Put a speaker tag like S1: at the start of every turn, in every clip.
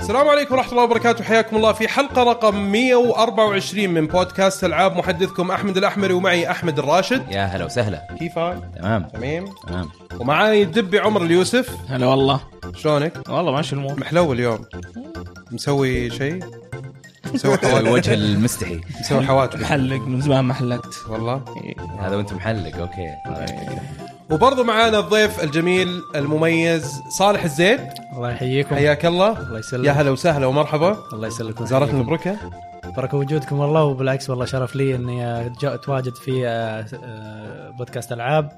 S1: السلام عليكم ورحمة الله وبركاته حياكم الله في حلقة رقم 124 من بودكاست ألعاب محدثكم أحمد الأحمري ومعي أحمد الراشد
S2: يا هلا وسهلا
S1: كيفك؟
S2: تمام
S1: تمام
S2: تمام
S1: ومعاي الدبي عمر اليوسف
S3: هلا والله
S1: شلونك؟
S3: والله ماشي الامور
S1: محلو اليوم مسوي شيء؟ مسوي حوادث
S2: الوجه المستحي
S1: مسوي حوادث
S3: محلق من زمان ما حلقت
S1: والله
S2: هذا وانت محلق اوكي
S1: وبرضه معانا الضيف الجميل المميز صالح الزين
S4: الله يحييكم
S1: حياك الله
S4: الله يسلمك.
S1: يا هلا وسهلا ومرحبا
S4: الله يسلمكم
S1: زارتنا
S4: يحييكم.
S1: مبروكة
S4: بركه وجودكم والله وبالعكس والله شرف لي اني أتجا- اتواجد في آه، آه، بودكاست العاب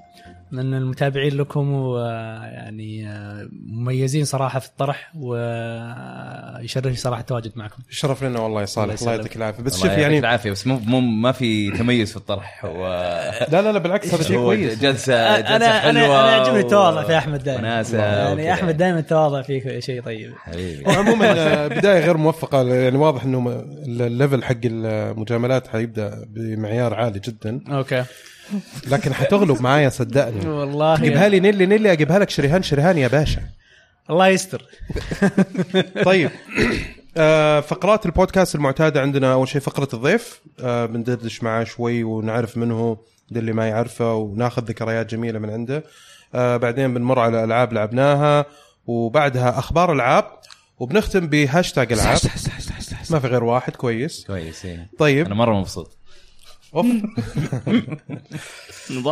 S4: لان المتابعين لكم ويعني آه، مميزين صراحه في الطرح ويشرفني صراحه التواجد معكم
S1: شرف لنا والله يا
S4: الله
S1: صالح الله
S4: يسلمك.
S1: يعطيك العافية بس
S2: الله
S1: شوف
S2: يعطيك
S1: يعني
S2: العافيه بس مو مو ما في تميز في الطرح و
S1: لا لا لا بالعكس هذا شيء
S2: هو
S1: كويس
S2: جلسه جلسه
S4: انا
S2: حلوه
S4: انا انا يعجبني
S2: و-
S4: التواضع في احمد دائما
S2: وناسة وكذا.
S4: يعني احمد دائما التواضع فيه شيء طيب
S2: حبيبي
S1: عموما آه، بدايه غير موفقه يعني واضح انه ال- الليفل حق المجاملات حيبدا بمعيار عالي جدا
S4: اوكي
S1: لكن حتغلب معايا صدقني
S4: والله
S1: جيبها لي نيلي نيلي اجيبها لك شريهان شريهان يا باشا
S4: الله يستر
S1: طيب آه، فقرات البودكاست المعتاده عندنا اول شيء فقره الضيف آه، بندردش معاه شوي ونعرف منه ده اللي ما يعرفه وناخذ ذكريات جميله من عنده آه، بعدين بنمر على العاب لعبناها وبعدها اخبار العاب وبنختم بهاشتاج العاب ما في غير واحد كويس
S2: كويس إيه.
S1: طيب
S2: انا مره مبسوط
S1: اوف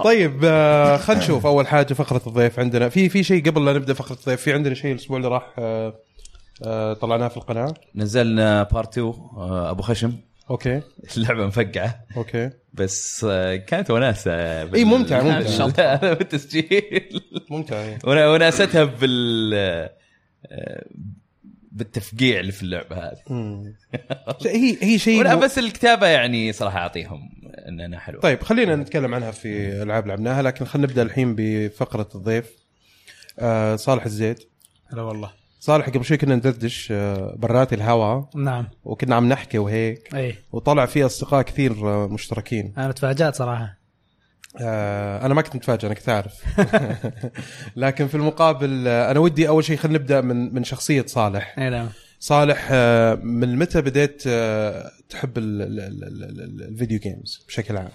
S1: طيب آه خلينا نشوف اول حاجه فقره الضيف عندنا في في شيء قبل لا نبدا فقره الضيف في عندنا شيء الاسبوع اللي راح آه آه طلعناه في القناه
S2: نزلنا بارت 2 آه، ابو خشم
S1: اوكي
S2: اللعبه مفقعه
S1: اوكي
S2: بس آه، كانت وناسه بال-
S1: إيه، ممتع، ممتع.
S2: لا، بالتسجيل
S1: ممتع يعني.
S2: ونا- وناستها بال آه، بالتفقيع اللي في اللعبه هذه
S1: مم. هي هي
S2: ولا
S1: شيء
S2: بس الكتابه يعني صراحه اعطيهم انها حلوه
S1: طيب خلينا نتكلم عنها في العاب لعبناها لكن خلينا نبدا الحين بفقره الضيف آه صالح الزيد
S4: هلا والله
S1: صالح قبل شوي كنا ندردش آه، برات الهواء
S4: نعم إيه،
S1: وكنا عم نحكي وهيك
S4: اي
S1: وطلع في اصدقاء كثير آه، مشتركين
S4: انا تفاجات صراحه
S1: آه، انا ما كنت متفاجئ انا كنت عارف لكن في المقابل آه، انا ودي اول شيء خلينا نبدا من من شخصيه صالح
S4: اي نعم
S1: صالح آه، من متى بديت آه، تحب ال- ال- ال- ال- ال- الفيديو جيمز بشكل عام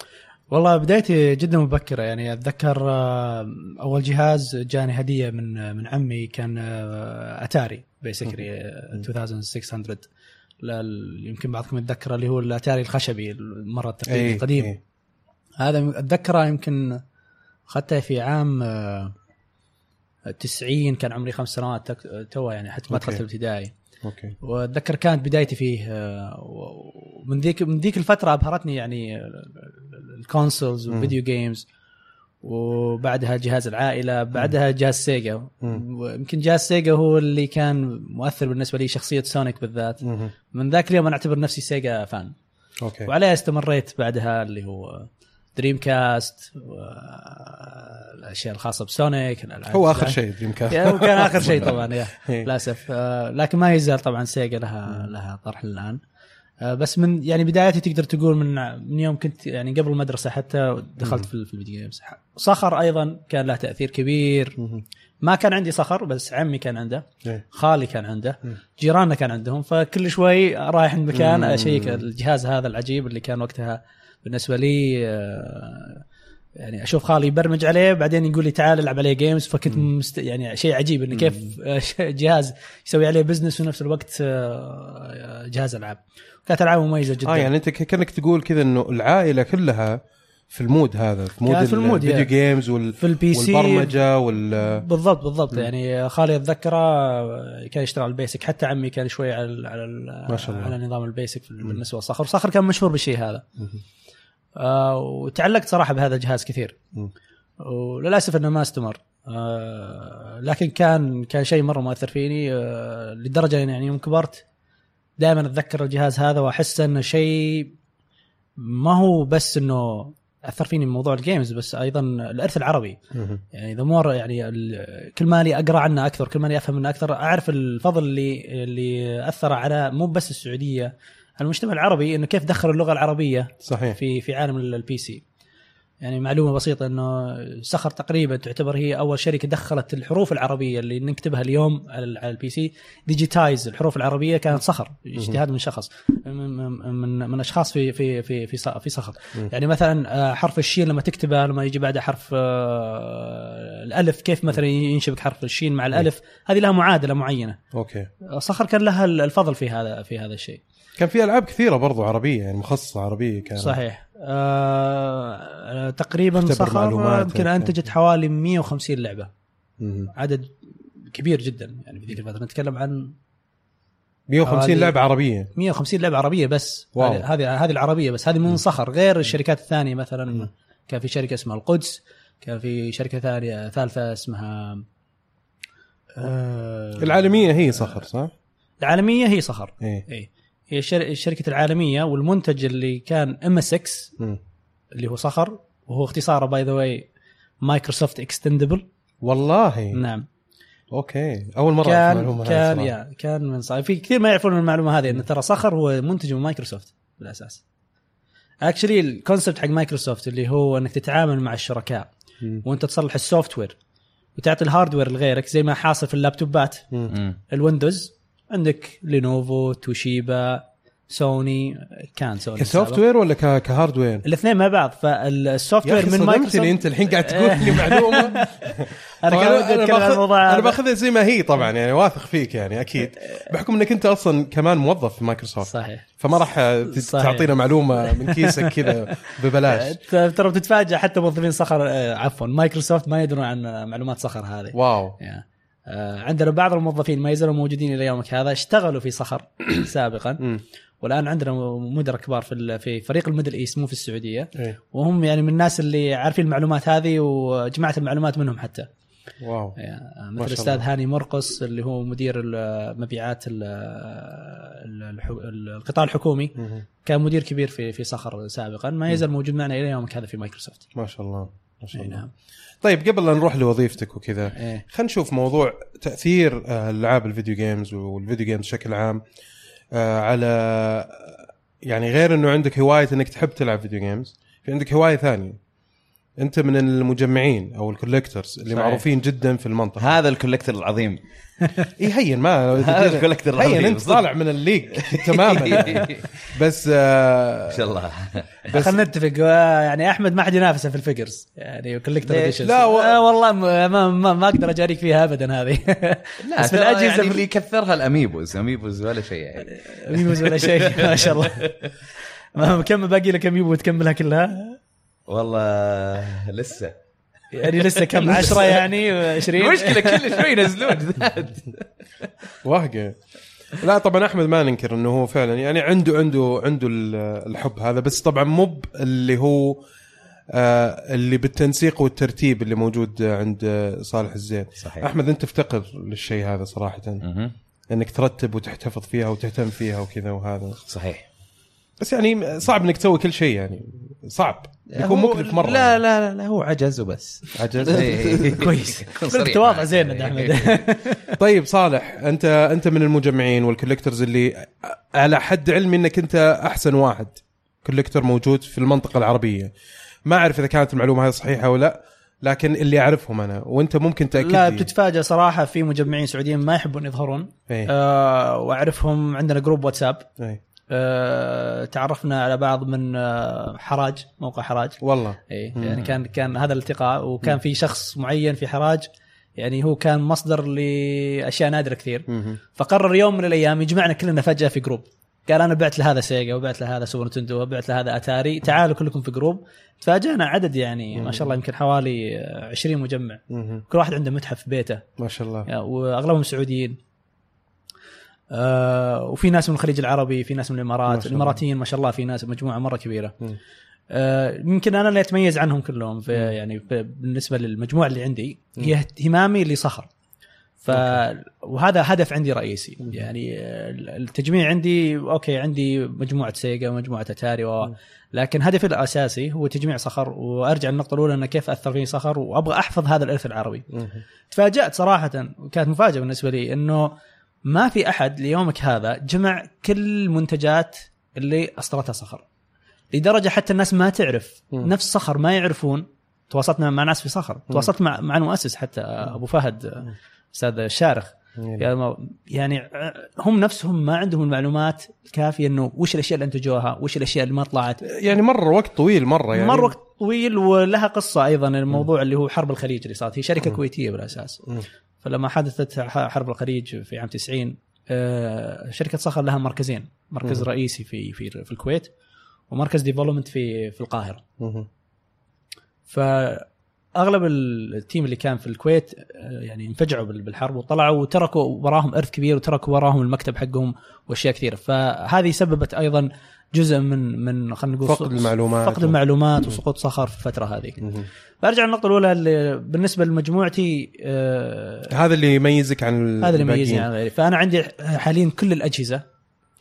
S4: والله بدايتي جدا مبكره يعني اتذكر آه، اول جهاز جاني هديه من آه، من عمي كان آه، اتاري بيسكلي 2600 لل- يمكن بعضكم يتذكره اللي هو الاتاري الخشبي مره التقليدي
S1: إيه،
S4: القديم
S1: إيه.
S4: هذا اتذكره يمكن اخذته في عام آه، 90 كان عمري خمس سنوات تك- توه يعني حتى ما
S1: أوكي.
S4: دخلت الابتدائي
S1: اوكي
S4: واتذكر كانت بدايتي فيه آه، و- ومن ذيك من ذيك الفتره ابهرتني يعني ال- ال- الكونسولز
S1: مم.
S4: والفيديو جيمز وبعدها جهاز العائله بعدها جهاز سيجا
S1: مم.
S4: ويمكن جهاز سيجا هو اللي كان مؤثر بالنسبه لي شخصيه سونيك بالذات
S1: مهم.
S4: من ذاك اليوم انا اعتبر نفسي سيجا فان
S1: اوكي
S4: وعليها استمريت بعدها اللي هو دريم كاست والاشياء الخاصه بسونيك الألعاب
S1: هو
S4: بتاعت-
S1: اخر شيء دريم كاست
S4: يعني هو كان اخر شيء طبعا يا
S1: إيه.
S4: للاسف آه، لكن ما يزال طبعا سيجا لها لها طرح الان آه، بس من يعني بدايتي تقدر تقول من من يوم كنت يعني قبل المدرسه حتى دخلت في ال- في الفيديو جيمز صخر ايضا كان له تاثير كبير
S1: مهم.
S4: ما كان عندي صخر بس عمي كان عنده
S1: إيه.
S4: خالي كان عنده
S1: مم.
S4: جيراننا كان عندهم فكل شوي رايح عند مكان
S1: مم.
S4: اشيك الجهاز هذا العجيب اللي كان وقتها بالنسبه لي آه، يعني اشوف خالي يبرمج عليه بعدين يقول لي تعال العب عليه جيمز فكنت مست... يعني شيء عجيب انه كيف آه، جهاز يسوي عليه بزنس ونفس الوقت آه، جهاز العاب كانت العاب مميزه جدا
S1: اه يعني انت ك- كانك تقول كذا انه العائله كلها في المود هذا في مود
S4: كانت في المود،
S1: الفيديو
S4: يا.
S1: جيمز وال...
S4: في البي سي
S1: والبرمجه وال
S4: بالضبط بالضبط يعني خالي اتذكره كان يشتغل على البيسك حتى عمي كان شوي على ال على ال
S1: ما شاء الله.
S4: على نظام البيسك في- بالنسبه لصخر صخر كان مشهور بالشيء هذا آه وتعلقت صراحه بهذا الجهاز كثير
S1: مم.
S4: وللاسف انه ما استمر آه لكن كان كان شيء مره مؤثر فيني آه لدرجه إن يعني يوم كبرت دائما اتذكر الجهاز هذا واحس انه شيء ما هو بس انه اثر فيني من موضوع الجيمز بس ايضا الارث العربي
S1: مهم.
S4: يعني ذا مور يعني ال- كل ما لي اقرا عنه اكثر كل ما لي افهم منه اكثر اعرف الفضل اللي اللي اثر على مو بس السعوديه المجتمع العربي انه كيف دخلوا اللغه العربيه
S1: صحيح
S4: في في عالم البي سي يعني معلومه بسيطه انه سخر تقريبا تعتبر هي اول شركه دخلت الحروف العربيه اللي نكتبها اليوم على ال- على البي سي ديجيتايز الحروف العربيه كانت صخر اجتهاد من شخص من- من من, من اشخاص في في في في ص- في صخر يعني مثلا آه، حرف الشين لما تكتبه لما يجي بعده حرف آه، الالف كيف مثلا ينشبك حرف الشين مع الالف هذه لها معادله معينه
S1: اوكي
S4: صخر كان لها الفضل في هذا في هذا الشيء
S1: كان في العاب كثيره برضو عربيه يعني مخصصه عربيه كانت
S4: صحيح آه تقريبا
S1: اختبر
S4: صخر
S1: معلوماتك.
S4: يمكن انتجت حوالي 150 لعبه
S1: مهم.
S4: عدد كبير جدا يعني في ذيك الفتره نتكلم عن
S1: 150
S4: هذه-
S1: لعبه عربيه
S4: 150 لعبه عربيه بس
S1: واو.
S4: هذه هذه هذه العربيه بس هذه من صخر غير الشركات الثانيه مثلا كان في شركه اسمها القدس كان في شركه ثانيه ثالثه اسمها آه
S1: العالميه هي صخر صح؟
S4: العالميه هي صخر
S1: ايه
S4: اي هي الشر- الشركه العالميه والمنتج اللي كان ام اس 6
S1: مم.
S4: اللي هو صخر وهو اختصاره باي ذا واي مايكروسوفت اكستندبل
S1: والله
S4: نعم
S1: اوكي اول مره أعرف
S4: كان
S1: إيه. المعلومة هذه صراحة.
S4: كان يا كان من صار في كثير ما يعرفون المعلومه هذه ان ترى صخر هو منتج من مايكروسوفت بالاساس اكشلي الكونسبت حق مايكروسوفت اللي هو انك تتعامل مع الشركاء
S1: مم.
S4: وانت تصلح السوفت وير وتعطي الهاردوير لغيرك زي ما حاصل في اللابتوبات
S1: مم.
S4: الويندوز عندك لينوفو توشيبا سوني كان سوني
S1: كسوفت وير ولا ك- كهاردوير؟
S4: الاثنين مع بعض فالسوفت
S1: يا
S4: وير
S1: اخي
S4: من
S1: صدمتني
S4: مايكروسوفت
S1: انت الحين قاعد تقول لي معلومه
S4: انا كان ودي
S1: طيب، أنا
S4: اتكلم عن
S1: باخذ-
S4: الموضوع
S1: انا
S4: هذا.
S1: باخذها زي ما هي طبعا يعني واثق فيك يعني اكيد بحكم انك انت اصلا كمان موظف في مايكروسوفت
S4: صحيح
S1: فما راح ت-
S4: صحيح.
S1: تعطينا معلومه من كيسك كذا ببلاش
S4: ت- ترى بتتفاجئ حتى موظفين صخر آه، عفوا مايكروسوفت ما يدرون عن آه، معلومات صخر هذه
S1: واو
S4: يا. آه، عندنا بعض الموظفين ما يزالوا موجودين الى يومك هذا اشتغلوا في صخر سابقا
S1: مم.
S4: والان عندنا مدراء كبار في ال- في فريق الميدل ايست مو في السعوديه
S1: إيه.
S4: وهم يعني من الناس اللي عارفين المعلومات هذه وجمعت المعلومات منهم حتى
S1: واو
S4: يا،
S1: ما
S4: مثل
S1: شاء
S4: الاستاذ
S1: الله.
S4: هاني مرقص اللي هو مدير ال- مبيعات ال- ال- الحو- القطاع الحكومي
S1: مهم.
S4: كان مدير كبير في في صخر سابقا ما يزال موجود معنا الى يومك هذا في مايكروسوفت
S1: ما شاء الله ما شاء
S4: أي
S1: الله
S4: نعم.
S1: طيب قبل لا نروح لوظيفتك وكذا
S4: إيه.
S1: خلينا نشوف موضوع تاثير آه، العاب الفيديو جيمز والفيديو جيمز بشكل عام آه، على يعني غير انه عندك هوايه انك تحب تلعب فيديو جيمز في عندك هوايه ثانيه انت من المجمعين او الكوليكترز اللي
S2: صحيح.
S1: معروفين جدا في
S4: طيب.
S1: المنطقه
S2: هذا الكولكتر العظيم
S1: اي هين ما
S2: هذا الكولكتر العظيم
S1: هين انت طالع من الليج تماما
S2: إيه،
S1: يعني. بس آه،
S2: ان شاء الله
S4: خلينا نتفق آه، يعني احمد ما حد ينافسه في الفيجرز يعني كوليكتر
S2: ليش؟
S4: اديشنز
S1: لا، و-
S4: آه والله ما, ما, ما, ما اقدر اجاريك فيها ابدا هذه
S2: لا
S4: بس في
S2: ترى
S4: الاجهزه
S2: يعني
S4: في
S2: اللي يكثرها الاميبوز اميبوز ولا شيء يعني
S4: اميبوز ولا شيء ما شاء الله ما كم باقي لك اميبو تكملها كلها
S2: والله لسه
S4: يعني لسه كم 10 يعني 20
S2: المشكله كل شوي ينزلون جداد
S1: وهقه لا طبعا احمد ما ننكر انه هو فعلا يعني عنده عنده عنده ال- الحب هذا بس طبعا مو اللي هو آه اللي بالتنسيق والترتيب اللي موجود عند آه، صالح الزين
S2: صحيح
S1: احمد انت تفتقر للشيء هذا صراحه
S2: مهم.
S1: انك ترتب وتحتفظ فيها وتهتم فيها وكذا وهذا
S2: صحيح
S1: بس يعني صعب انك تسوي كل شيء يعني صعب يكون
S2: هو-
S1: مكلف مره
S2: لا لا لا هو عجز وبس إيه،
S1: عجز
S4: كويس كنت تواضع زين عند احمد
S1: طيب صالح انت انت من المجمعين والكوليكترز اللي على حد علمي انك انت احسن واحد كوليكتر موجود في المنطقه العربيه ما اعرف اذا كانت المعلومه هذه صحيحه ولا لا لكن اللي اعرفهم انا وانت ممكن تاكد
S4: لا
S1: لي.
S4: بتتفاجئ صراحه في مجمعين سعوديين ما يحبون يظهرون
S1: ايه.
S4: آه واعرفهم عندنا جروب واتساب
S1: ايه.
S4: آه، تعرفنا على بعض من آه، حراج موقع حراج
S1: والله
S4: اي يعني كان كان هذا الالتقاء وكان في شخص معين في حراج يعني هو كان مصدر لاشياء نادره كثير
S1: مهم.
S4: فقرر يوم من الايام يجمعنا كلنا فجاه في جروب قال انا بعت لهذا سيجا وبعت لهذا سوبر نتندو وبعت لهذا اتاري تعالوا كلكم في جروب تفاجئنا عدد يعني ما شاء الله يمكن حوالي آه، 20 مجمع
S1: مهم.
S4: كل واحد عنده متحف في بيته
S1: ما شاء الله
S4: واغلبهم سعوديين آه وفي ناس من الخليج العربي في ناس من
S1: ما شاء
S4: الامارات
S1: الله.
S4: الاماراتيين ما شاء الله في ناس مجموعه مره كبيره
S1: مم.
S4: آه يمكن انا اللي اتميز عنهم كلهم في يعني في بالنسبه للمجموعه اللي عندي هي اهتمامي لصخر ف وهذا هدف عندي رئيسي يعني آه، التجميع عندي اوكي عندي مجموعه سيجا ومجموعه اتاري و... لكن هدفي الاساسي هو تجميع صخر وارجع للنقطه الاولى انه كيف اثر فيني صخر وابغى احفظ هذا الارث العربي
S1: مهم.
S4: تفاجات صراحه وكانت مفاجاه بالنسبه لي انه ما في احد ليومك هذا جمع كل المنتجات اللي اصدرتها صخر لدرجه حتى الناس ما تعرف
S1: مم.
S4: نفس صخر ما يعرفون تواصلت مع ناس في صخر تواصلت مع مع المؤسس حتى ابو فهد استاذ الشارخ
S1: يعني
S4: يا ما- يعني آه، هم نفسهم ما عندهم المعلومات الكافيه انه وش الاشياء اللي انتجوها وش الاشياء اللي ما طلعت
S1: يعني مره وقت طويل مره يعني
S4: مر وقت طويل ولها قصه ايضا الموضوع اللي هو حرب الخليج اللي صارت هي شركه كويتيه بالاساس
S1: مم.
S4: فلما حدثت ح- حرب الخليج في عام 90 آه، شركه صخر لها مركزين مركز
S1: مم.
S4: رئيسي في في في الكويت ومركز ديفلوبمنت في في القاهره
S1: مهم.
S4: فاغلب التيم اللي كان في الكويت آه، يعني انفجعوا بال- بالحرب وطلعوا وتركوا وراهم ارث كبير وتركوا وراهم المكتب حقهم واشياء كثيره فهذه سببت ايضا جزء من من خلينا نقول
S1: فقد المعلومات
S4: فقد المعلومات وسقوط صخر في الفتره هذيك
S1: مهم.
S4: فارجع للنقطه الاولى اللي بالنسبه لمجموعتي آه،
S1: هذا اللي يميزك عن
S4: هذا اللي
S1: الباقيين.
S4: يميزني يعني. عن غيري فانا عندي حاليا كل الاجهزه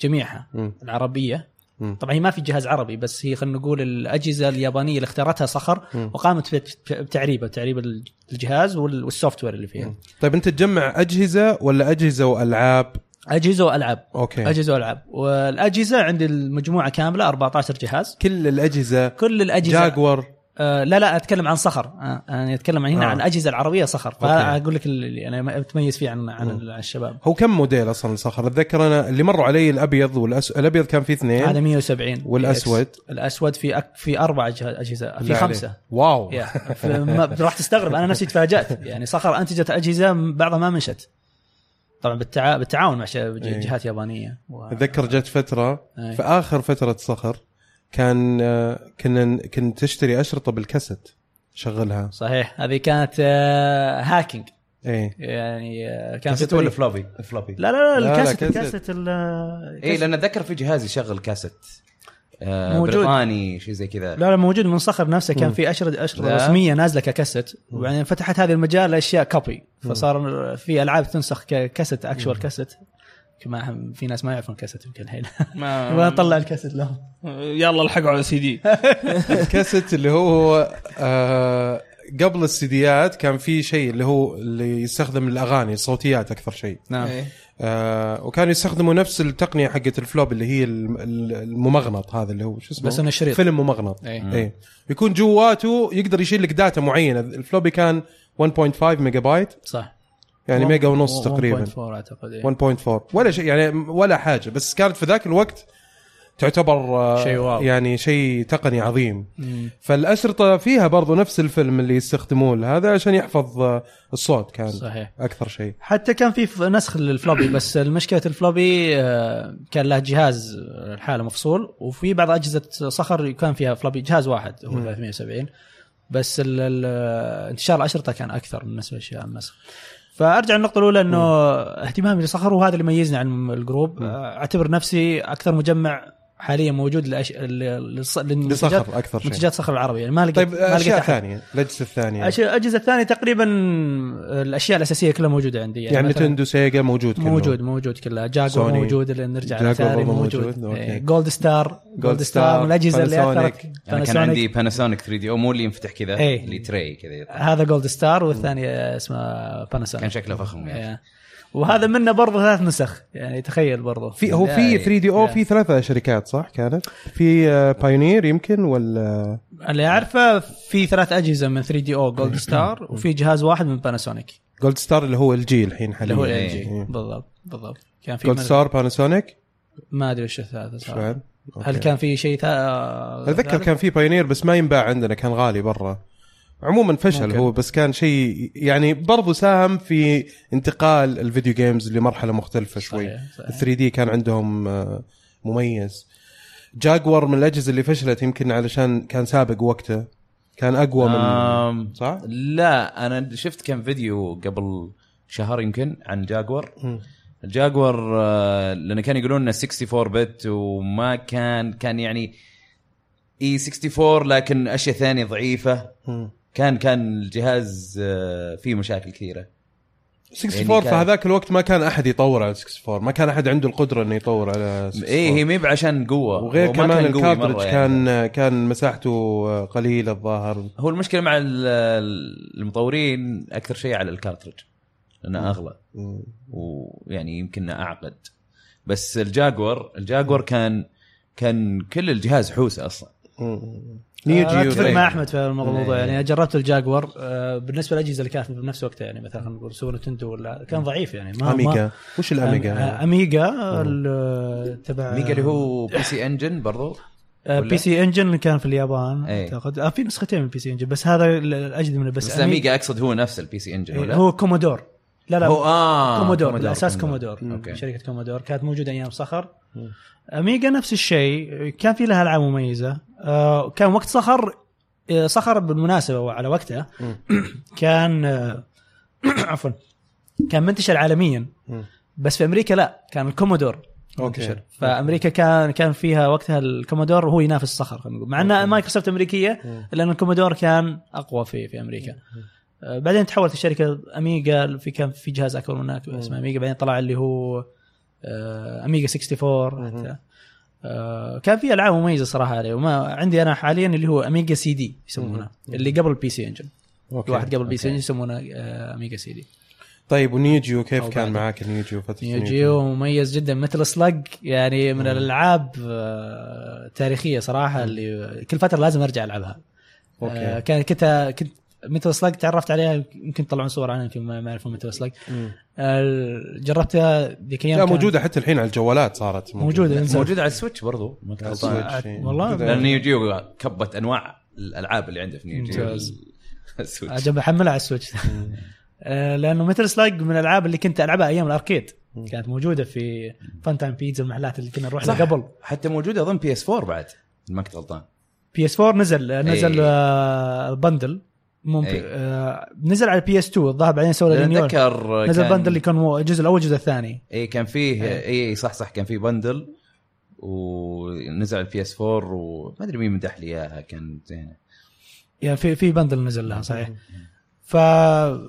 S4: جميعها
S1: مم.
S4: العربيه
S1: مم.
S4: طبعا هي ما في جهاز عربي بس هي خلينا نقول الاجهزه اليابانيه اللي اختارتها صخر
S1: مم.
S4: وقامت بت- بتعريبه تعريب الجهاز وال- والسوفت وير اللي فيها
S1: مم. طيب انت تجمع اجهزه ولا اجهزه والعاب؟
S4: اجهزه والعاب
S1: اوكي أجهزة.
S4: اجهزه والعاب والاجهزه عندي المجموعه كامله 14 جهاز
S1: كل الاجهزه
S4: كل الاجهزه
S1: جاكور
S4: آه لا لا اتكلم عن صخر آه انا اتكلم هنا
S1: آه.
S4: آه. عن الاجهزه العربيه صخر
S1: أوكي.
S4: فاقول لك اللي انا متميز فيه عن عن ال- عن الشباب
S1: هو كم موديل اصلا صخر؟ اتذكر انا اللي مروا علي الابيض والاسود الابيض كان فيه
S4: هذا
S1: اثنين
S4: 170
S1: والأسود؟
S4: PX. الاسود في أك... في اربع أجه- اجهزه في
S1: بالله
S4: خمسه
S1: عليك. واو
S4: يا. ف- ما- راح تستغرب انا نفسي تفاجات يعني صخر انتجت اجهزه بعضها ما منشت طبعا بالتع... بالتعاون مع ش...
S1: إيه.
S4: ج- جهات يابانيه و...
S1: اتذكر جت فتره
S4: أي.
S1: في اخر فتره صخر كان آه، كنا كنت تشتري اشرطه بالكاسيت شغلها
S4: صحيح هذه كانت آه، هاكينج
S1: ايه
S4: يعني آه، كان
S2: كاسيت
S4: في
S2: ولا
S4: طريق-
S2: فلوبي؟ فلوبي
S4: لا لا
S1: لا،
S4: لا
S1: لا،
S4: الكاسيت
S1: كاسيت.
S4: الكاسيت ال-
S2: اي لان اتذكر في جهاز يشغل كاسيت آه
S4: موجود.
S2: بريطاني شيء زي كذا
S4: لا لا موجود من صخر نفسه كان في اشرطه اشرطه
S2: لا.
S4: رسميه نازله ككاسيت وبعدين فتحت هذه المجال لاشياء كوبي فصار في العاب تنسخ ككاسيت اكشوال كاسيت كما في ناس ما يعرفون كاسيت يمكن الحين
S1: آه.
S4: ما
S3: ما
S4: نطلع الكاسيت لهم
S3: يلا الحقوا على سي دي
S1: الكاسيت اللي هو آه، قبل السيديات كان في شيء اللي هو اللي يستخدم الاغاني الصوتيات اكثر شيء
S4: نعم
S3: إيه.
S1: آه، وكانوا يستخدموا نفس التقنيه حقت الفلوب اللي هي الم- ال- الممغنط هذا اللي هو شو اسمه
S4: بس إنه شريط.
S1: فيلم ممغنط
S3: إيه.
S1: اي يكون جواته يقدر يشيل لك داتا معينه الفلوبي كان 1.5 ميجا بايت
S4: صح
S1: يعني ميجا ونص تقريبا
S4: 1.4 اعتقد إيه.
S1: 1.4 ولا شيء يعني ولا حاجه بس كانت في ذاك الوقت تعتبر آه،
S4: شيء واو.
S1: يعني شيء تقني عظيم
S4: مم.
S1: فالاشرطه فيها برضو نفس الفيلم اللي يستخدموه لهذا عشان يحفظ آه، الصوت كان
S4: صحيح.
S1: اكثر شيء
S4: حتى كان في ف- نسخ للفلوبي بس المشكله الفلوبي آه، كان له جهاز الحاله مفصول وفي بعض اجهزه صخر كان فيها فلوبي جهاز واحد هو 370 بس ال- ال- انتشار الاشرطه كان اكثر بالنسبه لاشياء النسخ فارجع للنقطه الاولى انه اهتمامي لصخر وهذا اللي يميزني عن الجروب آه، اعتبر نفسي اكثر مجمع حاليا موجود لأش... ل- للص- للمنتجات
S1: لصخر اكثر شيء
S4: منتجات صخر العربي يعني ما لقيت
S1: طيب
S4: ما لقيت
S1: اشياء
S4: أحد.
S1: ثانيه الاجهزه الثانيه
S4: أش- الاجهزه الثانيه تقريبا الاشياء الاساسيه كلها موجوده عندي
S1: يعني, يعني
S4: مثلاً
S1: نتندو سيجا موجود كله.
S4: موجود موجود كلها جاكور
S1: سوني.
S4: موجود اللي نرجع
S1: جاكور
S4: لاتاري
S1: برضه
S4: موجود,
S1: موجود، أوكي.
S4: إيه، جولد ستار جولد
S1: ستار،
S4: ستار من الاجهزه اللي
S1: باناسونيك.
S4: اثرت
S2: انا يعني كان
S4: باناسونيك.
S2: عندي باناسونيك 3 دي او مو اللي ينفتح كذا
S4: إيه.
S2: اللي تري كذا يطلع.
S4: هذا جولد ستار والثاني اسمه
S2: كان
S4: باناسونيك
S2: شكله فخم يعني
S4: إيه. وهذا منه برضه ثلاث نسخ يعني تخيل برضه
S1: في هو في
S2: يعني-
S1: 3 دي او في ثلاثة شركات صح كانت في آه، بايونير يمكن ولا
S4: اللي اعرفه في ثلاث اجهزه من 3 دي او جولد
S2: إيه.
S4: ستار وفي جهاز واحد من باناسونيك
S1: جولد ستار اللي هو الجي الحين
S4: اللي هو
S1: حاليا
S4: ال جي
S1: إيه.
S4: بالضبط بالضبط كان في
S1: جولد
S4: من-
S1: ستار باناسونيك
S4: ما ادري وش الثالث
S1: إيش
S4: صراحة.
S1: بعد؟ أوكي.
S4: هل كان في شيء ثا-
S1: اتذكر كان في بايونير بس ما ينباع عندنا كان غالي برا عموما فشل
S4: ممكن.
S1: هو بس كان شيء يعني برضو ساهم في انتقال الفيديو جيمز لمرحله مختلفه شوي
S4: صحيح، صحيح.
S1: ال 3 دي كان عندهم آه، مميز جاكور من الاجهزه اللي فشلت يمكن علشان كان سابق وقته كان اقوى من
S4: آه.
S2: آم،
S1: صح؟
S2: لا انا شفت كان فيديو قبل شهر يمكن عن جاكور
S1: مم.
S2: الجاكور آه، لان كانوا يقولون انه 64 بت وما كان كان يعني اي 64 لكن اشياء ثانيه ضعيفه
S1: مم.
S2: كان كان الجهاز آه، فيه مشاكل كثيره
S1: 64
S2: يعني كان-
S1: في هذاك الوقت ما كان احد يطور على 64 ما كان احد عنده القدره انه يطور على 64
S2: اي إيه، هي ميب عشان قوه
S1: وغير
S2: هو ما
S1: كمان
S2: قوي مرة
S1: الكارترج
S2: يعني.
S1: كان كان مساحته قليله الظاهر
S2: هو المشكله مع ال- ال- المطورين اكثر شيء على الكارترج لانه اغلى
S1: مم.
S2: ويعني يمكن اعقد بس الجاكور الجاكور كان كان كل الجهاز حوسه اصلا
S1: نيو
S4: أنا
S1: جيو
S4: اتفق
S1: طيب.
S4: آه، مع احمد في الموضوع
S2: إيه.
S4: يعني جربت الجاكور آه، بالنسبه للاجهزه اللي كانت بنفس وقتها يعني مثلا خلينا نقول سوبر نتندو ولا كان ضعيف يعني ما
S1: اميجا وش
S4: ما آه،
S1: الاميجا؟
S4: اميجا ال- آه، تبع
S2: ميجا إيه. اللي هو بي سي انجن برضو ولا؟
S4: بي سي انجن اللي كان في اليابان
S2: إيه.
S4: اعتقد آه، في نسختين من بي سي انجن بس هذا ال- الاجدد منه بس,
S2: بس اميجا اقصد هو نفس البي سي انجن ولا؟
S4: إيه، هو كومودور لا لا
S2: هو اه
S4: كومودور الاساس كومودور
S2: اوكي
S4: شركه كومودور كانت موجوده ايام صخر
S1: مم.
S4: اميجا نفس الشيء كان في لها العاب مميزه آه، كان وقت صخر آه، صخر بالمناسبه وعلى وقتها كان آه، عفوا كان منتشر عالميا
S1: مم.
S4: بس في امريكا لا كان الكومودور منتشر
S1: اوكي
S4: فامريكا كان كان فيها وقتها الكومودور وهو ينافس الصخر خلينا نقول مع ان مايكروسوفت امريكيه
S1: مم.
S4: لان الكومودور كان اقوى في في امريكا آه، بعدين تحولت الشركه اميجا في كان في جهاز اكبر من هناك اسمه اميجا بعدين طلع اللي هو آه، اميجا 64 حتى آه، كان في العاب مميزه صراحه عليه وما عندي انا حاليا اللي هو اميجا سي دي يسمونه اللي قبل البي سي انجن
S1: أوكي.
S4: واحد قبل البي سي
S2: أوكي.
S4: انجن يسمونه آه، اميجا سي دي
S1: طيب ونيو جيو كيف
S4: أو
S1: كان
S4: بعد.
S1: معاك نيو جيو فتره
S4: نيو جيو مميز جدا مثل سلاج يعني من الالعاب آه، تاريخيه صراحه اللي كل فتره لازم ارجع العبها
S1: أوكي.
S4: آه، كان كنت كنت متل سلاج تعرفت عليها يمكن طلعون صور عنها يمكن ما ما يعرفون متل سلاج
S1: مم.
S4: آه، جربتها ذيك ايام
S1: لا
S4: كان-
S1: موجوده حتى الحين على الجوالات صارت
S4: موجوده إنزين.
S2: موجود على السويتش برضو ما كنت
S1: على
S2: غلطان.
S1: السويتش. شيء.
S4: آه، والله
S1: موجودة.
S2: لان نيو جيو كبت انواع الالعاب اللي عنده في نيو جيو
S4: ممتاز.
S2: السويتش
S4: عجب احملها على السويتش آه، لانه مثل سلاج من الالعاب اللي كنت العبها ايام الاركيد كانت موجوده في فان تايم بيتزا المحلات اللي كنا نروح لها
S2: صح.
S4: قبل
S2: حتى موجوده اظن بي اس 4 بعد إن ما كنت غلطان
S4: بي اس 4 نزل نزل
S2: إيه.
S4: آه، بندل ممكن
S2: إيه.
S4: آه، نزل على البي اس 2 الظاهر بعدين سوى
S2: لأن
S4: رينيول
S2: اتذكر
S4: نزل بندل اللي
S2: كان
S4: كان هو الجزء الاول والجزء الثاني
S2: اي كان فيه
S4: إيه.
S2: اي اي صح صح كان فيه بندل ونزل على البي اس 4 وما ادري مين مدح لي اياها كان زينه
S4: يعني في في بندل نزل لها صحيح فهي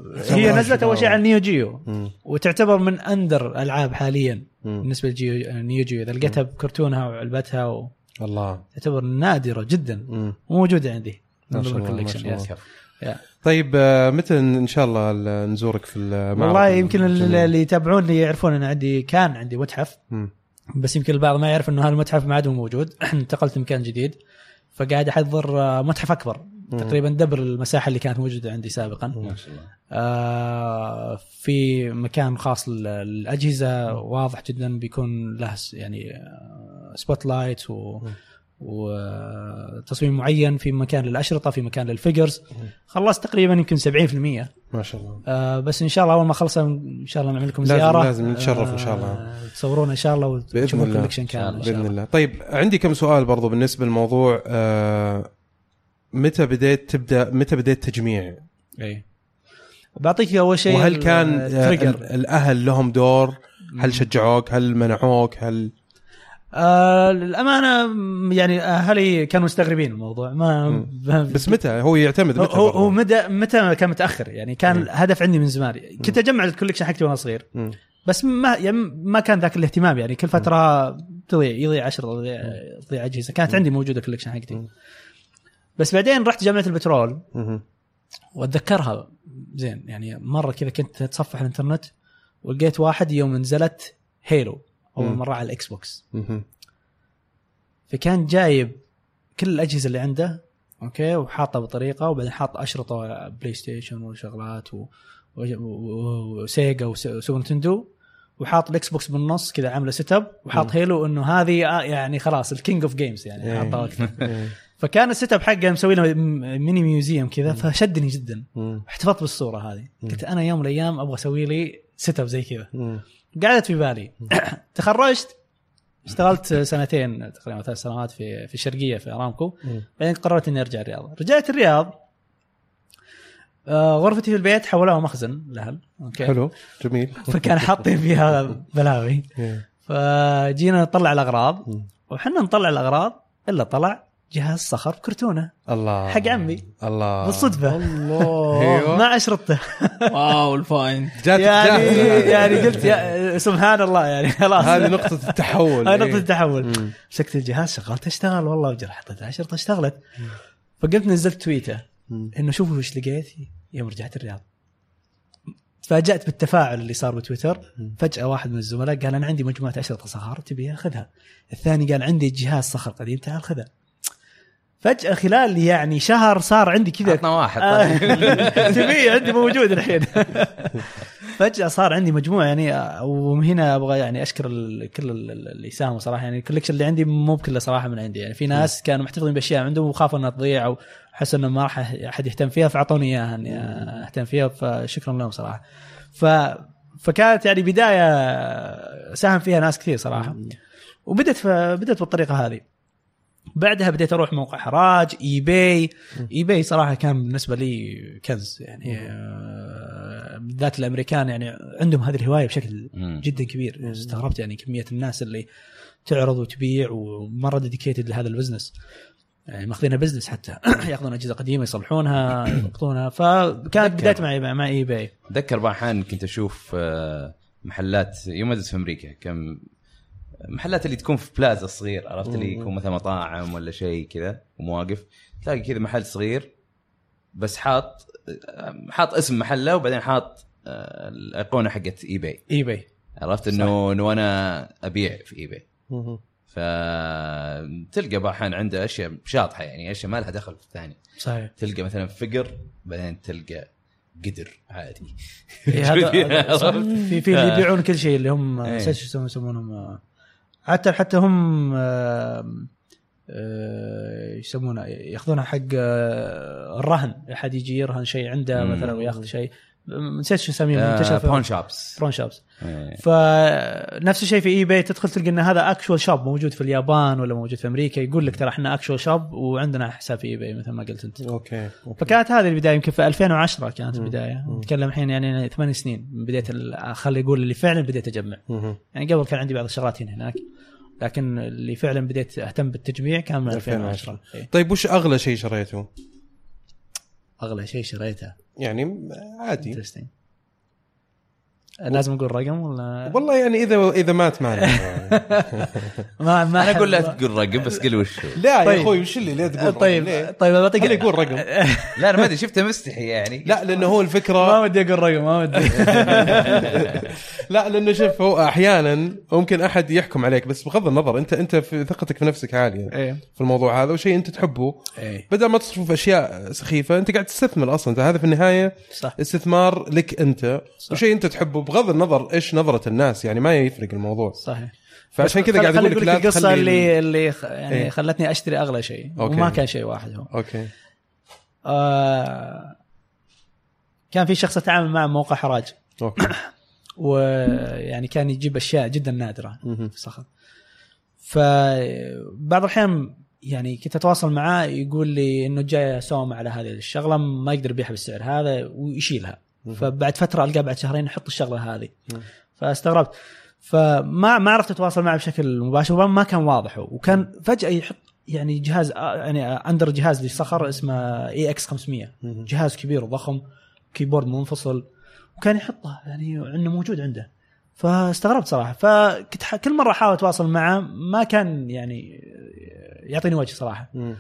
S1: شباب.
S4: نزلت اول شيء على نيو جيو
S1: مم.
S4: وتعتبر من اندر العاب حاليا
S1: مم.
S4: بالنسبه لجيو نيو جيو اذا لقيتها بكرتونها وعلبتها
S1: الله
S4: تعتبر نادره جدا
S1: مم.
S4: وموجوده عندي
S1: ما شاء الله، ما
S4: Collection.
S1: شاء
S2: يا
S1: الله.
S2: سيف.
S4: يا.
S1: طيب آه، متى ان شاء الله ال- نزورك في المعرض
S4: والله يمكن
S1: الجميل؟
S4: اللي اللي يتابعوني يعرفون انا عندي كان عندي متحف
S1: مم.
S4: بس يمكن البعض ما يعرف انه هذا المتحف ما عاد هو موجود انتقلت مكان جديد فقاعد احضر آه، متحف اكبر تقريبا دبر المساحه اللي كانت موجوده عندي سابقا
S2: ما شاء الله
S4: آه، في مكان خاص للاجهزه واضح جدا بيكون له س- يعني آه، سبوت لايت و وتصميم معين في مكان للاشرطه في مكان للفيجرز خلصت تقريبا يمكن 70%
S1: ما شاء الله
S4: آه بس ان شاء الله اول ما اخلصها ان شاء الله نعمل لكم
S1: لازم-
S4: زياره
S1: لازم نتشرف إن شاء الله.
S4: آه تصورونا ان شاء الله
S1: باذن
S4: وتشوفوا
S1: الله
S4: الكوليكشن كامل ان شاء
S1: باذن
S4: الله
S1: الله طيب عندي كم سؤال برضو بالنسبه للموضوع آه، متى بديت تبدا متى بديت تجميع
S4: اي إيه. بعطيك اول شيء
S1: وهل كان آه، ال-
S4: تريجر
S1: الاهل لهم دور هل شجعوك هل منعوك هل
S4: آه للامانه م- يعني اهلي كانوا مستغربين الموضوع ما
S1: بس متى هو يعتمد
S4: هو-
S1: متى
S4: هو
S1: برضو؟
S4: هو متى متى كان متاخر يعني كان
S1: مم.
S4: الهدف عندي من زمان كنت اجمع الكوليكشن حقتي وانا صغير
S1: مم.
S4: بس ما يعني ما كان ذاك الاهتمام يعني كل فتره تضيع يضيع عشرة تضيع تضيع اجهزه كانت عندي موجوده الكوليكشن حقتي
S1: مم.
S4: بس بعدين رحت جامعه البترول
S1: مم.
S4: واتذكرها زين يعني مره كذا كنت اتصفح الانترنت ولقيت واحد يوم نزلت هيلو اول
S1: مم.
S4: مره على الاكس بوكس
S1: مم.
S4: فكان جايب كل الاجهزه اللي عنده اوكي وحاطها بطريقه وبعدين حاط اشرطه بلاي ستيشن وشغلات و... و... و... وسيجا وس- وسوبر نتندو وحاط الاكس بوكس بالنص كذا عامله سيت اب وحاط هيلو انه هذه آه، يعني خلاص الكينج اوف جيمز يعني
S1: إيه.
S4: حاطها وقتها
S1: إيه.
S4: فكان السيت اب حقه مسوي له م- ميني ميوزيوم كذا فشدني جدا
S1: مم.
S4: احتفظت بالصوره هذه قلت انا يوم من الايام ابغى اسوي لي سيت اب زي كذا
S1: مم.
S4: قعدت في بالي تخرجت اشتغلت سنتين تقريبا ثلاث سنوات في في الشرقيه في ارامكو
S1: مم.
S4: بعدين قررت اني ارجع الرياض رجعت الرياض آه، غرفتي في البيت حولوها مخزن الاهل اوكي
S1: حلو جميل
S4: فكان حاطين فيها بلاوي
S1: إيه.
S4: فجينا نطلع الاغراض
S1: مم.
S4: وحنا نطلع الاغراض الا طلع جهاز صخر بكرتونه
S1: الله
S4: حق عمي.
S1: الله
S4: بالصدفه
S1: أيوة.
S4: مع اشرطته
S3: واو الفاين
S1: جاتك
S4: يعني
S1: جاهزة.
S4: يعني قلت يا سبحان الله يعني خلاص
S1: هذه نقطة التحول
S4: هاي نقطة
S1: إيه.
S4: التحول
S1: مم.
S4: مسكت الجهاز شغلت اشتغل والله وجر حطيت عشرة اشتغلت فقمت نزلت تويته
S1: مم.
S4: انه شوفوا وش لقيت يوم رجعت الرياض تفاجأت بالتفاعل اللي صار بتويتر فجأة واحد من الزملاء قال أنا عندي مجموعة أشرطة صخر تبيها خذها الثاني قال عندي جهاز صخر قديم تعال خذها فجاه خلال يعني شهر صار عندي كذا
S2: عطنا واحد طيب.
S4: آه، تبي عندي موجود الحين فجاه صار عندي مجموعه يعني آه، ومن هنا ابغى يعني اشكر ال- كل ال- ال- اللي ساهموا صراحه يعني الكوليكشن اللي عندي مو بكله صراحه من عندي يعني في ناس كانوا محتفظين باشياء عندهم وخافوا انها تضيع او حسوا انه ما راح احد يهتم فيها فاعطوني اياها اني آه، اهتم فيها فشكرا لهم صراحه ف فكانت يعني بدايه ساهم فيها ناس كثير صراحه وبدت بدت بالطريقه هذه بعدها بديت اروح موقع حراج اي باي اي باي صراحه كان بالنسبه لي كنز يعني آه، بالذات الامريكان يعني عندهم هذه الهوايه بشكل
S2: مم.
S4: جدا كبير استغربت يعني كميه الناس اللي تعرض وتبيع ومره ديديكيتد لهذا البزنس يعني ماخذينها بزنس حتى ياخذون اجهزه قديمه يصلحونها يضبطونها فكانت بدايتي مع مع اي باي
S2: اتذكر بعض احيانا كنت اشوف آه، محلات يوم أدرس في امريكا كم محلات اللي تكون في بلازا صغير عرفت اللي يكون مثلا مطاعم ولا شيء كذا ومواقف تلاقي كذا محل صغير بس حاط آه، حاط اسم محله وبعدين حاط آه، الايقونه حقت اي باي
S4: اي باي
S2: عرفت انه انه انا ابيع في اي باي فتلقى بعض احيانا عنده اشياء شاطحه يعني اشياء ما لها دخل في الثانيه
S4: صحيح
S2: تلقى مثلا فقر بعدين تلقى قدر عادي
S4: إيه، هذا صح. في في اللي
S2: آه.
S4: يبيعون كل شيء اللي هم
S2: إيه.
S4: ايش يسمون- يسمونهم آه، حتى حتى هم آه، آه، يسمونه ياخذونها حق آه، الرهن احد يجي يرهن شيء عنده
S2: مم.
S4: مثلا وياخذ شيء م- نسيت شو اسميهم
S2: آه،
S4: منتشر
S2: بون
S4: في-
S2: شوبس
S4: برون شوبس
S2: إيه.
S4: فنفس الشيء في اي باي تدخل تلقى ان هذا اكشوال شوب موجود في اليابان ولا موجود في امريكا يقول لك ترى احنا اكشوال شوب وعندنا حساب في اي باي مثل ما قلت انت
S1: اوكي أوكي.
S4: فكانت هذه البدايه يمكن في 2010 كانت
S1: مم.
S4: البدايه
S1: مم.
S4: نتكلم الحين يعني ثمان سنين من بدايه ال- خلي اقول اللي فعلا بديت اجمع
S1: مهم.
S4: يعني قبل كان عندي بعض الشغلات هنا هناك لكن اللي فعلا بديت اهتم بالتجميع كان من
S1: 2010.
S4: 2010 إيه.
S1: طيب وش اغلى شيء شريته؟
S4: اغلى شيء شريته
S1: يعني م- عادي
S4: Interesting. لازم اقول رقم ولا
S1: والله يعني اذا اذا مات ما عليك يعني.
S4: ما ما
S2: انا اقول لا
S4: أحب-
S2: تقول رقم بس قل وش هو.
S1: لا
S4: طيب.
S1: يا اخوي وش اللي ليه تقول
S4: طيب
S1: ليه؟
S4: طيب بعطيك
S1: خليه يقول رقم
S2: لا انا ما ادري شفته مستحي يعني
S1: لا لانه هو
S4: ما
S1: الفكره
S4: ودي اقول رقم ما ودي
S1: لا لانه شوف هو احيانا ممكن احد يحكم عليك بس بغض النظر انت انت في ثقتك في نفسك عاليه
S4: ايه
S1: في الموضوع هذا وشيء انت تحبه
S4: ايه
S1: بدل ما تصرفه في اشياء سخيفه انت قاعد تستثمر اصلا انت هذا في النهايه
S4: صح
S1: استثمار لك انت
S4: صح.
S1: وشيء انت تحبه بغض النظر ايش نظره الناس يعني ما يفرق الموضوع
S4: صحيح
S1: فعشان كذا قاعد اقول لك لا
S4: القصه
S1: تخلي-
S4: اللي اللي خ- يعني
S1: إيه.
S4: خلتني اشتري اغلى شيء
S1: أوكي.
S4: وما كان شيء واحد هو
S1: اوكي
S4: آه، كان في شخص اتعامل معه موقع حراج
S1: اوكي
S4: ويعني كان يجيب اشياء جدا نادره
S1: مهم.
S4: في صخر فبعض الاحيان يعني كنت اتواصل معاه يقول لي انه جاي سوم على هذه الشغله ما يقدر يبيعها بالسعر هذا ويشيلها
S1: مهم.
S4: فبعد فتره القاه بعد شهرين يحط الشغله هذه
S1: مم.
S4: فاستغربت فما ما عرفت اتواصل معه بشكل مباشر وما كان واضح هو. وكان فجاه يحط يعني جهاز يعني اندر جهاز لصخر اسمه اي اكس 500
S1: مهم.
S4: جهاز كبير وضخم كيبورد منفصل وكان يحطه يعني انه موجود عنده فاستغربت صراحه فكنت ح- كل مره احاول اتواصل معه ما كان يعني يعطيني وجه صراحه
S1: مم.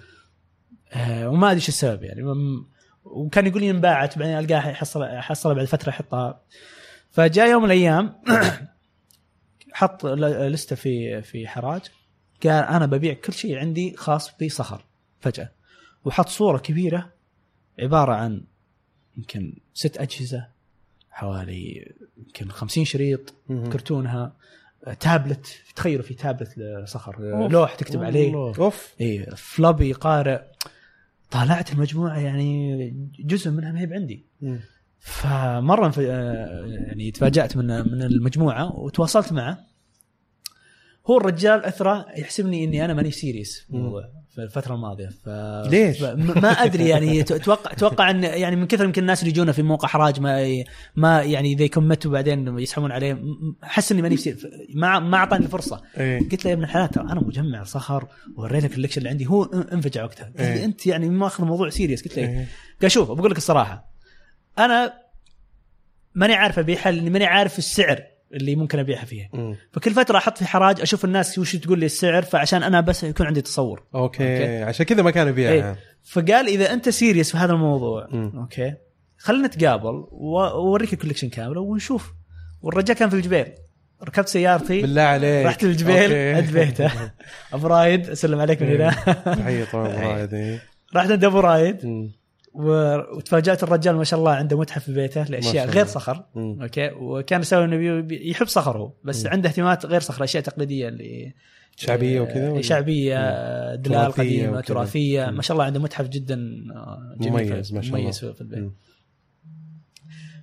S4: آه، وما ادري شو السبب يعني م- وكان يقول لي انباعت بعدين القاها يحصل احصلها بعد فتره يحطها فجاء يوم من الايام حط ل- لسته في في حراج قال انا ببيع كل شيء عندي خاص بصخر فجاه وحط صوره كبيره عباره عن يمكن ست اجهزه حوالي يمكن 50 شريط
S1: مهم.
S4: كرتونها آه، تابلت تخيلوا في تابلت لصخر آه، لوح تكتب عليه
S1: اوف
S4: اي فلوبي إيه، قارئ طالعت المجموعه يعني جزء منها ما هي عندي
S1: مم.
S4: فمره انف- آه، يعني تفاجات من من المجموعه وتواصلت معه هو الرجال اثرى يحسبني اني انا ماني سيريس في الموضوع في الفتره الماضيه ف
S1: ليش؟
S4: ف- م- ما ادري يعني ت- اتوقع اتوقع ان يعني من كثر يمكن الناس اللي يجونا في موقع حراج ما ي- ما يعني اذا كمتوا بعدين يسحبون عليه م- م- احس اني ماني سيريس ما ما اعطاني فرصه
S1: ايه
S4: قلت له يا ابن الحلال ترى انا مجمع صخر ووريتك الكولكشن اللي عندي هو ان- انفجع وقتها قال لي
S1: إيه.
S4: انت يعني ماخذ الموضوع سيريس قلت له إيه.
S1: إيه.
S4: قال شوف بقول لك الصراحه انا ماني عارف ابيعها لاني ماني عارف السعر اللي ممكن ابيعها فيها
S1: مم.
S4: فكل فتره احط في حراج اشوف الناس وش تقول لي السعر فعشان انا بس يكون عندي تصور
S1: اوكي
S4: أوكي.
S1: عشان كذا ما كان يبيعها
S4: إيه. فقال اذا انت سيريس في هذا الموضوع
S1: مم.
S4: اوكي خلينا نتقابل و- واوريك الكوليكشن كامله ونشوف والرجال كان في الجبيل ركبت سيارتي
S1: بالله عليك
S4: رحت الجبيل
S1: إيه. أوكي. إيه.
S4: عند بيته ابو رايد اسلم عليك من هنا
S1: تحيه طبعا أبو رايد، إيه.
S4: رحت عند ابو رايد
S1: مم.
S4: و- وتفاجات الرجال ما شاء الله عنده متحف في بيته
S1: ما شاء
S4: لاشياء
S1: الله.
S4: غير صخر
S1: مم.
S4: اوكي وكان يسوي انه بي- بي- يحب صخر هو بس عنده اهتمامات غير صخر اشياء تقليديه اللي إيه.
S1: شعبيه وكذا ولا؟
S4: شعبيه آه، دلال
S1: تراثية
S4: قديمه
S1: وكذا.
S4: تراثيه
S1: مم.
S4: ما شاء الله عنده متحف جدا آه، جميل
S1: مميز
S4: في-
S1: ما شاء الله.
S4: مميز في في البيت
S1: مم.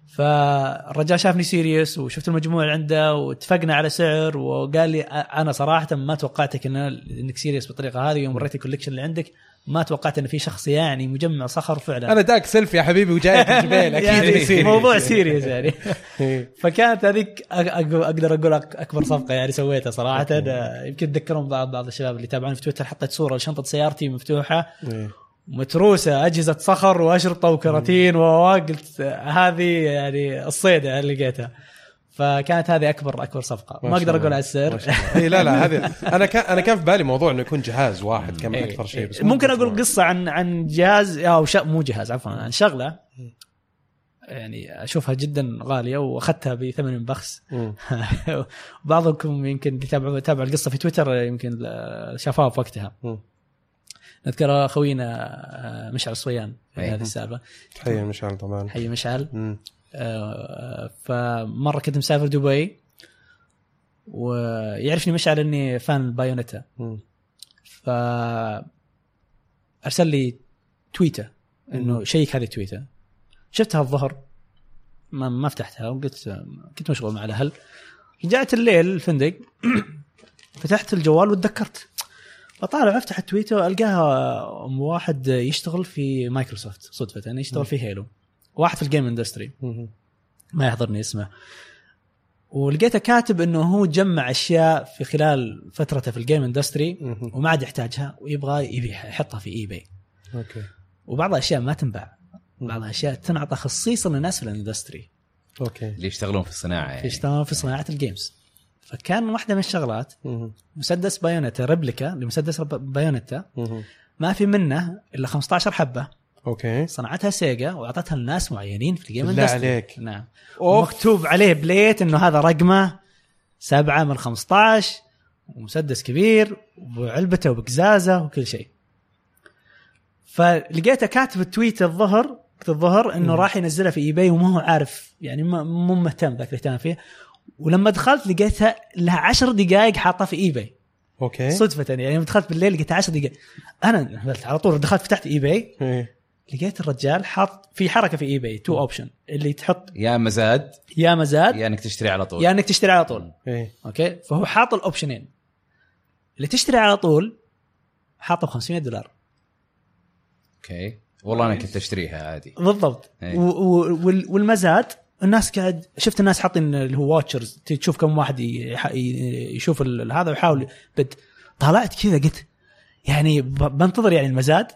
S4: فالرجال شافني سيريس وشفت المجموع اللي عنده واتفقنا على سعر وقال لي أ- انا صراحه ما توقعتك ان انك سيريس بالطريقه هذه يوم وريت الكوليكشن اللي عندك ما توقعت ان في شخص يعني مجمع صخر فعلا
S1: انا داك سيلفي يا حبيبي وجايك الجبيل اكيد
S4: يعني
S1: يصير.
S4: موضوع سيريس يعني
S1: إيه.
S4: فكانت هذيك أ- أق- اقدر اقول أك- اكبر صفقه يعني سويتها صراحه أنا يمكن تذكرون بعض بعض الشباب اللي تابعوني في تويتر حطيت صوره لشنطه سيارتي مفتوحه
S1: إيه.
S4: متروسه اجهزه صخر واشرطه وكراتين ووا- قلت هذه يعني الصيده اللي لقيتها فكانت هذه اكبر اكبر صفقه ما
S1: شاء
S4: اقدر
S1: الله.
S4: اقول على
S1: ما
S4: السعر
S1: شاء الله. إيه لا لا هذه انا كان انا كان في بالي موضوع انه يكون جهاز واحد كان
S4: إيه،
S1: اكثر شيء
S4: إيه.
S1: بس مو
S4: ممكن اقول
S1: مجموعة.
S4: قصه عن عن جهاز او شا... مو جهاز عفوا عن شغله يعني اشوفها جدا غاليه واخذتها بثمن بخس
S1: مم.
S4: بعضكم يمكن اللي تابعوا تابع القصه في تويتر يمكن شافوها في وقتها
S1: مم.
S4: نذكر خوينا مشعل صويان في
S2: أي.
S4: هذه السالفه
S1: تحيه مشعل طبعا
S4: حي مشعل
S1: مم.
S4: آه، فمره كنت مسافر دبي ويعرفني مشعل اني فان بايونيتا
S1: مم.
S4: ف ارسل لي تويته انه شيك هذه التويته شفتها الظهر ما ما فتحتها وقلت كنت مشغول مع الاهل رجعت الليل الفندق فتحت الجوال وتذكرت بطالع افتح التويتر القاها أم واحد يشتغل في مايكروسوفت صدفه يعني يشتغل في هيلو واحد في الجيم اندستري
S1: مم.
S4: ما يحضرني اسمه ولقيته كاتب انه هو جمع اشياء في خلال فترته في الجيم اندستري
S1: مهم.
S4: وما عاد يحتاجها ويبغى يبيعها يحطها في اي باي
S1: اوكي
S4: وبعض الاشياء ما تنباع
S1: مم.
S4: بعض الاشياء تنعطى خصيصا للناس في الاندستري
S1: اوكي
S2: اللي يشتغلون في الصناعه
S1: إيه.
S2: يعني
S4: يشتغلون في صناعه الجيمز فكان واحده من الشغلات
S1: مهم.
S4: مسدس بايونيتا ريبليكا لمسدس رب- بايونيتا
S1: مهم.
S4: ما في منه الا 15 حبه
S1: اوكي
S4: صنعتها سيجا واعطتها لناس معينين في الجيم
S1: بالله
S4: اندستري
S1: عليك
S4: نعم
S1: أوف.
S4: مكتوب عليه بليت انه هذا رقمه سبعة من 15 ومسدس كبير وعلبته وبقزازه وكل شيء فلقيته كاتب التويت الظهر وقت الظهر انه راح ينزلها في ايباي وما هو عارف يعني ما- مو مهتم ذاك الاهتمام فيه ولما دخلت لقيتها لها عشر دقائق حاطه في ايباي
S1: اوكي
S4: صدفه يعني يوم دخلت بالليل لقيتها عشر دقائق انا انهبلت على طول دخلت فتحت ايباي
S1: إيه.
S4: لقيت الرجال حاط في حركه في ايباي تو اوبشن اللي تحط
S2: يا مزاد
S4: يا مزاد
S2: يا انك تشتري على طول
S4: يا انك تشتري على طول
S1: إيه.
S4: اوكي فهو حاط الاوبشنين اللي تشتري على طول حاطه ب 500 دولار
S2: اوكي والله انا كنت اشتريها عادي
S4: بالضبط
S2: إيه.
S4: و- و- وال- والمزاد الناس قاعد شفت الناس حاطين اللي هو واتشرز تشوف كم واحد يح- ي- يشوف ال- هذا ويحاول بد طلعت كذا قلت يعني ب- بنتظر يعني المزاد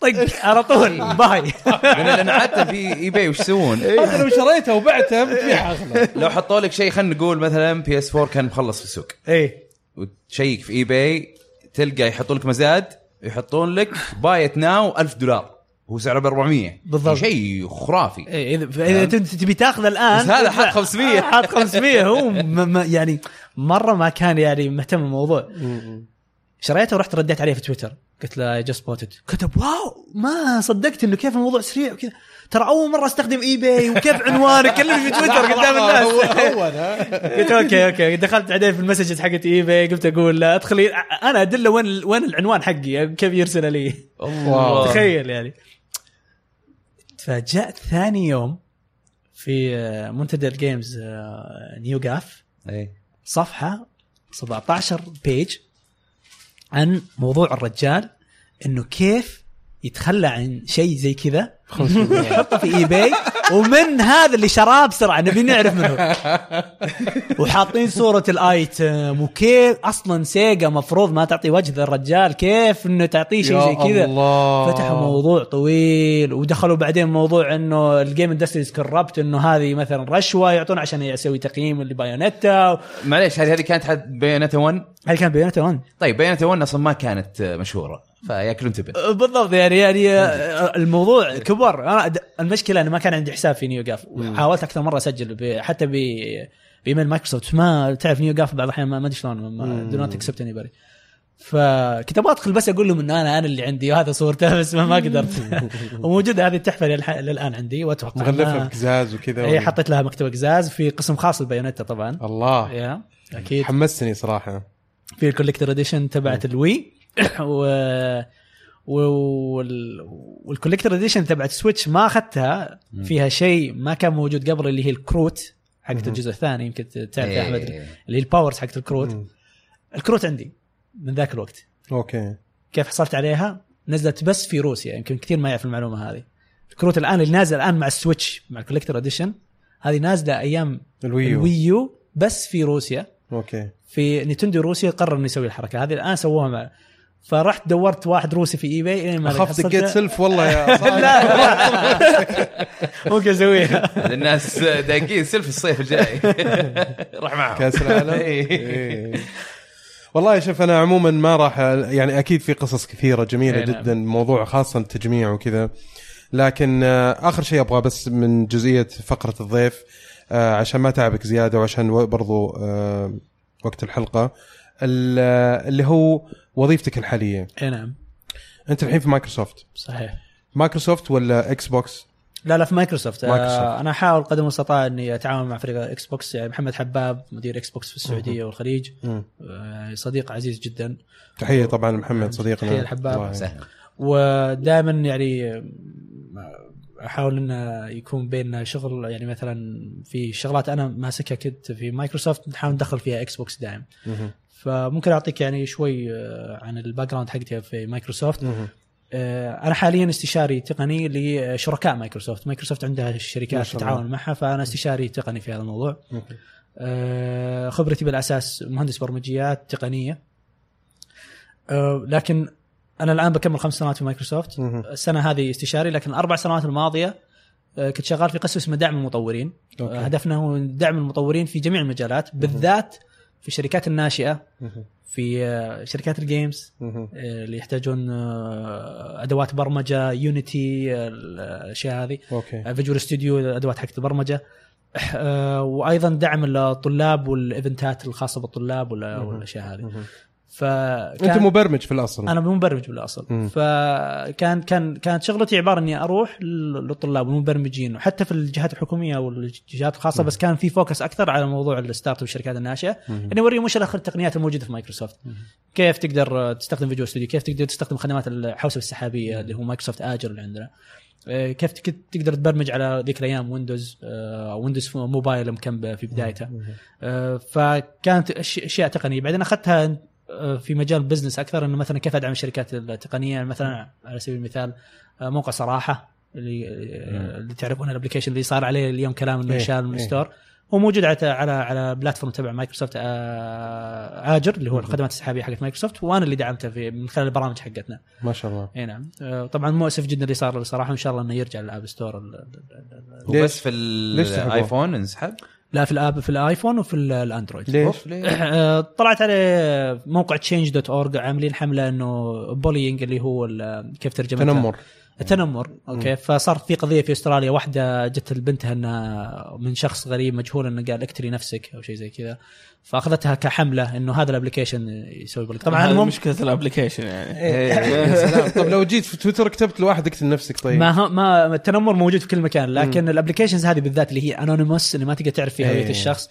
S4: طق على طول باي
S2: لان حتى في اي باي وش يسوون؟
S1: حتى لو شريتها وبعتها بتبيعها اغلى
S2: لو حطوا لك شيء خلينا نقول مثلا بي اس 4 كان مخلص في السوق
S4: ايه
S2: وتشيك في اي باي تلقى يحطوا لك مزاد يحطون لك بايت ناو 1000 دولار هو سعره ب 400
S4: بالضبط.
S2: شيء خرافي
S4: إيه، اذا اذا تبي- تبي تاخذه الان
S2: نعم. بس هذا حاط 500.
S4: حاط 500 هو م- م- يعني مره ما كان يعني مهتم بالموضوع شريته ورحت رديت عليه في تويتر قلت له جاست بوتد كتب واو ما صدقت انه كيف الموضوع سريع وكذا ترى اول مره استخدم اي باي وكيف عنوانك كلمني في تويتر قدام
S1: هو
S4: الناس
S1: هو أنا.
S4: قلت اوكي اوكي دخلت بعدين في المسجز حقت اي باي قلت اقول لا ادخلي انا ادله وين وين العنوان حقي كيف يرسل لي
S1: واو.
S2: الله
S4: تخيل يعني تفاجات ثاني يوم في آه، منتدى الجيمز آه، نيو جاف
S2: إيه.
S4: صفحه 17 بيج عن موضوع الرجال انه كيف يتخلى عن شيء زي كذا يحطه في اي باي ومن هذا اللي شراه بسرعه نبي نعرف منه وحاطين صوره الايتم وكيف اصلا سيجا مفروض ما تعطي وجه ذا الرجال كيف انه تعطيه شيء زي
S1: يا
S4: كذا
S1: الله
S4: فتحوا موضوع طويل ودخلوا بعدين موضوع انه الجيم اندستريز كربت انه هذه مثلا رشوه يعطون عشان يسوي تقييم لبايونيتا
S2: معليش هذه هذه كانت حد بايونيتا 1
S4: هل كان بايونيتا 1
S2: طيب بايونيتا 1 اصلا ما كانت مشهوره فياكلون تبن
S4: بالضبط يعني يعني آه، الموضوع كبر انا د- المشكله انا ما كان عندي حساب في نيو جاف وحاولت اكثر مره اسجل ب- حتى ب بايميل مايكروسوفت ما تعرف نيو جاف بعض الاحيان ما ما ادري شلون دو نوت اكسبت اني بري فكنت ابغى ادخل بس اقول لهم ان انا انا اللي عندي وهذا صورته بس ما, ما قدرت وموجوده هذه التحفه للح- للان عندي واتوقع
S1: مغلفه
S4: إنها-
S1: بقزاز وكذا
S4: اي
S1: ولا-
S4: حطيت لها مكتبه قزاز في قسم خاص للبايونيتا طبعا
S1: الله
S4: يا
S1: إيه.
S4: اكيد
S1: حمستني صراحه
S4: في الكوليكتر اديشن تبعت الوي و و- وال... والكوليكتر اديشن تبعت سويتش ما اخذتها فيها شيء ما كان موجود قبل اللي هي الكروت حقت الجزء الثاني يمكن تعرف يا
S2: إيه.
S4: احمد اللي هي الباورز حقت الكروت الكروت عندي من ذاك الوقت
S1: اوكي
S4: كيف حصلت عليها؟ نزلت بس في روسيا يمكن كثير ما يعرف المعلومه هذه الكروت الان اللي نازل الان مع السويتش مع الكوليكتر اديشن هذه نازله ايام
S1: الويو
S4: الويو بس في روسيا
S1: اوكي
S4: في نينتندو روسيا قرر انه يسوي الحركه هذه الان سووها مع فرحت دورت واحد روسي في اي باي لين ما
S1: اخاف
S4: حصلت-
S1: دقيت سلف والله يا صالح
S4: لا ممكن اسويها
S2: الناس داقين سلف الصيف الجاي راح معهم
S1: كاس العالم
S2: إيه.
S1: إيه. والله شوف انا عموما ما راح يعني اكيد في قصص كثيره جميله
S4: إيه نعم.
S1: جدا موضوع خاصه التجميع وكذا لكن آه، اخر شيء ابغى بس من جزئيه فقره الضيف آه، عشان ما تعبك زياده وعشان و- برضو آه، وقت الحلقه ال- آه، اللي هو وظيفتك الحاليه
S4: اي نعم
S1: انت الحين في مايكروسوفت
S4: صحيح
S1: مايكروسوفت ولا اكس بوكس
S4: لا لا في مايكروسوفت
S1: مايكروسوفت.
S4: آه انا احاول قدر المستطاع اني اتعاون مع فريق اكس بوكس يعني محمد حباب مدير اكس بوكس في السعوديه والخليج
S1: مم.
S4: آه صديق عزيز جدا
S1: تحيه طبعا محمد صديقنا
S4: نعم. تحية الحباب.
S1: الله يعينك.
S2: سهل
S4: ودائما يعني احاول انه يكون بيننا شغل يعني مثلا في شغلات انا ماسكها كنت في مايكروسوفت نحاول ندخل فيها اكس بوكس دائم
S1: مهم.
S4: فممكن اعطيك يعني شوي آه، عن الباك جراوند حقتي في مايكروسوفت
S1: مهم.
S4: آه، انا حاليا استشاري تقني لشركاء مايكروسوفت مايكروسوفت عندها
S1: ما
S4: الشركات
S1: شاء الله.
S4: تتعاون معها فانا استشاري تقني في هذا الموضوع
S1: مهم.
S4: آه، خبرتي بالاساس مهندس برمجيات تقنيه آه، لكن انا الان بكمل خمس سنوات في مايكروسوفت
S1: مهم.
S4: السنه هذه استشاري لكن الاربع سنوات الماضيه آه، كنت شغال في قسم اسمه دعم المطورين
S1: أوكي.
S4: آه، هدفنا هو دعم المطورين في جميع المجالات بالذات في الشركات الناشئه
S1: مهم.
S4: في آه، شركات الجيمز
S1: مهم.
S4: آه، اللي يحتاجون آه، ادوات برمجه يونيتي آه، الاشياء هذه آه،
S1: اوكي
S4: فيجوال ستوديو الادوات حقت البرمجه آه، وايضا دعم الطلاب والايفنتات الخاصه بالطلاب ولا-
S1: مهم.
S4: والاشياء هذه
S1: مهم.
S4: فكان
S1: انت مبرمج في الاصل
S4: انا مبرمج بالاصل
S1: مم.
S4: فكان كان كانت شغلتي عباره اني اروح للطلاب والمبرمجين وحتى في الجهات الحكوميه والجهات الخاصه بس كان في فوكس اكثر على موضوع الستارت اب الشركات الناشئه
S1: مم.
S4: اني اوريهم وش اخر التقنيات الموجوده في مايكروسوفت كيف تقدر تستخدم فيجوال ستوديو كيف تقدر تستخدم خدمات الحوسبه السحابيه اللي هو مايكروسوفت اجر اللي عندنا آه، كيف تك- تقدر تبرمج على ذيك الايام ويندوز آه، او ويندوز موبايل مكمبه في بدايته آه، فكانت أش- اشياء تقنيه بعدين اخذتها آه، في مجال بزنس اكثر انه مثلا كيف ادعم الشركات التقنيه يعني مثلا على سبيل المثال آه، موقع صراحه اللي آه، اللي تعرفون الابلكيشن اللي صار عليه اليوم كلام انه
S1: إيه،
S4: شال من
S1: إيه.
S4: الستور هو موجود على على على بلاتفورم تبع مايكروسوفت آه، اجر اللي هو الخدمات السحابيه حقت مايكروسوفت وانا اللي دعمته في من خلال البرامج حقتنا
S1: ما شاء الله
S4: اي نعم آه، طبعا مؤسف جدا اللي صار له صراحه ان شاء الله انه يرجع للاب ستور ال- ال- ال- ال-
S2: وبس في
S1: ليش سحبوه؟
S2: الايفون انسحب
S4: لا في الاب في الايفون وفي ال- الاندرويد
S1: ليش؟
S2: أوف، ليه؟
S4: آه، طلعت على موقع تشينج دوت اورج عاملين حمله انه بولينج اللي هو ال- كيف ترجمتها
S1: تنمر
S4: التنمر اوكي فصارت في قضيه في استراليا واحده جت لبنتها انها من شخص غريب مجهول انه قال اقتلي نفسك او شيء زي كذا فاخذتها كحمله انه هذا الابلكيشن يسوي بولينج طبعا
S3: طبعا
S4: أنا مو-
S3: مشكله الابلكيشن يعني
S1: يا سلام. طب لو جيت في تويتر كتبت لواحد اقتل نفسك طيب
S4: ما ه- ما التنمر موجود في كل مكان لكن الابلكيشنز هذه بالذات اللي هي انونيموس اللي ما تقدر تعرف فيها هويه
S1: إيه.
S4: الشخص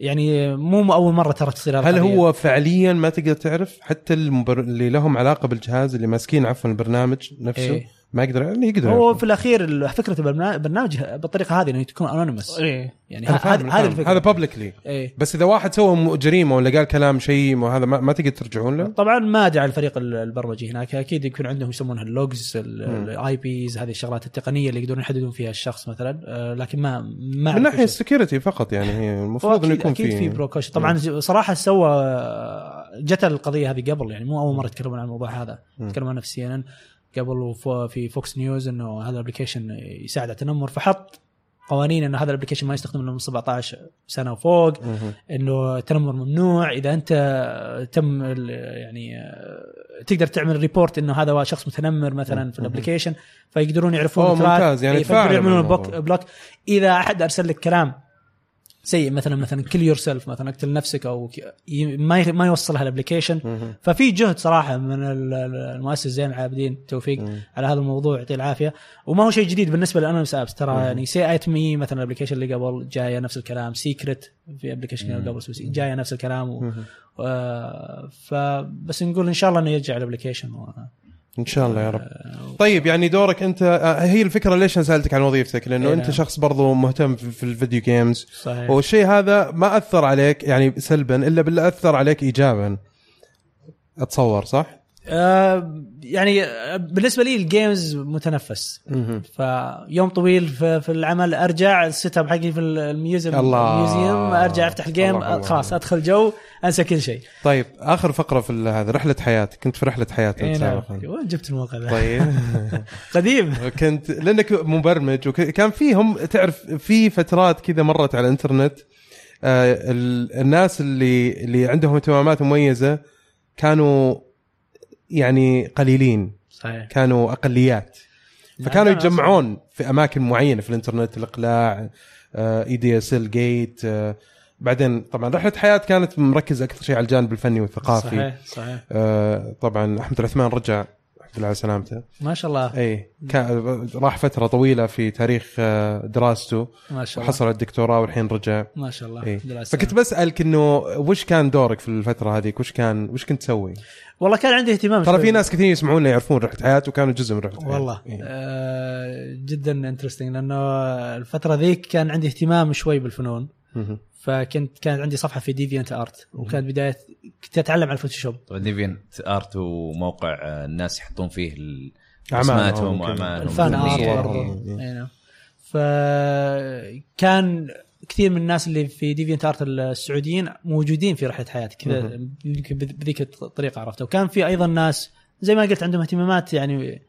S4: يعني مو اول مره ترى تصير هذه
S1: هل
S4: القضية.
S1: هو فعليا ما تقدر تعرف حتى المبر... اللي لهم علاقه بالجهاز اللي ماسكين عفوا البرنامج نفسه
S4: إيه.
S1: ما يقدر يعني يقدر
S4: هو
S1: يعرف.
S4: في الاخير ال- فكره البرنا- البرنامج بالطريقه هذه انه تكون انونيموس
S3: ايه
S4: يعني
S1: أنا
S4: ه-
S1: إيه. فاهم،
S4: هذه
S1: فاهم.
S4: هذه الفكره
S1: هذا بابليكلي
S4: ايه
S1: بس اذا واحد سوى م- جريمه ولا قال كلام شيء وهذا ما, ما تقدر ترجعون له
S4: طبعا ما ادري على الفريق ال- البرمجي هناك اكيد يكون عندهم يسمونها اللوجز الاي بيز هذه الشغلات التقنيه اللي يقدرون يحددون فيها الشخص مثلا آه، لكن ما ما
S1: من
S4: أعرف
S1: ناحيه
S4: وش-
S1: السكيورتي فقط يعني هي
S4: هو
S1: المفروض انه
S4: اكيد
S1: يكون
S4: اكيد في
S1: في
S4: بروكوشن طبعا صراحه سوى جت القضيه هذه قبل يعني مو اول مره يتكلمون عن الموضوع هذا تكلموا عنه في سي ان قبل وف- في فوكس نيوز انه هذا الابلكيشن يساعد على التنمر فحط قوانين انه هذا الابلكيشن ما يستخدم الا من 17 سنه وفوق
S1: مهم.
S4: انه التنمر ممنوع اذا انت تم ال- يعني آه، تقدر تعمل ريبورت انه هذا شخص متنمر مثلا في الابلكيشن فيقدرون يعرفون
S1: أوه،
S4: التراك.
S1: ممتاز، يعني
S4: إيه، فيقدرون
S1: تفاعلوا مع
S4: يعملون
S1: الموضوع.
S4: بلوك, بلوك اذا احد ارسل لك كلام سيء مثلا مثلا كل يور سيلف مثلا اقتل نفسك او ك- ي- ما يغ- ما يوصلها الابلكيشن
S1: مهم.
S4: ففي جهد صراحه من ال- ال- المؤسس زين العابدين توفيق
S1: مم.
S4: على هذا الموضوع يعطيه العافيه وما هو شيء جديد بالنسبه للانونس ابس ترى
S1: مم.
S4: يعني سي ايت مي مثلا الابلكيشن اللي قبل جايه نفس الكلام سيكرت في ابلكيشن
S2: مم.
S4: قبل اسمه سي- جايه نفس الكلام و...
S1: مهم.
S4: آه، فبس نقول ان شاء الله انه يرجع الابلكيشن و...
S1: ان شاء الله يا رب
S4: آه،
S1: طيب يعني دورك انت آه، هي الفكره ليش انا سالتك عن وظيفتك لانه
S4: إيه
S1: انت
S4: نعم.
S1: شخص برضو مهتم في في الفيديو جيمز
S4: صحيح
S1: والشيء هذا ما اثر عليك يعني سلبا الا بالله اثر عليك ايجابا اتصور صح؟
S4: آه، يعني آه، بالنسبه لي الجيمز متنفس
S1: مهم.
S4: فيوم طويل في, في العمل ارجع السيت اب حقي في الميوزيوم
S1: الله.
S4: الميوزيوم ارجع افتح الجيم
S1: الله، الله.
S4: خلاص ادخل جو انسى كل شيء
S1: طيب اخر فقره في ال- هذا رحله حياتك كنت في رحله حياتك
S4: إي نعم.
S1: سابقا
S4: وين جبت الموقع ذا؟
S1: طيب
S4: قديم
S1: كنت لانك مبرمج وكان فيهم تعرف في فترات كذا مرت على الانترنت آه ال- الناس اللي اللي عندهم اهتمامات مميزه كانوا يعني قليلين
S4: صحيح نعم.
S1: كانوا اقليات فكانوا يتجمعون في اماكن معينه في آه، الانترنت الاقلاع اي دي اس ال جيت آه، بعدين طبعا رحله حياه كانت مركزه اكثر شيء على الجانب الفني والثقافي
S4: صحيح صحيح
S1: آه، طبعا احمد العثمان رجع الحمد لله على سلامته
S4: ما شاء الله
S1: اي كا- إيه، راح فتره طويله في تاريخ آه، دراسته
S4: ما شاء الله
S1: وحصل على الدكتوراه والحين رجع
S4: ما شاء الله
S1: إيه.
S4: الحمد لله على السلامة.
S1: فكنت بسالك انه وش كان دورك في الفتره هذيك وش كان وش كنت تسوي
S4: والله كان عندي اهتمام
S1: ترى في
S4: شوي.
S1: ناس كثير يسمعونا يعرفون رحله حياته وكانوا جزء من رحله حياته.
S4: والله
S1: إيه.
S4: آه جدا انترستنج لانه الفتره ذيك كان عندي اهتمام شوي بالفنون
S1: مهم.
S4: فكنت كانت عندي صفحه في ديفيانت ارت وكانت بدايه كنت اتعلم على الفوتوشوب
S2: طبعا ديفينت ارت وموقع آه، الناس يحطون فيه ال-
S1: أعمالهم
S2: رسماتهم يعني
S1: وكذا.
S2: واعمالهم
S4: الفان ارت
S2: والفنية.
S4: برضه
S1: إيه.
S4: إي نعم. فكان كثير من الناس اللي في ديفيانت ارت السعوديين موجودين في رحله حياتي كذا
S1: مهم.
S4: يمكن بذ- بذيك الطريقه عرفته وكان في ايضا ناس زي ما قلت عندهم اهتمامات يعني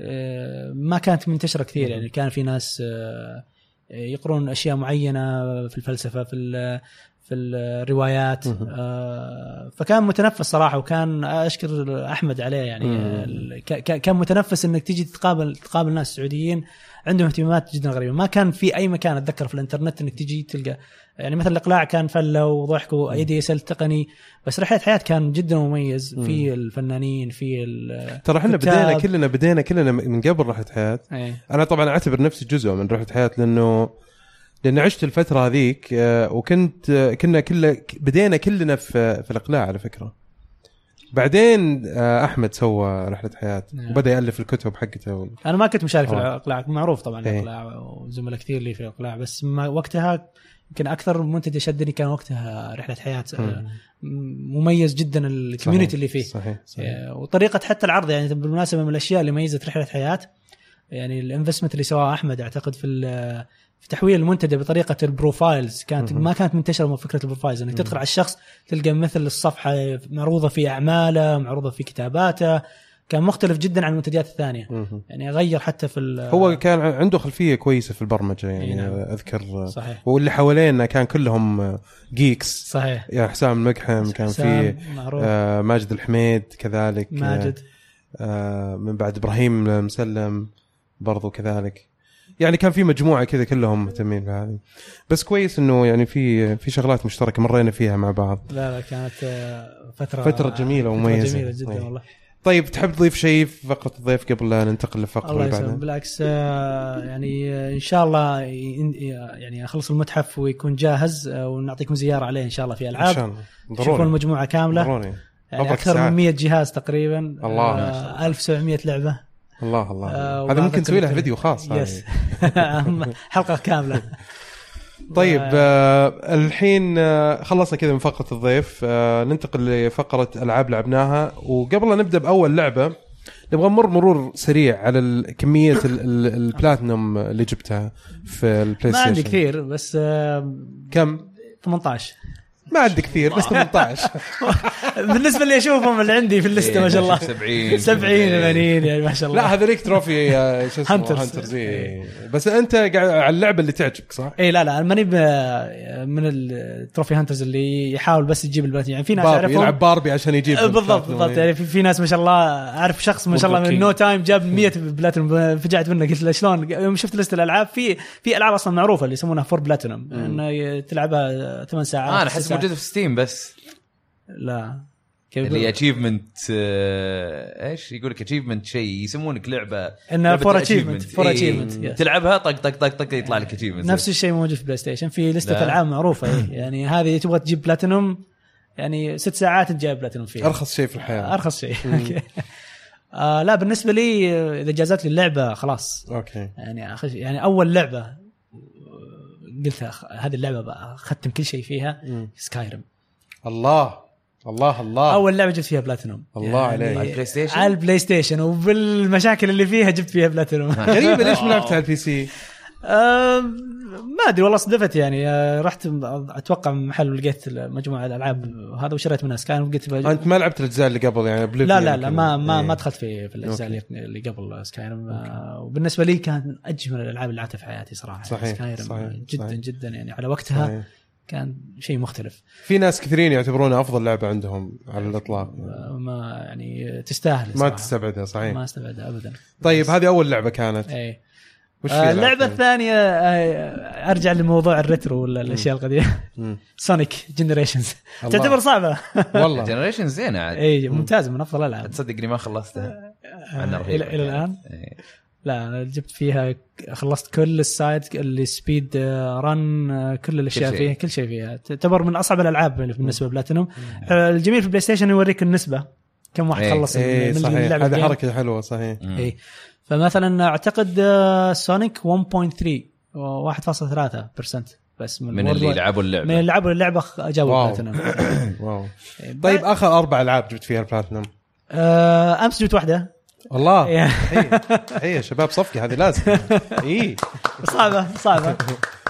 S4: آه، ما كانت منتشره كثير يعني كان في ناس آه، يقرون اشياء معينه في الفلسفه في ال- في الروايات
S1: مهم.
S4: آه، فكان متنفس صراحه وكان اشكر احمد عليه يعني
S1: مم.
S4: ال- ك- ك- كان متنفس انك تجي تقابل تقابل ناس سعوديين عندهم اهتمامات جدا غريبه ما كان في اي مكان اتذكر في الانترنت انك تجي تلقى يعني مثلا الاقلاع كان فله وضحك واي دي اس ال تقني بس رحله حياه كان جدا مميز في الفنانين في ال
S1: ترى احنا
S4: كتاب.
S1: بدينا كلنا بدينا كلنا من قبل رحله حياه
S4: ايه
S1: انا طبعا اعتبر نفسي جزء من رحله حياه لانه لان عشت الفتره هذيك آه، وكنت آه، كنا كله بدينا كلنا في في الاقلاع على فكره بعدين آه، احمد سوى رحله حياه
S4: نعم.
S1: وبدا يالف الكتب حقته وال-
S4: انا ما كنت مشارك في
S1: طبعاً.
S4: الاقلاع معروف طبعا
S1: إيه.
S4: الاقلاع وزملاء كثير لي في الاقلاع بس ما وقتها يمكن اكثر منتج شدني كان وقتها رحله حياه آه، مميز جدا الكوميونتي اللي فيه
S1: صحيح, صحيح.
S4: آه، وطريقه حتى العرض يعني بالمناسبه من الاشياء اللي ميزت رحله حياه يعني الانفستمنت اللي سواه احمد اعتقد في ال- في تحويل المنتدى بطريقه البروفايلز كانت
S1: مهم.
S4: ما كانت منتشره من فكره البروفايلز انك تدخل على الشخص تلقى مثل الصفحه معروضه في اعماله معروضه في كتاباته كان مختلف جدا عن المنتديات الثانيه
S1: مهم.
S4: يعني غير حتى في ال-
S1: هو كان ع- عنده خلفيه كويسه في البرمجه يعني
S4: إي نعم.
S1: آه، اذكر آه،
S4: صحيح
S1: واللي حوالينا كان كلهم جيكس
S4: صحيح
S1: يا حسام المقحم كان في
S4: حسام معروف
S1: آه، ماجد الحميد كذلك آه،
S4: ماجد
S1: آه، من بعد ابراهيم مسلم برضو كذلك يعني كان في مجموعه كذا كلهم مهتمين بهذه بس كويس انه يعني في في شغلات مشتركه مرينا فيها مع بعض
S4: لا لا كانت آه، فتره
S1: فترة جميلة ومميزة.
S4: فتره جميله جدا
S1: إيه.
S4: والله
S1: طيب تحب تضيف شيء في فقره الضيف قبل لا ننتقل للفقره
S4: الله
S1: اللي
S4: يسلمك
S1: بعدها
S4: بالعكس آه، يعني آه، ان شاء الله ين- يعني اخلص المتحف ويكون جاهز آه، ونعطيكم زياره عليه ان شاء الله في
S1: ان شاء
S4: العاب
S1: الله
S4: تشوفون
S1: ضروري
S4: المجموعه كامله
S1: ضروري
S4: يعني
S1: مبروك
S4: اكثر
S1: سعد.
S4: من 100 جهاز تقريبا
S1: الله.
S4: آه، 1700 لعبه
S1: الله الله
S4: آه،
S1: هذا
S4: وبعض
S1: ممكن نسوي لها
S4: الكوليكتر-
S1: فيديو خاص هذه.
S4: يس حلقه كامله
S1: طيب آه الحين آه خلصنا كذا من فقره الضيف آه ننتقل لفقره العاب لعبناها وقبل لا نبدا باول لعبه نبغى نمر مرور سريع على ال- كميه ال- ال- البلاتنم اللي جبتها في البلاي
S4: ما
S1: ستيشن
S4: عندي كثير بس آه،
S1: كم
S4: 18
S1: ما عندي كثير بس 18
S4: بالنسبه اللي اشوفهم اللي عندي في اللسته ما شاء الله
S2: 70
S4: 70
S2: إيه.
S4: 80 يعني ما شاء الله
S1: لا هذوليك تروفي آه، شو اسمه
S4: Hunters.
S1: هانترز بس انت قاعد على اللعبه اللي تعجبك صح؟
S4: اي إيه، لا لا أنا ماني ب- من التروفي هانترز اللي يحاول بس يجيب البنات يعني في ناس
S1: باربي
S4: اعرفهم
S1: يلعب باربي عشان يجيب إيه.
S4: آه، بالضبط بالضبط يعني في, في ناس ما شاء الله اعرف شخص ما شاء الله من
S3: Burger King.
S4: نو تايم جاب 100 بلاتينوم آه، فجعت منه قلت له شلون يوم شفت لست الالعاب في في العاب اصلا معروفه اللي يسمونها فور بلاتينوم انه تلعبها 8 ساعات
S2: آه انا
S4: تسع
S2: احس
S4: ساعات.
S2: موجوده في ستيم بس
S4: لا كيف
S2: اللي
S4: يقول؟
S2: اتشيفمنت ايش يقول لك اتشيفمنت شيء يسمونك لعبه
S4: انه
S2: لعبة
S4: فور
S2: achievement.
S4: اتشيفمنت فور
S2: إيه.
S4: اتشيفمنت
S2: تلعبها طق طق طق طق يطلع لك اتشيفمنت
S4: نفس الشيء موجود في بلاي ستيشن في
S2: لا.
S4: لسته العاب معروفه إيه. يعني هذه تبغى تجيب بلاتينوم يعني ست ساعات انت جايب بلاتينوم فيها
S1: ارخص شيء في الحياه
S4: ارخص شيء أوكي. آه لا بالنسبه لي آه، اذا جازت لي اللعبه خلاص
S1: اوكي
S4: يعني أخش يعني اول لعبه آه، قلت أخ- هذه اللعبه بقى اختم كل شيء فيها
S1: مم.
S4: سكايرم
S1: الله الله الله
S4: اول لعبه جبت فيها بلاتينوم
S1: الله
S4: يعني
S1: عليك. على
S2: البلاي ستيشن؟
S4: على البلاي ستيشن وبالمشاكل اللي فيها جبت فيها بلاتينوم
S1: غريبه ليش ما لعبتها على البي سي؟
S4: آم، آه، ما ادري والله صدفت يعني آه، رحت اتوقع محل ولقيت مجموعه الالعاب هذا وشريت منها سكايرم وقلت بجيب-
S1: انت ما لعبت الاجزاء اللي قبل يعني Oblivion
S4: لا لا لا
S1: يمكن.
S4: ما ما
S1: إيه.
S4: ما دخلت في في الاجزاء اللي اللي قبل سكايرم وبالنسبه لي كان اجمل الالعاب اللي لعبتها في حياتي يعني صراحه
S1: صحيح،
S4: سكايرم
S1: صحيح،
S4: جدا
S1: صحيح.
S4: جدا يعني على وقتها
S1: صحيح.
S4: كان شيء مختلف
S1: في ناس كثيرين يعتبرونها افضل لعبه عندهم على الاطلاق
S4: آه، ما يعني تستاهل
S1: ما
S4: صراحة.
S1: تستبعدها صحيح
S4: ما استبعدها ابدا
S1: طيب هذه اول لعبه كانت
S4: اي
S1: وش
S4: آه، اللعبه
S1: الثانيه
S4: الثانيه آه، ارجع لموضوع الريترو ولا الاشياء القديمه سونيك جنريشنز
S1: الله.
S4: تعتبر صعبه
S1: والله
S2: جنريشن زينه عاد
S4: اي ممتازه من افضل الالعاب
S2: تصدق اني ما خلصتها مع إنها
S4: إيه. آه،
S2: رهيبة
S4: الى الى
S2: يعني.
S4: الان
S2: إيه.
S4: لا أنا جبت فيها خلصت كل السايد اللي سبيد آه، رن آه، كل الاشياء
S2: شيء.
S4: فيها كل شيء فيها تعتبر من اصعب الالعاب بالنسبه لبلاتينوم آه، الجميل في البلاي ستيشن يوريك النسبه كم واحد
S2: إيه.
S4: خلص من-
S1: اي
S4: من
S1: صحيح
S4: اللعبه
S1: هذه
S4: الجيم.
S1: حركه حلوه صحيح
S2: مم.
S4: إيه. فمثلا اعتقد آه، سونيك 1.3 و 1.3% بس من,
S2: من اللي
S4: Worldwide.
S2: يلعبوا
S4: من
S2: اللعبه
S4: اللي لعبوا اللعبه خ- جابوا
S1: واو.
S4: بلاتينوم
S1: واو
S4: إيه،
S1: طيب
S4: بعد-
S1: اخر اربع العاب جبت فيها البلاتنم
S4: آه، امس جبت واحده
S1: الله
S4: إيه.
S1: اي شباب صفقي هذه لازم إيه. اي
S4: صعبه صعبه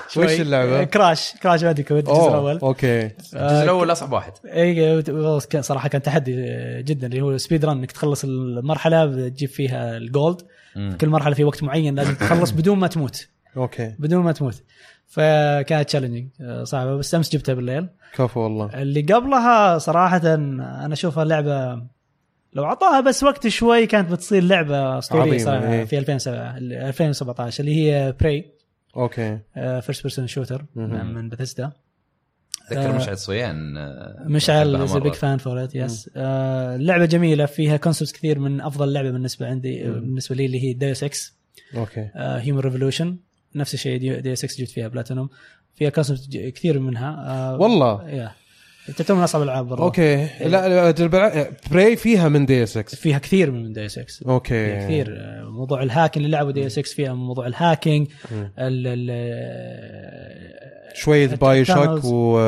S4: شوي. آه،
S1: وش اللعبة؟
S4: كراش كراش بانديكوت الجزء الاول
S1: اوكي
S2: الجزء الاول
S4: آه،
S2: اصعب واحد
S4: اي إيه، والله كان- صراحه كان تحدي جدا اللي هو سبيد ران انك تخلص المرحله بتجيب فيها الجولد
S2: مم.
S4: كل مرحله في وقت معين لازم تخلص بدون ما تموت
S1: اوكي
S4: بدون ما تموت فكانت تشالنجينج صعبه بس امس جبتها بالليل
S1: كفو والله
S4: اللي قبلها صراحه انا اشوفها لعبه لو عطاها بس وقت شوي كانت بتصير لعبه اسطوريه
S1: عظيمة، إيه.
S4: صراحه في 2007 2017 اللي هي آه، براي
S1: اوكي
S4: فيرست بيرسون شوتر
S1: مهم.
S4: من بثيستا
S2: اتذكر
S4: آه.
S2: مشعل صويان آه،
S4: مشعل
S2: أحبها
S4: از
S2: مرة.
S4: بيج فان فور ات يس اللعبه جميله آه، فيها كونسبتس كثير من افضل لعبه بالنسبه عندي
S1: مم.
S4: بالنسبه لي اللي هي دايوس اكس
S1: اوكي
S4: هيومن ريفولوشن نفس الشيء دايوس اكس جبت فيها بلاتينوم فيها كونسبت كثير منها آه،
S1: والله
S4: يا تعتبر من اصعب الالعاب برضه
S1: اوكي لا لا أجل بلع- براي فيها من دي اس اكس
S4: فيها كثير من دايوس اكس
S1: اوكي
S4: فيها كثير آه، موضوع الهاكينج اللي لعبوا دايوس اكس فيها موضوع الهاكينج
S1: مم.
S4: ال- ال-
S1: شويه باي شوك
S4: التانلز.
S1: و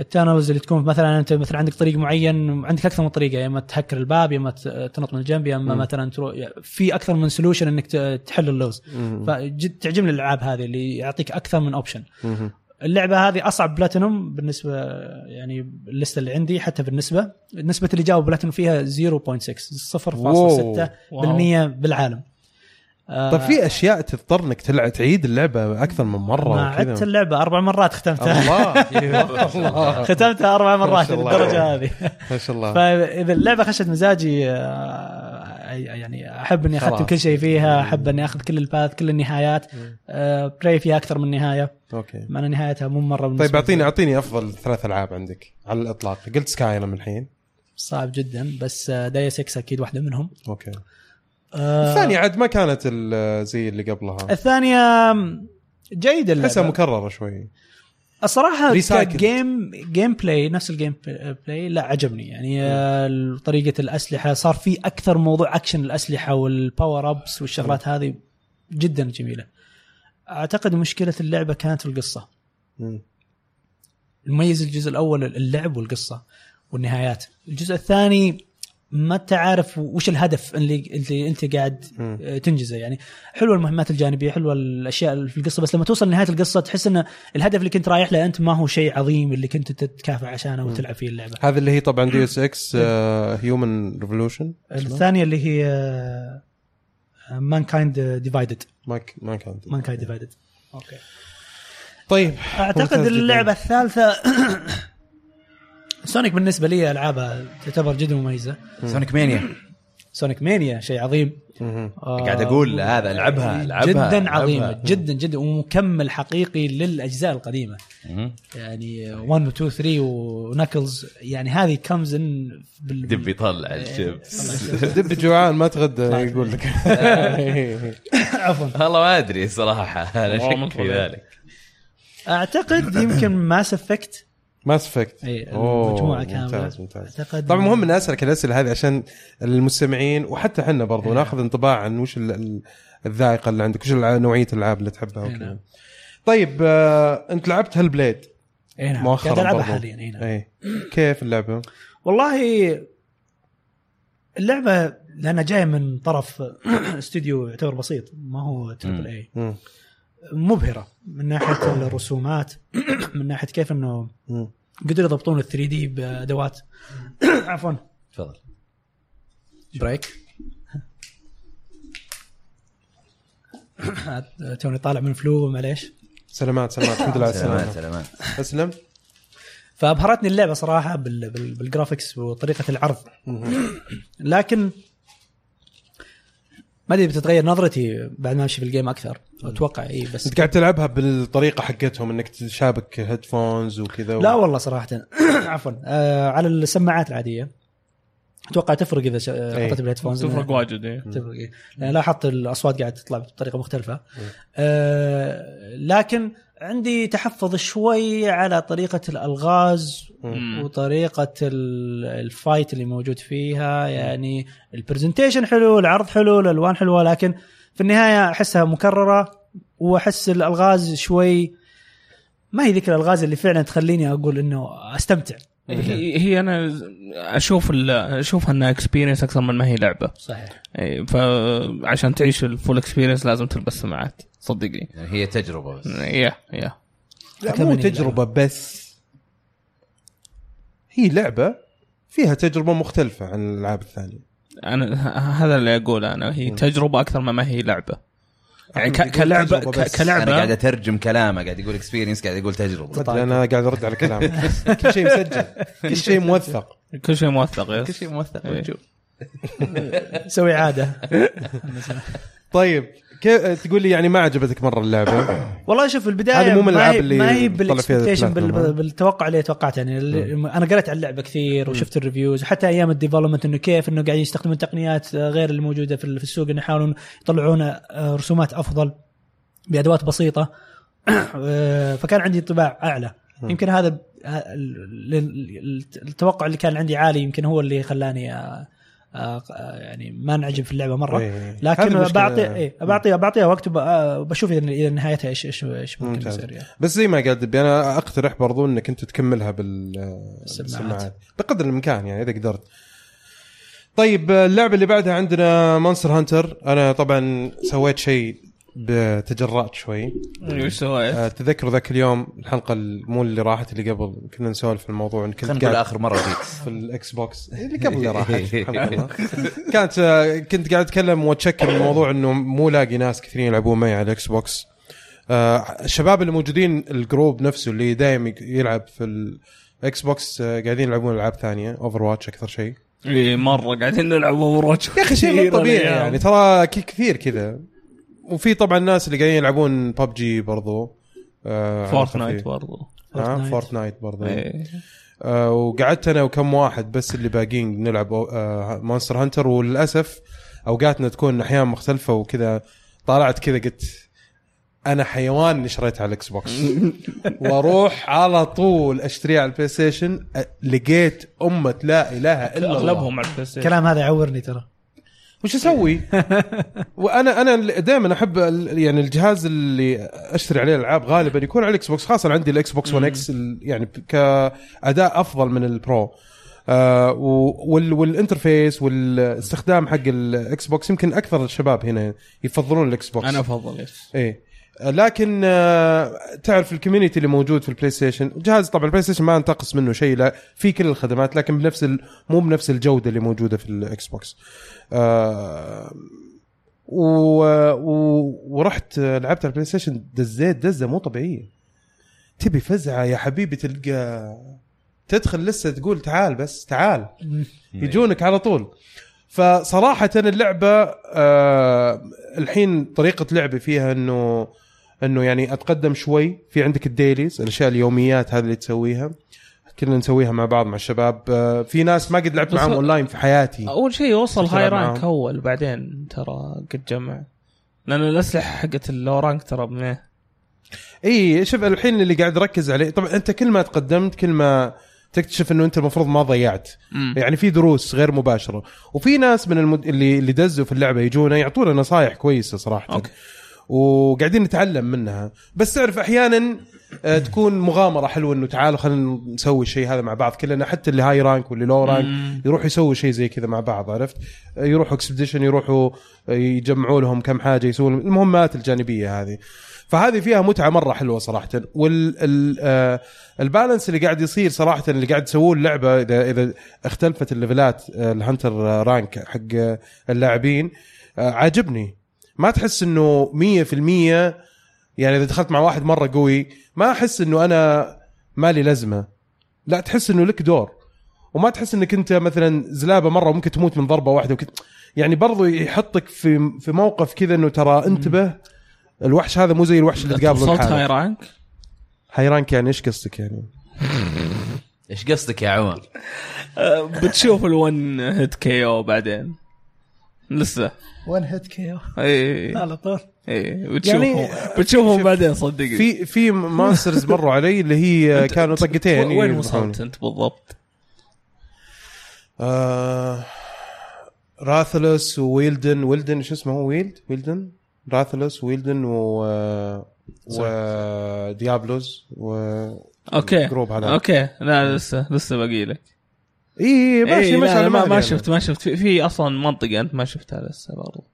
S4: التانلز اللي تكون مثلا انت مثلا عندك طريق معين عندك اكثر من طريقه يا اما تهكر الباب يا اما ت- تنط من الجنب يا اما
S1: مم.
S4: مثلا تروح في اكثر من سولوشن انك ت- تحل اللغز
S1: مم.
S4: فتعجبني الالعاب هذه اللي يعطيك اكثر من اوبشن
S1: مهم.
S4: اللعبه هذه اصعب بلاتينوم بالنسبه يعني اللسته اللي عندي حتى بالنسبه نسبه اللي جاوب بلاتينوم فيها 0.6 0.6% بالمية بالعالم آه،
S1: طيب في اشياء تضطر انك تلعب تعيد اللعبه اكثر من مره
S4: ما
S1: وكذا.
S4: عدت اللعبه اربع مرات ختمتها
S1: الله الله
S4: ختمتها اربع مرات
S1: شاء الله.
S4: للدرجه هذه
S1: ما شاء الله
S4: فاذا اللعبه خشت مزاجي آه، يعني احب اني اختم
S1: خلاص.
S4: كل شيء فيها احب اني اخذ كل الباث كل النهايات آه، بلاي فيها اكثر من نهايه
S1: اوكي
S4: مع ان نهايتها مو مره بالنسبة
S1: طيب اعطيني
S4: لي
S1: اعطيني افضل ثلاث العاب عندك على الاطلاق قلت سكاي من الحين
S4: صعب جدا بس آه، دايا 6 اكيد واحده منهم
S1: اوكي
S4: آه،
S1: الثانيه عاد ما كانت ال- زي اللي قبلها
S4: الثانيه جيده
S1: احسها
S4: اللعبة.
S1: مكرره شوي
S4: الصراحه
S1: Recycled.
S4: جيم جيم بلاي نفس الجيم بلاي لا عجبني يعني آه، طريقه الاسلحه صار في اكثر موضوع اكشن الاسلحه والباور ابس والشغلات هذه جدا جميله اعتقد مشكله اللعبه كانت في القصه
S1: مم.
S4: المميز الجزء الاول اللعب والقصه والنهايات الجزء الثاني ما انت عارف وش الهدف اللي اللي انت قاعد
S1: مم.
S4: آه، تنجزه يعني حلوه المهمات الجانبيه حلوه الاشياء اللي في القصه بس لما توصل لنهايه القصه تحس ان الهدف اللي كنت رايح له انت ما هو شيء عظيم اللي كنت تتكافئ عشانه وتلعب فيه اللعبه
S1: هذا اللي هي طبعا دي اس اكس آه، هيومن ريفولوشن
S4: الثانيه اللي هي آه، مان كايند ديفايدد
S1: ما ك- ما كان
S4: مان كايند ديفايدد اوكي
S1: طيب
S4: اعتقد
S1: ممتاز جداً.
S4: اللعبه الثالثه سونيك بالنسبه لي العابها تعتبر جدا مميزه
S2: سونيك مانيا
S4: سونيك مانيا شيء عظيم
S1: مهم.
S4: آه،
S2: قاعد أقول هذا، ألعبها، ألعبها،
S4: جدا
S2: ألعبها.
S4: عظيمه جدا جدا ومكمل حقيقي للاجزاء القديمه
S2: مم.
S4: يعني 1 و 2 3 ونكلز يعني هذه كمز ان بال...
S2: دب يطلع
S4: الله
S2: الشيبس
S4: يسلمك.
S1: دب جوعان ما تغدى يقول لك
S4: عفوا
S2: والله ما ادري صراحه انا
S1: والله
S2: شك في
S1: منطبيع.
S2: ذلك
S4: اعتقد يمكن ماس افكت
S1: ماس افكت
S4: إي،
S1: أوه،
S4: إيه، المجموعة كاملة.
S1: ممتاز ممتاز
S4: اعتقد
S1: طبعا مهم اني اسالك الاسئله هذه عشان المستمعين وحتى احنا
S4: إيه.
S1: برضو ناخذ انطباع عن وش ال- ال- الذائقه اللي عندك وش الع- نوعيه الالعاب اللي تحبها
S4: إي
S1: وكذا
S4: نعم.
S1: طيب آه، انت لعبت هالبليد
S4: اي نعم
S1: مؤخراً
S4: قاعد العبها
S1: برضو.
S4: حاليا اي نعم
S1: اي كيف اللعبه؟
S4: والله اللعبه لانها جايه من طرف استوديو يعتبر بسيط ما هو
S2: مم.
S4: تربل اي
S1: مم.
S4: مبهره من ناحيه الرسومات من ناحيه كيف انه
S1: مم.
S4: قدروا يضبطون ال 3 دي بادوات عفوا
S2: تفضل
S4: بريك توني طالع من فلو معليش
S1: سلامات سلامات الحمد لله على
S2: سلامات
S1: السلامه
S2: سلامات
S1: اسلم
S4: فابهرتني اللعبه صراحه بال... بال... بالجرافكس وطريقه العرض لكن ما ادري بتتغير نظرتي بعد ما امشي في الجيم اكثر اتوقع اي بس
S1: انت قاعد تلعبها بالطريقه حقتهم انك تشابك هيدفونز وكذا و...
S4: لا والله صراحه عفوا آه على السماعات العاديه اتوقع تفرق اذا ش... آه،
S1: إيه.
S4: حطيت بالهيدفونز
S3: تفرق واجد إيه.
S4: تفرق إيه. لان لاحظت الاصوات قاعد تطلع بطريقه مختلفه آه لكن عندي تحفظ شوي على طريقه الالغاز
S3: مم.
S4: وطريقه ال- الفايت اللي موجود فيها يعني البرزنتيشن حلو العرض حلو الالوان حلوه لكن في النهايه احسها مكرره واحس الالغاز شوي ما هي ذيك الالغاز اللي فعلا تخليني اقول انه استمتع
S3: إيه. هي هي انا اشوف ال- اشوفها انها اكسبيرينس اكثر من ما هي لعبه
S4: صحيح
S3: إيه، فعشان تعيش الفول اكسبيرينس لازم تلبس سماعات صدقني إيه،
S2: يعني هي تجربه بس
S3: يا يا
S1: لا
S4: أتمنى
S1: مو
S4: إني
S1: تجربه بس هي لعبه فيها تجربه مختلفه عن الالعاب الثانيه
S3: انا ه- هذا اللي اقوله انا هي تجربه اكثر ما ما هي لعبه يعني ك-
S1: أحمد يقول
S3: كلعبه
S1: تجربة
S3: ك-
S1: بس.
S2: انا قاعد
S3: كلعبه
S2: اترجم كلامه قاعد يقول اكسبيرينس قاعد يقول تجربه
S1: أدري، انا قاعد ارد على كلامك كل شيء مسجل كل شيء موثق
S3: كل شيء موثق يس.
S2: كل شيء موثق
S3: إيه.
S2: موجود
S4: سوي عاده
S1: طيب كيف تقول لي يعني ما عجبتك مره اللعبه
S4: والله شوف البدايه
S1: إيه. هذه مو من
S4: ما
S1: الألعاب
S4: هي-
S1: اللي
S4: ما هي
S1: تطلع فيها
S4: بالاكسبكتيشن
S1: البلاتنوم، ها؟
S4: بال- بالتوقع اللي توقعته يعني اللي- انا قرأت على اللعبه كثير وشفت الريفيوز وحتى ايام الديفلوبمنت انه كيف انه قاعدين يستخدمون تقنيات آه، غير اللي موجوده في ال- في السوق انه يحاولون يطلعون آه، رسومات افضل بادوات بسيطه آه، فكان عندي انطباع اعلى يمكن هذا ب- ه- ال- ال- التوقع اللي كان عندي عالي يمكن هو اللي خلاني آه، آه، يعني ما انعجب في اللعبه مره
S1: إيه. هذه
S4: لكن
S1: المشكلة.
S4: بعطي إيه بعطيها بعطيها وقت وب- آه، وبشوف اذا إذا نهايتها ايش ايش ايش ممكن
S1: ممتاز.
S4: يصير يعني.
S1: بس زي ما قال دبي انا اقترح برضو انك انت تكملها بالسماعات
S4: السماعات.
S1: بقدر الامكان يعني اذا قدرت طيب اللعبه اللي بعدها عندنا مونستر هانتر انا طبعا سويت شيء ب- تجرأت شوي
S3: إيه، وش سويت؟
S1: آه، تذكروا ذاك اليوم الحلقه ال- مو اللي راحت اللي قبل كنا نسولف في الموضوع ان
S2: خلينا
S1: كنت
S2: نقول
S1: قاعد
S2: اخر مره جيت
S1: في الاكس بوكس اللي قبل اللي راحت الحمد لله كانت آه، كنت قاعد اتكلم واتشكى من الموضوع انه مو لاقي ناس كثيرين يلعبون معي على الاكس بوكس آه، الشباب اللي موجودين الجروب نفسه اللي دايم يق- يلعب في الاكس بوكس آه، قاعدين يلعبون العاب ثانيه اوفر واتش اكثر شيء
S3: إيه، مره قاعدين نلعب اوفر واتش
S1: يا اخي شيء مو طبيعي يعني ترى ك- كثير كذا وفي طبعا ناس اللي قاعدين يلعبون ببجي برضو آه، على
S3: فورتنايت
S1: خفيف.
S3: برضو
S1: آه،
S4: فورتنايت.
S1: فورتنايت برضو
S3: إيه.
S1: آه، وقعدت انا وكم واحد بس اللي باقيين نلعب آه، مونستر هانتر وللاسف اوقاتنا تكون احيان مختلفه وكذا طالعت كذا قلت انا حيوان اللي شريتها على الاكس بوكس واروح على طول اشتريها على البلاي ستيشن أ- لقيت امه لا اله الا الله
S3: اغلبهم على البلاي ستيشن
S4: الكلام هذا يعورني ترى
S1: وش اسوي؟ وانا انا دائما احب ال- يعني الجهاز اللي اشتري عليه الالعاب غالبا يكون على الاكس بوكس خاصه عندي الاكس بوكس 1 اكس يعني ب- كاداء افضل من البرو آه و- وال والانترفيس والاستخدام حق الاكس بوكس يمكن اكثر الشباب هنا يفضلون الاكس بوكس
S3: انا افضل يس
S1: ايه لكن آه، تعرف الكوميونتي اللي موجود في البلاي ستيشن جهاز طبعا البلاي ستيشن ما انتقص منه شيء لا في كل الخدمات لكن بنفس ال... مو بنفس الجوده اللي موجوده في الاكس بوكس آه، و... و... ورحت آه، لعبت على البلاي ستيشن دزيت دزه مو طبيعيه تبي فزعه يا حبيبي تلقى تدخل لسه تقول تعال بس تعال يجونك على طول فصراحة اللعبة آه الحين طريقة لعبي فيها انه انه يعني اتقدم شوي في عندك الديليز الاشياء اليوميات هذه اللي تسويها كنا نسويها مع بعض مع الشباب آه في ناس ما قد لعبت
S3: بس
S1: معاهم
S3: هو-
S1: اونلاين في حياتي
S3: اول شيء وصل
S1: تلعب
S3: هاي
S1: معاهم.
S3: رانك اول بعدين ترى قد جمع لان الاسلحه حقت اللو رانك ترى منه
S1: اي شوف الحين اللي قاعد ركز عليه طبعا انت كل ما تقدمت كل ما تكتشف انه انت المفروض ما ضيعت يعني في دروس غير مباشره وفي ناس من المد... اللي اللي دزوا في اللعبه يجونا يعطونا نصائح كويسه صراحه
S3: أوكي.
S1: وقاعدين نتعلم منها بس تعرف احيانا آه، تكون مغامره حلوه انه تعالوا خلينا نسوي الشيء هذا مع بعض كلنا حتى اللي هاي رانك واللي لو رانك
S3: مم.
S1: يروحوا يسووا شيء زي كذا مع بعض عرفت آه، يروحوا اكسبديشن يروحوا آه، يجمعوا لهم كم حاجه يسوون المهمات الجانبيه هذه فهذه فيها متعه مره حلوه صراحه وال ال- آه، البالانس اللي قاعد يصير صراحه اللي قاعد يسووه اللعبه اذا اذا اختلفت الليفلات آه، الهنتر آه، رانك حق آه، اللاعبين آه، عاجبني ما تحس انه 100% يعني اذا دخلت مع واحد مره قوي ما احس انه انا مالي لازمه لا تحس انه لك دور وما تحس انك انت مثلا زلابه مره وممكن تموت من ضربه واحده وكت... يعني برضو يحطك في في موقف كذا انه ترى انتبه الوحش هذا مو زي الوحش اللي تقابله
S3: وصلت هاي
S1: لحاله.
S3: رانك
S1: حيرانك يعني ايش قصدك يعني؟
S2: ايش قصدك يا عمر؟
S3: أه، بتشوف الون هيت كي او بعدين لسه
S4: ون هيت كيو
S3: إيه. اي
S4: على طول
S3: اي
S1: يعني-
S3: إيه، بتشوفهم بتشوفهم بعدين صدقني
S1: في في ماسترز مروا علي اللي هي كانوا طقتين إيه،
S3: وين
S1: يذبحوني.
S3: وصلت انت بالضبط؟
S1: آه... راثلس وويلدن ويلدن شو اسمه هو ويلد ويلدن راثلس ويلدن و وديابلوز و
S3: اوكي
S1: الجروب هذا.
S3: اوكي لا لسه لسه باقي لك
S1: اي إي، ماشي
S3: إيه،
S1: ماشي
S3: لا،
S1: على
S3: ما,
S1: مهلي يعني.
S3: ما
S1: أنا.
S3: شفت ما شفت في, في اصلا منطقه انت ما شفتها لسه برضو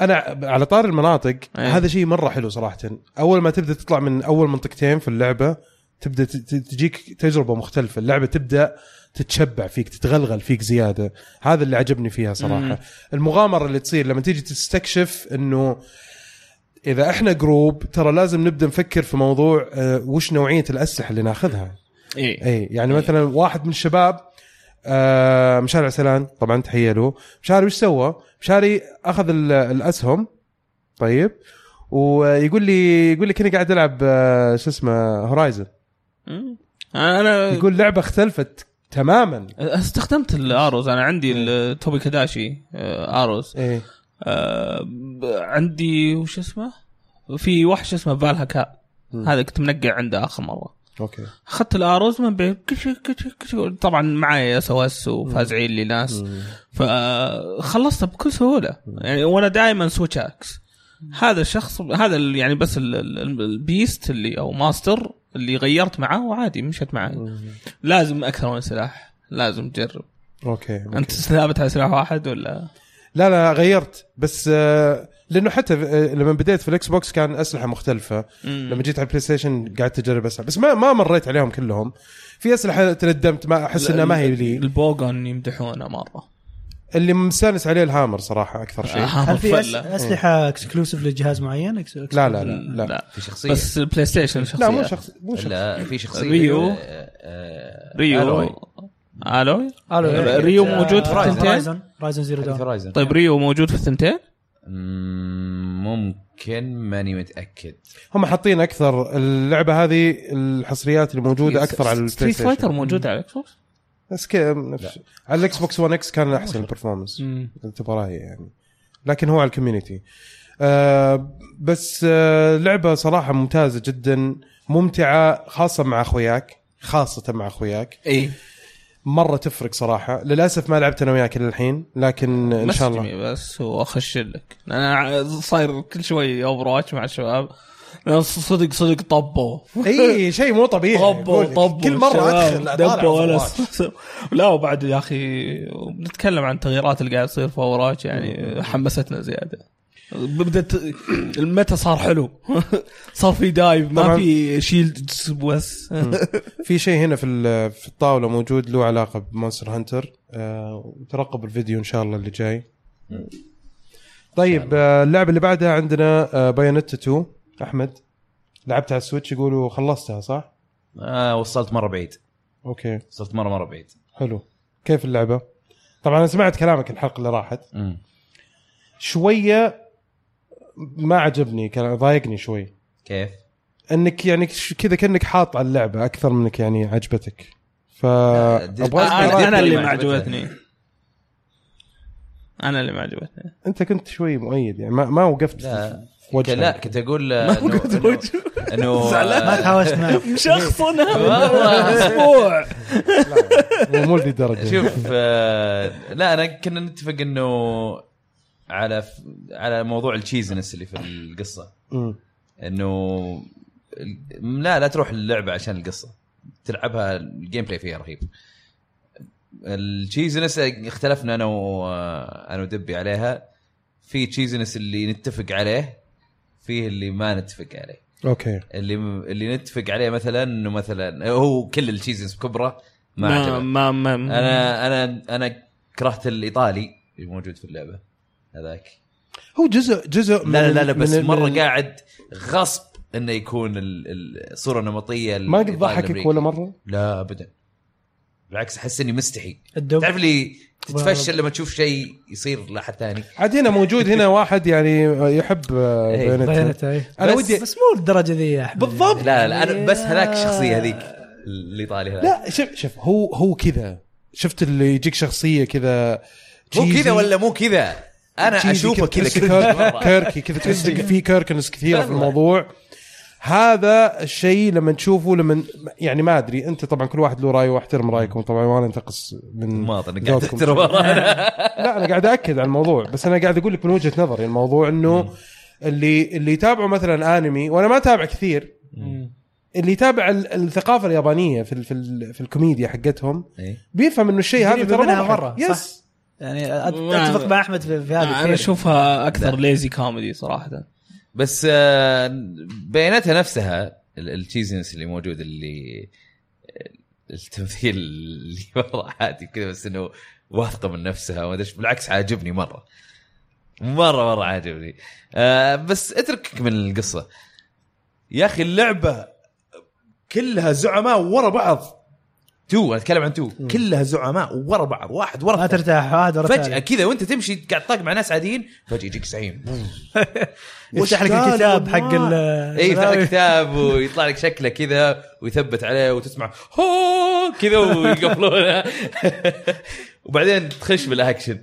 S1: انا على طار المناطق
S3: أي.
S1: هذا شيء مره حلو صراحه اول ما تبدا تطلع من اول منطقتين في اللعبه تبدا ت- ت- تجيك تجربه مختلفه اللعبه تبدا تتشبع فيك تتغلغل فيك زياده هذا اللي عجبني فيها صراحه
S3: مم.
S1: المغامره اللي تصير لما تيجي تستكشف انه اذا احنا جروب ترى لازم نبدا نفكر في موضوع آه، وش نوعيه الاسلحه اللي ناخذها
S3: اي
S1: اي يعني مثلا واحد من الشباب آه مشاري عسلان طبعا تحيه له مشاري وش سوى؟ مشاري اخذ ال- الاسهم طيب ويقول لي يقول لي كني قاعد العب آه، شو اسمه هورايزن
S3: انا
S1: يقول لعبه اختلفت تماما
S3: استخدمت الاروز انا عندي التوبي كداشي آه، اروز
S1: ايه
S3: آه، ب- عندي وش اسمه؟ في وحش اسمه بالهكا
S1: مم.
S3: هذا كنت منقع عنده اخر مره
S1: اوكي
S3: اخذت الاروز من بين كش كش كش طبعا معي اس او اس وفازعين لي ناس فخلصتها بكل سهوله يعني وانا دائما سويتش اكس هذا الشخص هذا ال- يعني بس ال- ال- البيست اللي او ماستر اللي غيرت معاه وعادي مشت معي لازم اكثر من سلاح لازم تجرب
S1: اوكي
S3: انت ثابت على سلاح واحد ولا
S1: لا لا غيرت بس آه، لانه حتى آه، لما بديت في الاكس بوكس كان اسلحه مختلفه لما جيت على البلاي ستيشن قعدت اجرب اسلحه بس ما ما مريت عليهم كلهم في اسلحه تندمت ما احس انها ما هي لي
S3: البوغن يمدحونه مره
S1: اللي مستانس عليه الهامر صراحه اكثر شيء
S3: آه،
S4: هل في أس-
S3: فلة.
S4: اسلحه اكسكلوسيف لجهاز معين؟ إكس-
S1: لا لا لا,
S3: لا.
S1: لا.
S2: في شخصيه
S3: بس البلاي ستيشن شخصيه
S1: طيب. لا مو شخص مو شخص
S2: لا في شخصيه
S3: ريو.
S2: آه، آه، ألوي.
S3: ريو الوي
S4: ألو،
S3: طيب، ريو
S4: آه،
S3: موجود في الثنتين
S4: رايزن رايزن زيرو
S2: حقت
S4: داون
S2: هورايزن
S3: طيب ريو موجود في الثنتين
S2: مم، ممكن ماني متاكد
S1: هم حاطين اكثر اللعبه هذه الحصريات اللي موجوده اكثر على البلاي
S3: ستريت فايتر
S1: ستيشن
S3: موجود على الاكس بوكس
S1: بس كذا نفس- على الاكس بوكس 1 اكس كان احسن البرفورمانس اذا تبغى رايي يعني لكن هو على الكوميونتي آه بس آه لعبه صراحه ممتازه جدا ممتعه خاصه مع اخوياك خاصه مع اخوياك
S3: اي
S1: مره تفرق صراحه للاسف ما لعبت انا وياك للحين لكن ان شاء الله
S3: بس واخش لك انا ع- صاير كل شوي اوفر واتش مع الشباب صدق صدق طبوا
S1: اي شيء مو طبيعي
S3: طبوا
S1: أقول لك.
S3: طبوا
S1: يعني، كل مره
S3: الشباب
S1: ادخل اطالع
S3: دبوا ولا
S1: فوراش.
S3: س- لا وبعد يا اخي بنتكلم عن التغييرات اللي قاعد تصير في اوراج يعني حمستنا زياده بدت المتى صار حلو صار في دايف ما
S1: طبعاً.
S3: في شيلدز بس
S1: في شيء هنا في ال- في الطاوله موجود له علاقه بمونستر هانتر آه، ترقب الفيديو ان شاء الله اللي جاي طيب آه، اللعبه اللي بعدها عندنا آه، بايونيتا 2 احمد لعبتها على السويتش يقولوا خلصتها صح؟
S2: آه وصلت مره بعيد
S1: اوكي
S2: وصلت مره مره بعيد
S1: حلو كيف اللعبه؟ طبعا انا سمعت كلامك الحلقه اللي راحت
S2: مم.
S1: شويه ما عجبني كلام ضايقني شوي
S2: كيف؟
S1: انك يعني ش- كذا كانك حاط على اللعبه اكثر من انك يعني عجبتك ف أبغى أسمع
S2: آه، أنا-
S1: رأيك.
S3: انا اللي ما
S2: ما
S3: عجبتني انا اللي ما عجبتني
S1: انت كنت شوي مؤيد يعني ما, ما وقفت
S2: لا
S1: في وجهك.
S2: لا كنت اقول آه، إنه- إنه- انه
S4: ما
S2: آه،
S4: تهاوشت معه
S3: مشخصنها
S2: والله.
S3: اسبوع
S1: مو مو لذي الدرجه
S2: شوف آه، لا انا كنا نتفق انه على ف- على موضوع التشيزنس اللي في القصه
S1: مم.
S2: انه ال- لا لا تروح اللعبه عشان القصه تلعبها الجيم بلاي فيها رهيب التشيزنس اختلفنا انا و انا ودبي عليها في تشيزنس اللي نتفق عليه فيه اللي ما نتفق عليه
S1: اوكي
S2: اللي اللي نتفق عليه مثلا انه مثلا هو كل التشيزنس بكبره ما
S3: ما
S2: عجبه
S3: ما ما
S2: انا انا انا كرهت الايطالي اللي موجود في اللعبه هذاك
S1: هو جزء جزء
S2: لا لا
S1: من-
S2: لا, لا بس
S1: من-
S2: مره
S1: من-
S2: قاعد غصب انه يكون ال- ال- الصوره النمطيه
S1: ما قد
S2: الإيطالي
S1: ضحكك
S2: الأمريكي.
S1: ولا مره
S2: لا ابدا بالعكس احس اني مستحي
S4: الدب
S2: تعرف لي تتفشل لما تشوف شيء يصير لاحد ثاني
S1: عاد هنا موجود هنا واحد يعني يحب آه،
S2: إيه،
S1: بيانات.
S4: بيانات، أي.
S1: انا
S2: بس-
S1: ودي
S4: بس مو الدرجه ذي يا احمد
S1: بالضبط
S2: لا لا انا بس هذاك الشخصيه هذيك الايطالي هذاك
S1: لا شوف شوف هو هو كذا شفت اللي يجيك شخصيه كذا
S2: مو
S1: cheesy.
S2: كذا ولا مو كذا انا
S1: تشيزي
S2: اشوفه كذا
S1: تحس
S2: كل
S1: كير-
S2: مرة.
S1: كيركي كذا تحس إنك في كيركنس كثيره في
S2: والله.
S1: الموضوع هذا الشيء لما تشوفه لما يعني ما ادري انت طبعا كل واحد له راي واحترم رايكم طبعا وانا انتقص من
S2: مواطن أنا قاعد
S1: ذوقكم.
S2: احترم
S1: لا انا قاعد اكد على الموضوع بس انا قاعد اقول لك من وجهه نظري الموضوع انه اللي اللي يتابعوا مثلا انمي وانا ما اتابع كثير اللي يتابع ال- الثقافه اليابانيه في ال- في, ال- في الكوميديا حقتهم
S2: إيه.
S1: بيفهم انه الشيء هذا
S4: قريب
S1: ترى
S4: منها
S1: مره
S4: مرة،
S1: مرة
S4: صح؟
S1: يس
S4: يعني
S3: ما-
S4: اتفق مع احمد في في هذه
S3: انا
S4: كثير.
S3: اشوفها اكثر ليزي كوميدي
S1: يعني
S3: صراحه
S2: بس آه، بياناتها نفسها ال- التشيزنس اللي موجود اللي التمثيل اللي مره عادي كذا بس انه واثقه من نفسها وما ادري إيش. بالعكس عاجبني مره مره مره عاجبني آه، بس اتركك من القصه يا اخي اللعبه كلها زعماء ورا بعض تو اتكلم عن تو كلها زعماء ورا بعض واحد ورا
S4: ما
S2: الثاني.
S4: ترتاح آه، واحد ورا
S2: فجاه
S4: فجاه
S2: كذا وانت تمشي قاعد تطاق مع ناس عاديين فجاه يجيك زعيم
S4: يفتح لك
S2: وش
S4: الكتاب
S2: قال؟
S4: حق ال
S2: اي إيه، يفتح لك كتاب ويطلع لك شكله كذا ويثبت عليه وتسمع هو كذا ويقفلونه وبعدين تخش بالاكشن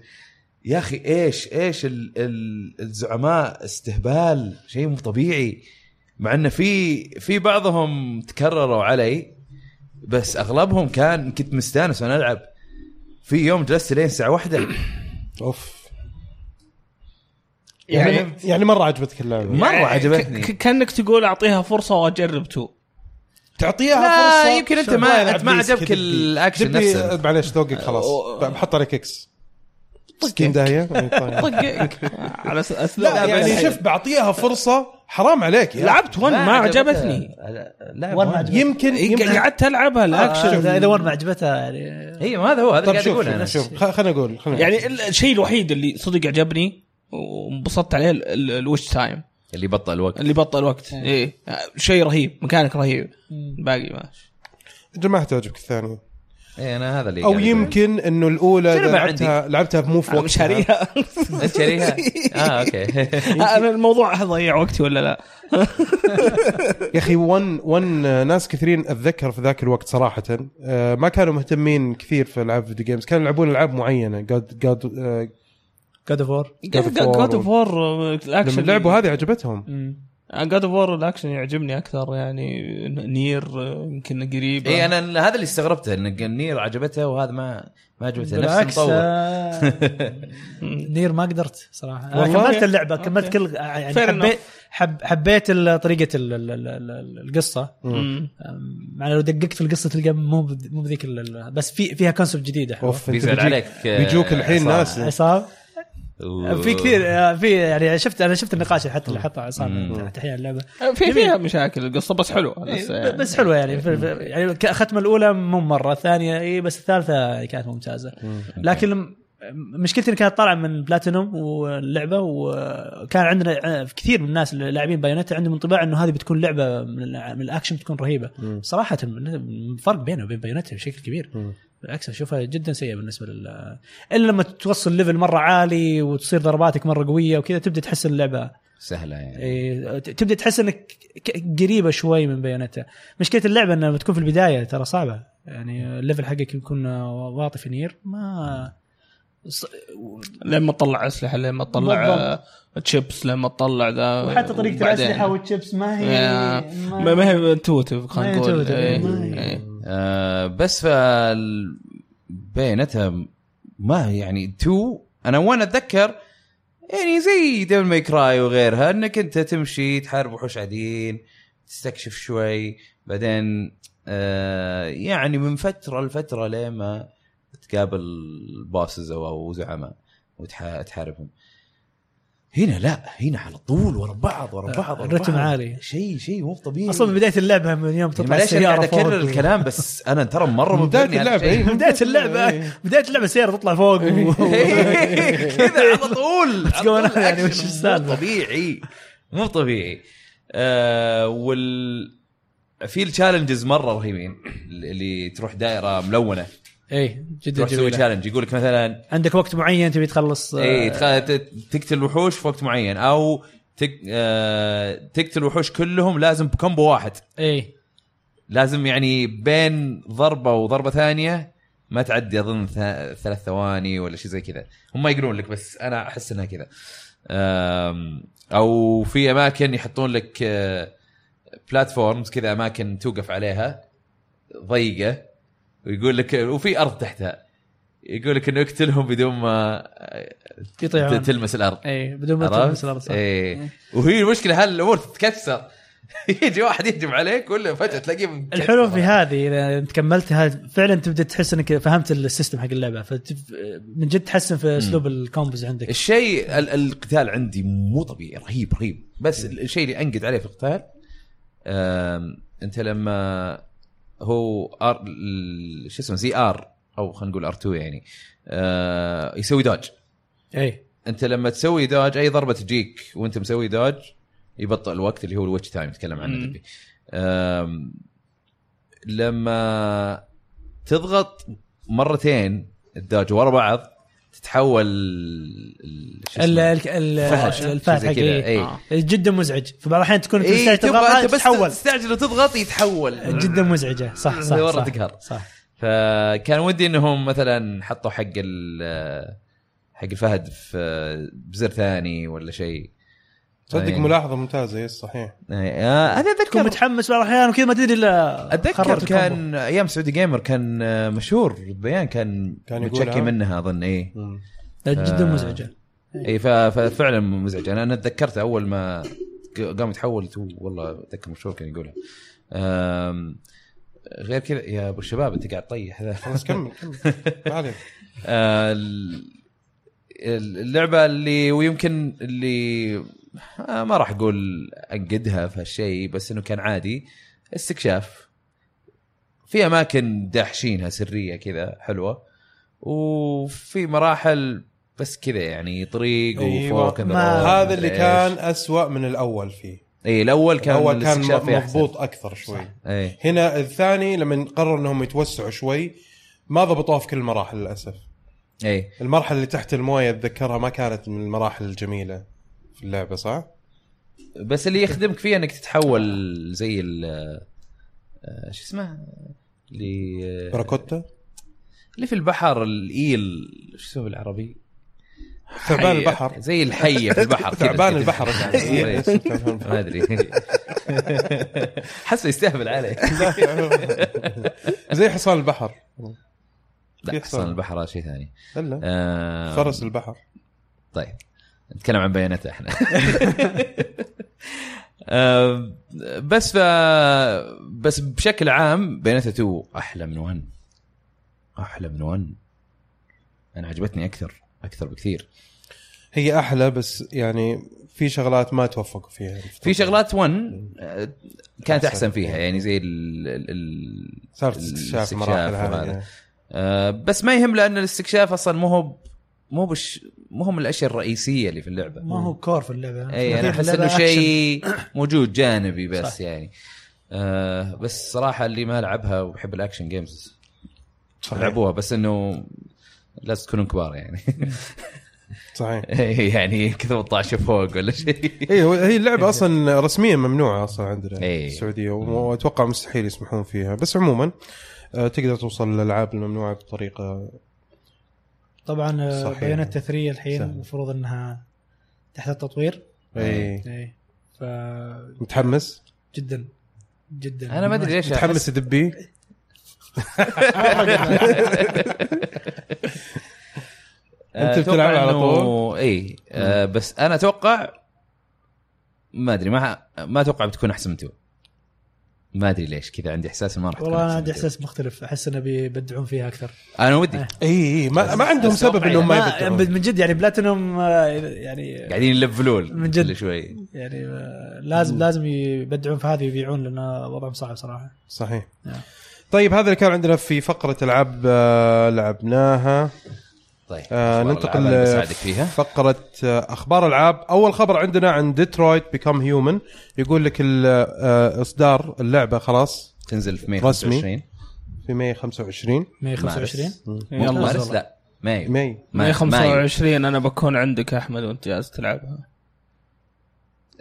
S2: يا اخي ايش ايش ال ال الزعماء استهبال شيء مو طبيعي مع انه في في بعضهم تكرروا علي بس اغلبهم كان كنت مستانس وانا العب في يوم جلست لين الساعه واحدة
S1: اوف
S3: يعني-
S1: يعني يعني مره عجبتك اللعبه
S2: مره عجبتني
S3: كانك تقول اعطيها فرصه واجرب تو
S1: تعطيها
S2: لا،
S1: فرصه
S2: يمكن أنت
S1: شوف،
S2: ما-
S1: لا، أنا
S2: أنت ما
S1: عبيس
S2: عجبك
S1: كذب.
S2: الأكشن
S1: جيب لي-
S2: نفسه.
S1: أه، معليش ذوقك خلاص
S2: أو-
S1: بحط عليك اكس 60 داهيه أي طيب.
S3: طقك على اساس
S1: لا يعني
S3: بس-
S1: شوف بعطيها فرصه حرام عليك يعني يا
S3: لعبت ون ما عجبتني
S2: لا
S4: ون ما
S2: ون.
S4: عجبتني.
S1: يمكن
S2: إيه،
S1: يمكن آه.
S3: قعدت العبها
S4: الاكشن
S3: الاكشن
S4: اذا آه، إذا ون ما عجبتها يعني
S2: ايوه هذا هو هذا
S1: طب
S2: اللي
S1: طيب،
S2: قاعد
S1: شوف
S2: اقوله
S1: شوف,
S2: انا
S1: شوف خ- خلينا نقول خلينا نقول.
S3: يعني الشيء الوحيد اللي صدق عجبني وانبسطت عليه ال- ال- الوش تايم
S2: اللي بطل وقت
S3: اللي بطل وقت
S1: آه.
S3: ايه شيء رهيب مكانك رهيب باقي ماشي
S1: انت ما تعجبك الثانيه
S2: اي انا هذا اللي
S1: او
S2: إيه، قاعد أقوله.
S1: يمكن انه الاولى إذا
S2: جربها
S1: لعبتها لعبتها مو في
S3: أنا
S1: وقتها
S3: مش هريها
S2: انت شاريها اه اوكي
S3: انا الموضوع هضيع وقتي ولا لا
S1: يا اخي ون ون آه، ناس كثيرين اتذكر في ذاك الوقت صراحه آه، ما كانوا مهتمين كثير في العاب فيديو جيمز كانوا يلعبون العاب معينه جاد جاد
S4: جاد اوف وور
S2: إيه.
S1: God of War
S3: جاد اوف وور
S1: لما
S3: الاكشن
S1: لعبوا هذه عجبتهم
S3: جاد اوف وور الاكشن يعجبني اكثر يعني نير آه، يمكن قريب
S1: إيه،
S2: اي انا إيه، هذا اللي استغربته ان النير عجبته وهذا ما ما عجبته نفس
S4: بالعكس
S2: المطور
S4: آه، نير ما قدرت صراحه انا
S3: والله؟
S4: كملت اللعبه
S3: أوكي.
S4: كملت كل يعني
S3: Fair
S4: حبيت
S3: enough.
S4: حب حبيت ال- طريقه ال- ال- ال- ال- القصه
S3: مم.
S4: أم، يعني لو دققت في القصه تلقى مو بذ- مو بذيك ال- بس في فيها كونسبت جديده حلوة.
S1: اوف أنت
S2: بيزعل
S1: بيجيك-
S2: عليك آه،
S1: بيجوك الحين
S2: عصابة.
S1: ناس
S4: عصام
S2: أوه.
S4: في كثير آه، في يعني شفت انا شفت النقاش حتى اللي حطه
S2: مم.
S4: عصام تحيه اللعبه
S3: آه، في فيها مشاكل القصه بس حلوه لسه يعني.
S4: إيه، بس حلوه يعني في في- يعني الختمه الاولى مو مره الثانيه اي بس الثالثه كانت ممتازه لكن لم- مشكلتي اني كانت طالعه من بلاتينوم واللعبه وكان عندنا كثير من الناس اللي لاعبين بايونيتا عندهم انطباع انه هذه بتكون لعبه من الع- من الاكشن بتكون رهيبه
S1: مم.
S4: صراحه الفرق بينها وبين بايونيتا بشكل كبير
S1: مم.
S4: بالعكس اشوفها جدا سيئه بالنسبه لل الا لما توصل ليفل مره عالي وتصير ضرباتك مره قويه وكذا تبدا تحس اللعبه
S2: سهله يعني
S4: إيه، ت- تبدا تحس انك ك- قريبه شوي من بيانتها مشكله اللعبه انها لما تكون في البدايه ترى صعبه يعني الليفل حقك يكون واطي في نير ما ص-
S3: لما تطلع اسلحه لما تطلع
S4: بالضبط.
S3: آه، تشيبس لما تطلع
S2: آه،
S3: ذا
S4: وحتى طريقه
S3: بعدين.
S4: الاسلحه والتشيبس ما هي
S3: يا- ما ما هي انتوتيف خلينا
S4: ما هي
S3: نقول
S4: intuitive،
S3: إيه،
S4: ما هي.
S3: إيه.
S2: آه بس فال بينتها ما هي يعني تو انا وانا اتذكر يعني زي ديفل ماي كراي وغيرها انك انت تمشي تحارب وحوش عاديين تستكشف شوي بعدين آه يعني من فتره لفتره لما تقابل باسز او زعماء وتحاربهم هنا لا هنا على طول ورا بعض ورا بعض ورا
S4: الرتم
S2: بعض.
S4: عالي.
S2: شيء شيء مو طبيعي
S4: اصلا من بدايه اللعبه من يوم
S2: يعني
S4: تطلع
S2: معليش انا
S4: السياره
S2: قاعد
S4: فوق
S2: اكرر الكلام بس انا ترى يعني. مره
S1: من
S2: مبهرني
S1: بدايه
S2: هذا
S1: اللعبه إيه.
S2: الشيء.
S4: بدايه اللعبه
S1: إيه.
S4: بدايه اللعبه السياره تطلع فوق و-
S2: إيه، كذا على طول
S4: What's going on؟ يعني
S2: يعني
S4: وش السالفة؟
S2: مو طبيعي مو طبيعي آه وال في التشالنجز مره رهيبين اللي تروح دائره ملونه
S4: ايه جدا
S2: تروح تسوي
S4: جميله
S2: تشالنج يقول لك مثلا
S4: عندك وقت معين تبي تخلص آه،
S2: اي إيه، تخ- ت- تقتل وحوش في وقت معين او تك... آه تقتل وحوش كلهم لازم بكومبو واحد
S4: ايه
S2: لازم يعني بين ضربه وضربه ثانيه ما تعدي اظن ث- ثلاث ثواني ولا شيء زي كذا هم يقولون لك بس انا احس انها كذا أم، او في اماكن يحطون لك أه، بلاتفورمز كذا اماكن توقف عليها ضيقه ويقول لك وفي ارض تحتها يقول لك انه اقتلهم بدون ما أه،
S4: يطيعون
S2: تلمس الارض
S4: ايه بدون ما تلمس الارض
S2: عرفت؟
S4: صح. إيه.
S2: ايه وهي المشكله هالامور تتكسر يجي واحد يهجم عليك ولا فجاه تلاقيه مكسر.
S4: الحلو في هذه اذا انت كملتها فعلا تبدا تحس انك فهمت السيستم حق اللعبه فتف... من جد تحسن في اسلوب الكومبوز عندك
S2: الشيء ال- القتال عندي مو طبيعي رهيب رهيب بس ال- الشيء اللي انقد عليه في القتال آم، انت لما هو ار ال- شو اسمه زي ار او خلينا نقول ار 2 يعني آه، يسوي دوج
S4: اي
S2: انت لما تسوي دوج اي ضربه تجيك وانت مسوي دوج يبطئ الوقت اللي هو الويتش تايم نتكلم عنه
S3: مم.
S2: تبي أم، لما تضغط مرتين الدوج ورا بعض تتحول ال- ال- شو
S4: ال...
S2: اسمه؟
S4: ال... ال...
S2: فهد، شيء
S4: الفهد
S2: زي
S4: حق
S2: كذا،
S4: إيه.
S3: آه.
S2: إيه.
S4: جدا مزعج في بعض الاحيان تكون في
S2: اي
S4: الساعة
S2: تبغى
S4: تضغط
S2: انت بس
S4: تتحول
S2: تستعجل وتضغط يتحول
S4: جدا مزعجه صح صح
S2: مرة
S4: صح,
S2: تقهر.
S4: صح.
S2: فكان ودي انهم مثلا حطوا حق ال حق الفهد في بزر ثاني ولا شيء
S1: تصدق
S2: يعني-
S1: ملاحظه ممتازه يس صحيح
S2: آه، انا
S4: تكون
S2: اتذكر
S4: متحمس بعض الاحيان وكذا ما تدري الا
S2: اتذكر
S4: خربت الكومبو.
S2: كان ايام سعودي جيمر كان آه، مشهور بيان كان
S1: كان
S2: كان
S1: يقولها؟
S2: متشكي منها اظن اي
S4: لا، جدا
S2: آه.
S4: مزعجه
S2: اي ف- ففعلا مزعج انا انا تذكرت اول ما ق- قام يتحول تو والله اتذكر مشهور كان يقولها آم، غير كذا يا ابو الشباب انت قاعد تطيح ذا
S1: خلاص كمل كمل ما عليك
S2: آه، ال- اللعبه اللي ويمكن اللي آه، ما راح اقول انقدها في هالشيء بس انه كان عادي استكشاف في اماكن داحشينها سريه كذا حلوه وفي مراحل بس كذا يعني طريق
S1: أيوة.
S2: وفوق
S4: ما-
S1: هذا اللي كان أسوأ من الاول فيه
S2: اي الاول إيه، كان
S1: الاول كان
S2: الاستكشاف فيه أحسن. إيه،
S1: مضبوط اكثر شوي
S2: اي
S1: هنا الثاني لما قرروا انهم يتوسعوا شوي ما ضبطوها في كل المراحل للاسف
S2: اي
S1: المرحله اللي تحت المويه اتذكرها ما كانت من المراحل الجميله في اللعبه صح؟
S2: بس اللي يخدمك فيه انك تتحول زي ال آه، شو اسمه اللي آه،
S1: باراكوتا
S2: اللي في البحر الايل شو اسمه بالعربي؟
S1: ثعبان
S2: حية.
S1: البحر.
S2: زي الحيه في البحر كذا.
S1: ثعبان البحر
S2: إيه. ما ادري حسه يستهبل علي
S1: زي حصان البحر
S2: لا
S1: يحصل.
S2: حصان البحر هذا شيء ثاني
S1: الا
S2: آه،
S1: فرس البحر
S2: طيب نتكلم عن بيانات احنا آه، بس ف... بس بشكل عام بيانات 2 احلى من 1 احلى من 1 انا عجبتني اكثر اكثر بكثير
S1: هي احلى بس يعني في شغلات ما توفقوا فيها
S2: في شغلات 1 آه، كانت
S1: أحسن.
S2: احسن فيها يعني زي ال... ال... ال...
S1: صارت استكشاف مراحل
S2: وهذا.
S1: هذه
S2: آه، بس ما يهم لان الاستكشاف اصلا مو هو مو بش مو هم الاشياء الرئيسيه اللي في اللعبه
S4: ما هو كور في اللعبه
S2: اي انا
S4: في
S2: احس
S4: اللعبة
S2: انه
S4: أكشن.
S2: شيء موجود جانبي بس
S4: صح.
S2: صح. يعني آه بس صراحه اللي ما لعبها ويحب الاكشن جيمز
S1: صحيح.
S2: لعبوها بس انه لازم تكونون كبار يعني
S1: صحيح
S2: يعني يمكن 18 فوق ولا شيء
S1: اي هو- هي اللعبه اصلا رسميا ممنوعه اصلا عندنا في
S2: إيه.
S1: السعوديه واتوقع مستحيل يسمحون فيها بس عموما آه، تقدر توصل للالعاب الممنوعه بطريقه
S4: طبعا آه،
S1: صحيح.
S4: بيانات تثريه الحين
S1: سهل.
S4: المفروض انها تحت التطوير
S2: إيه.
S4: إيه.
S1: اي
S4: اي ف
S1: إيه، متحمس
S4: جدا جدا
S2: انا ما ادري ليش
S1: متحمس
S2: أحس-
S1: تدبي أنت
S2: أتوقع
S1: بتلعب على
S2: إنه-
S1: طول؟
S2: اي آه بس انا اتوقع ما ادري ما ما اتوقع بتكون احسن من تو ما ادري ليش كذا عندي احساس إنه ما راح تكون
S4: والله انا
S2: أحسن
S4: عندي إيه.
S2: من تو.
S4: احساس مختلف احس انه بي- بيبدعون فيها اكثر
S2: انا ودي إيه،
S1: اي اي إيه، ما, ما عندهم
S2: بس
S1: سبب
S2: أتوقع
S1: انهم ما
S4: ما
S1: يبدعون
S4: من جد يعني بلاتينوم آه، يعني
S2: قاعدين يلفلون
S4: من جد.
S2: كل شوي
S4: يعني آه، لازم لازم يبدعون في هذه ويبيعون لان وضعهم صعب صراحه
S1: صحيح
S4: نعم.
S1: طيب هذا اللي كان عندنا في فقره العاب آه، لعبناها
S2: طيب
S1: آه،
S2: والله
S1: ننتقل
S2: الألعاب أنا
S1: ل-
S2: بساعدك فيها
S1: فقرة آه، أخبار ألعاب أول خبر عندنا عن ديترويت بيكم هيومن يقول لك ال- آه، إصدار اللعبة خلاص
S2: تنزل في ماي
S1: رسمي.
S2: 25
S1: في ماي 25
S4: 125
S2: مارس.
S4: 25
S2: مو
S4: خلاص
S2: مارس
S4: والله.
S2: لا ماي
S1: ماي
S3: ماي
S2: ماي
S3: 25 انا بكون عندك يا احمد وانت جالس تلعبها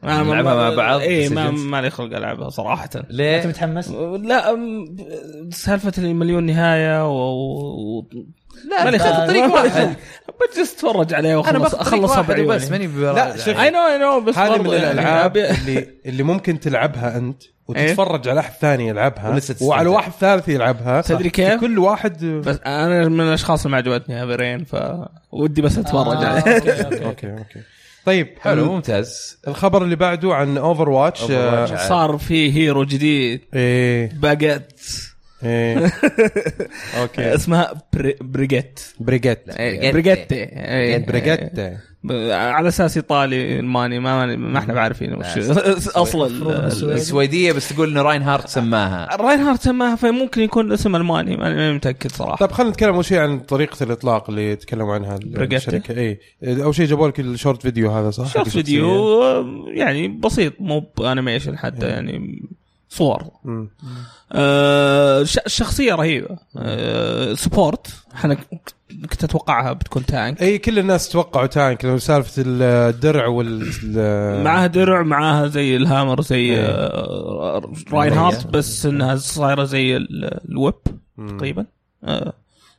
S3: أنا ما-
S2: نلعبها مع بعض
S3: اي
S2: بس
S3: ما
S2: الجنس.
S3: ما لي خلق العبها صراحه
S4: انت
S2: ليه؟
S4: متحمس؟
S3: لا أم- سالفه المليون نهايه و, و...
S2: لا
S3: ماني
S2: أنت
S3: خلق
S2: طريق واحد
S3: بجلس اتفرج عليها
S2: انا
S3: واخلص
S2: باخذ طريق
S3: اخلصها
S2: واحد
S3: بعيوني
S2: بس ماني
S1: لا، شوف.
S3: اي نو اي نو بس
S1: هذه من
S3: برضو يعني إيه.
S1: الالعاب
S3: أبي-
S1: اللي اللي ممكن تلعبها انت وتتفرج على احد ثاني يلعبها
S2: ولسه تستمتع.
S1: وعلى واحد ثالث يلعبها
S3: تدري كيف؟
S1: كل واحد
S3: بس انا من الاشخاص اللي ما عجبتني هافرين ف ودي بس اتفرج
S4: آه،
S3: عليها
S4: أوكي، أوكي.
S1: اوكي اوكي طيب
S2: حلو
S1: ال-
S2: ممتاز
S1: الخبر اللي بعده عن آه، اوفر واتش
S2: Overwatch. عاد.
S3: صار في هيرو جديد
S1: ايه
S3: باجت
S1: ايه اوكي
S3: اسمها بري- بريجيت
S1: بريجيت
S2: بريجيت.
S3: بريجيتي إيه.
S1: بريجيت
S3: ب- على اساس ايطالي الماني ما ما احنا بعارفين وش اصلا
S2: السويديه بس تقول انه راين هارت سماها
S3: راين هارت سماها فممكن يكون اسم الماني ماني ماني متاكد صراحه
S1: طيب خلينا نتكلم اول شيء عن طريقه الاطلاق اللي تكلموا عنها
S3: بريجيتا.
S1: الشركه اي اول شيء جابوا لك الشورت فيديو هذا صح؟
S3: شوف
S1: حق الشخصية.
S3: فيديو يعني بسيط مو بانيميشن حتى
S1: إيه.
S3: يعني صور
S1: مم.
S3: آه، ش- الشخصيه رهيبه آه، سبورت احنا ك- كنت اتوقعها بتكون تانك
S1: اي كل الناس توقعوا تانك لو سالفه الدرع وال ال-
S3: معاها درع معاها زي الهامر زي
S1: آه. إيه.
S3: آه، راين هارت بس انها صايره زي ال- الويب
S1: مم.
S3: تقريبا آه،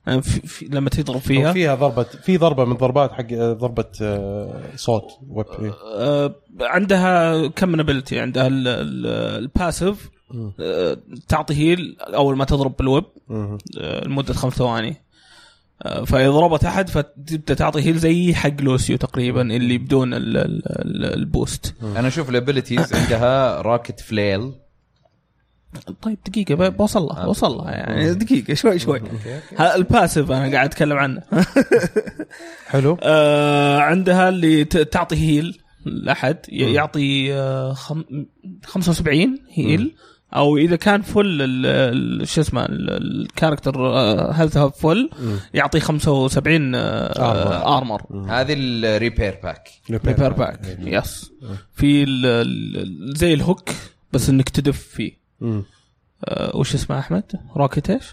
S3: يعني في- في- لما تضرب
S1: فيها
S3: فيها
S1: فيها ضربه في ضربه من ضربات حق ضربه آه، صوت ويب إيه.
S3: آه، عندها كم من ابيلتي عندها ال- ال- الباسيف
S1: مم.
S3: آه، تعطي هيل اول ما تضرب بالويب
S1: مم.
S3: آه، لمده خمس ثواني آه، فاذا ضربت احد فتبدا تعطي هيل زي حق لوسيو تقريبا اللي بدون ال- ال- ال- البوست
S2: انا اشوف الابيلتيز عندها راكت فليل
S3: طيب دقيقه ب- بوصل لها بوصل لها يعني دقيقه شوي شوي ها- الباسيف انا قاعد اتكلم عنه
S1: حلو
S3: آه، عندها اللي ت- تعطي هيل لاحد ي- يعطي آه، خم- 75 هيل او اذا كان فل ال- ال- شو اسمه ال- الكاركتر آه، هيلثها فل يعطي آه، 75
S1: آرمر.
S3: ارمر
S2: هذه الريبير باك
S3: ريبير باك يس في ال- ال- ال- زي الهوك بس انك تدف فيه
S1: مم.
S3: آه، وش اسمه احمد؟ روكيت ايش؟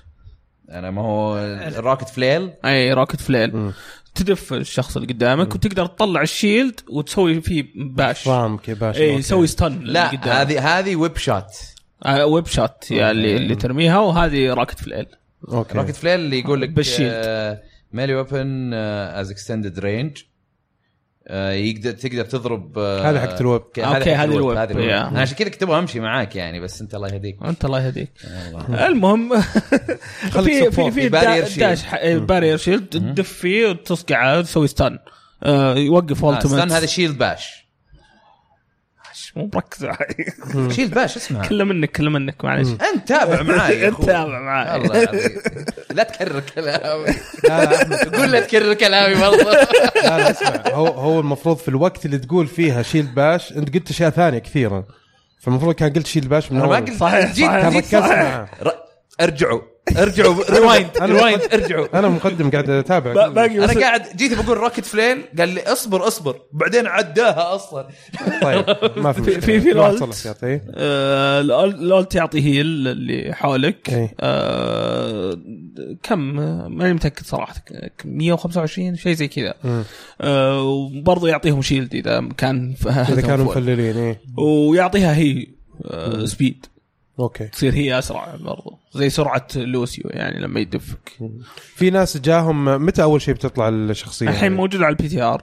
S2: انا يعني ما هو الراكت فليل
S3: اي روكت فليل تدف الشخص اللي قدامك وتقدر تطلع الشيلد وتسوي فيه باش
S1: رام كباشا
S3: اي يسوي ستن
S2: لا هذه هذه ويب شوت
S3: آه ويب شوت يعني اللي, اللي ترميها وهذه راكت في الال
S1: اوكي
S2: راكت فليل اللي يقول لك آه،
S3: بالشيلد.
S2: ميلي ويبن از اكستندد رينج آه، يقدر تقدر تضرب آه،
S1: هذا حقة الويب.
S2: ك-
S3: أوكي،
S2: حقة
S3: هذه الويب،
S2: هذه الويب.
S3: يا.
S2: انا عشان كذا كنت ابغى امشي معاك يعني بس انت الله يهديك
S3: انت الله يهديك
S2: والله.
S3: المهم في في
S1: support.
S3: في
S2: بارير
S3: دا-
S2: شيلد.
S3: داش ح- بارير شيلد تدف فيه وتصقعه تسوي ستان آه، يوقف
S2: آه،
S3: التمت
S2: استنى هذا شيلد باش
S3: مو مركز معي.
S2: شيلد باش اسمها
S3: كله منك كله منك معليش
S2: انت تابع معاي يا
S3: انت
S2: أخوي.
S3: تابع معي
S2: والله العظيم. لا تكرر كلامي
S1: لا لا أحمد،
S2: قول لا تكرر كلامي والله
S1: لا لا اسمع هو هو المفروض في الوقت اللي تقول فيها شيلد باش انت قلت اشياء ثانيه كثيره فالمفروض كان قلت شيلد باش من
S2: انا
S1: اول
S2: ما قلت
S3: صحيح،
S2: جيت
S3: صحيح.
S1: كان
S2: جيت
S1: ركزت معاه
S2: ر- ارجعوا ارجعوا ريوايند
S1: أنا-
S2: ريوايند ارجعوا
S1: انا مقدم قاعد اتابع
S3: ب- باقي أيوه، بس-
S2: انا قاعد جيت بقول روكت فلين قال لي اصبر اصبر بعدين عداها اصلا
S1: طيب ما في
S3: في-
S1: مشكلة.
S3: في- في
S1: ما
S3: الألت.
S1: حصل احتياطي. إيه.
S3: آه، الأل- الالت يعطي هيل اللي حولك
S1: إيه.
S3: آه، كم آه، ماني متاكد صراحه كم- 125 شيء زي كذا
S1: مم.
S3: آه، وبرضه يعطيهم شيلد اذا كان ف-
S1: اذا كانوا
S3: فوق.
S1: مفللين ايه
S3: ويعطيها هي آه، سبيد
S1: اوكي
S3: تصير هي اسرع برضه زي سرعه لوسيو يعني لما يدفك
S1: في ناس جاهم متى اول شيء بتطلع الشخصيه
S3: الحين إيه. موجود على آه، البي تي ار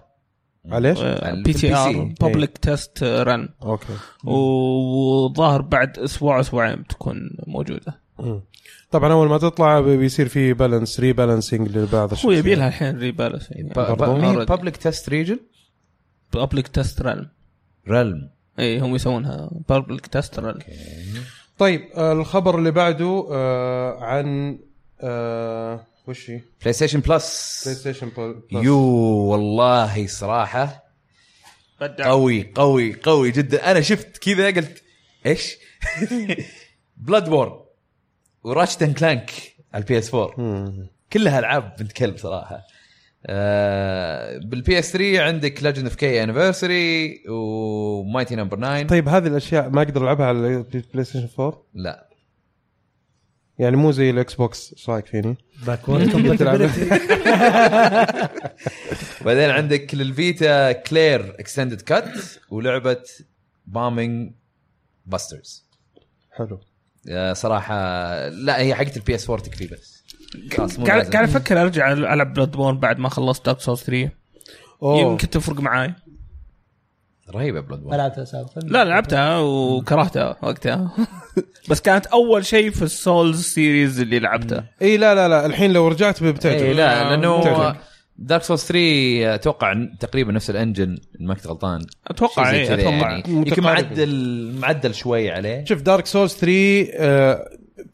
S1: معليش
S3: بي تي ار
S2: PC.
S3: بابليك
S1: إيه.
S3: تيست رن
S1: اوكي
S3: وظاهر بعد اسبوع اسبوعين بتكون موجوده
S1: مم. طبعا اول ما تطلع ب- بيصير في بالانس ري بالانسنج لبعض
S3: هو
S1: الشخصيات
S3: يبي لها الحين يعني. ريبالانس
S2: بابليك تيست ريجن
S3: بابليك تيست رن
S2: ريلم
S3: اي هم يسوونها بابليك تيست رن
S1: طيب آه، الخبر اللي بعده آه، عن آه، وش هي؟
S2: بلاي ستيشن بلس
S1: بلاي ستيشن بل- بلس.
S2: يو والله صراحه
S3: بدع
S2: قوي قوي قوي جدا انا شفت كذا قلت ايش؟ بلاد وور وراشت اند كلانك على البي اس 4
S1: مم.
S2: كلها العاب بنت كلب صراحه آه بالبي اس 3 عندك ليجند اوف كي انيفرساري ومايتي نمبر 9
S1: طيب هذه الاشياء ما اقدر العبها على البلاي ستيشن 4
S2: لا
S1: يعني مو زي الاكس بوكس ايش رايك فيني؟
S4: باكورد كومباتيبلتي
S2: بعدين عندك للفيتا كلير اكستندد كات ولعبه بامينج باسترز
S1: حلو
S2: آه صراحه لا هي حقت البي اس 4 تكفي بس خلاص، مو لازم.
S3: uh, قاعد قاعد افكر ارجع العب بلاد بورن بعد ما خلصت دارك سورس 3
S1: أوه.
S3: يمكن تفرق معاي
S2: رهيبه بلاد وور
S4: لعبتها سابقا
S3: لا لعبتها وكرهتها وقتها بس كانت اول شيء في السولز سيريز اللي لعبته
S1: اي لا لا لا الحين لو رجعت بتعجبك
S2: اي إيه،
S3: آه،
S2: لا لانه
S1: بتعجبك.
S2: دارك سولز 3 اتوقع تقريبا نفس الانجن إن ما كنت غلطان
S3: اتوقع
S2: شيء
S3: اي
S2: زي كذا
S3: اتوقع
S2: يعني يمكن
S1: متقارب.
S2: معدل معدل شوي عليه
S1: شوف دارك سورس 3 آه،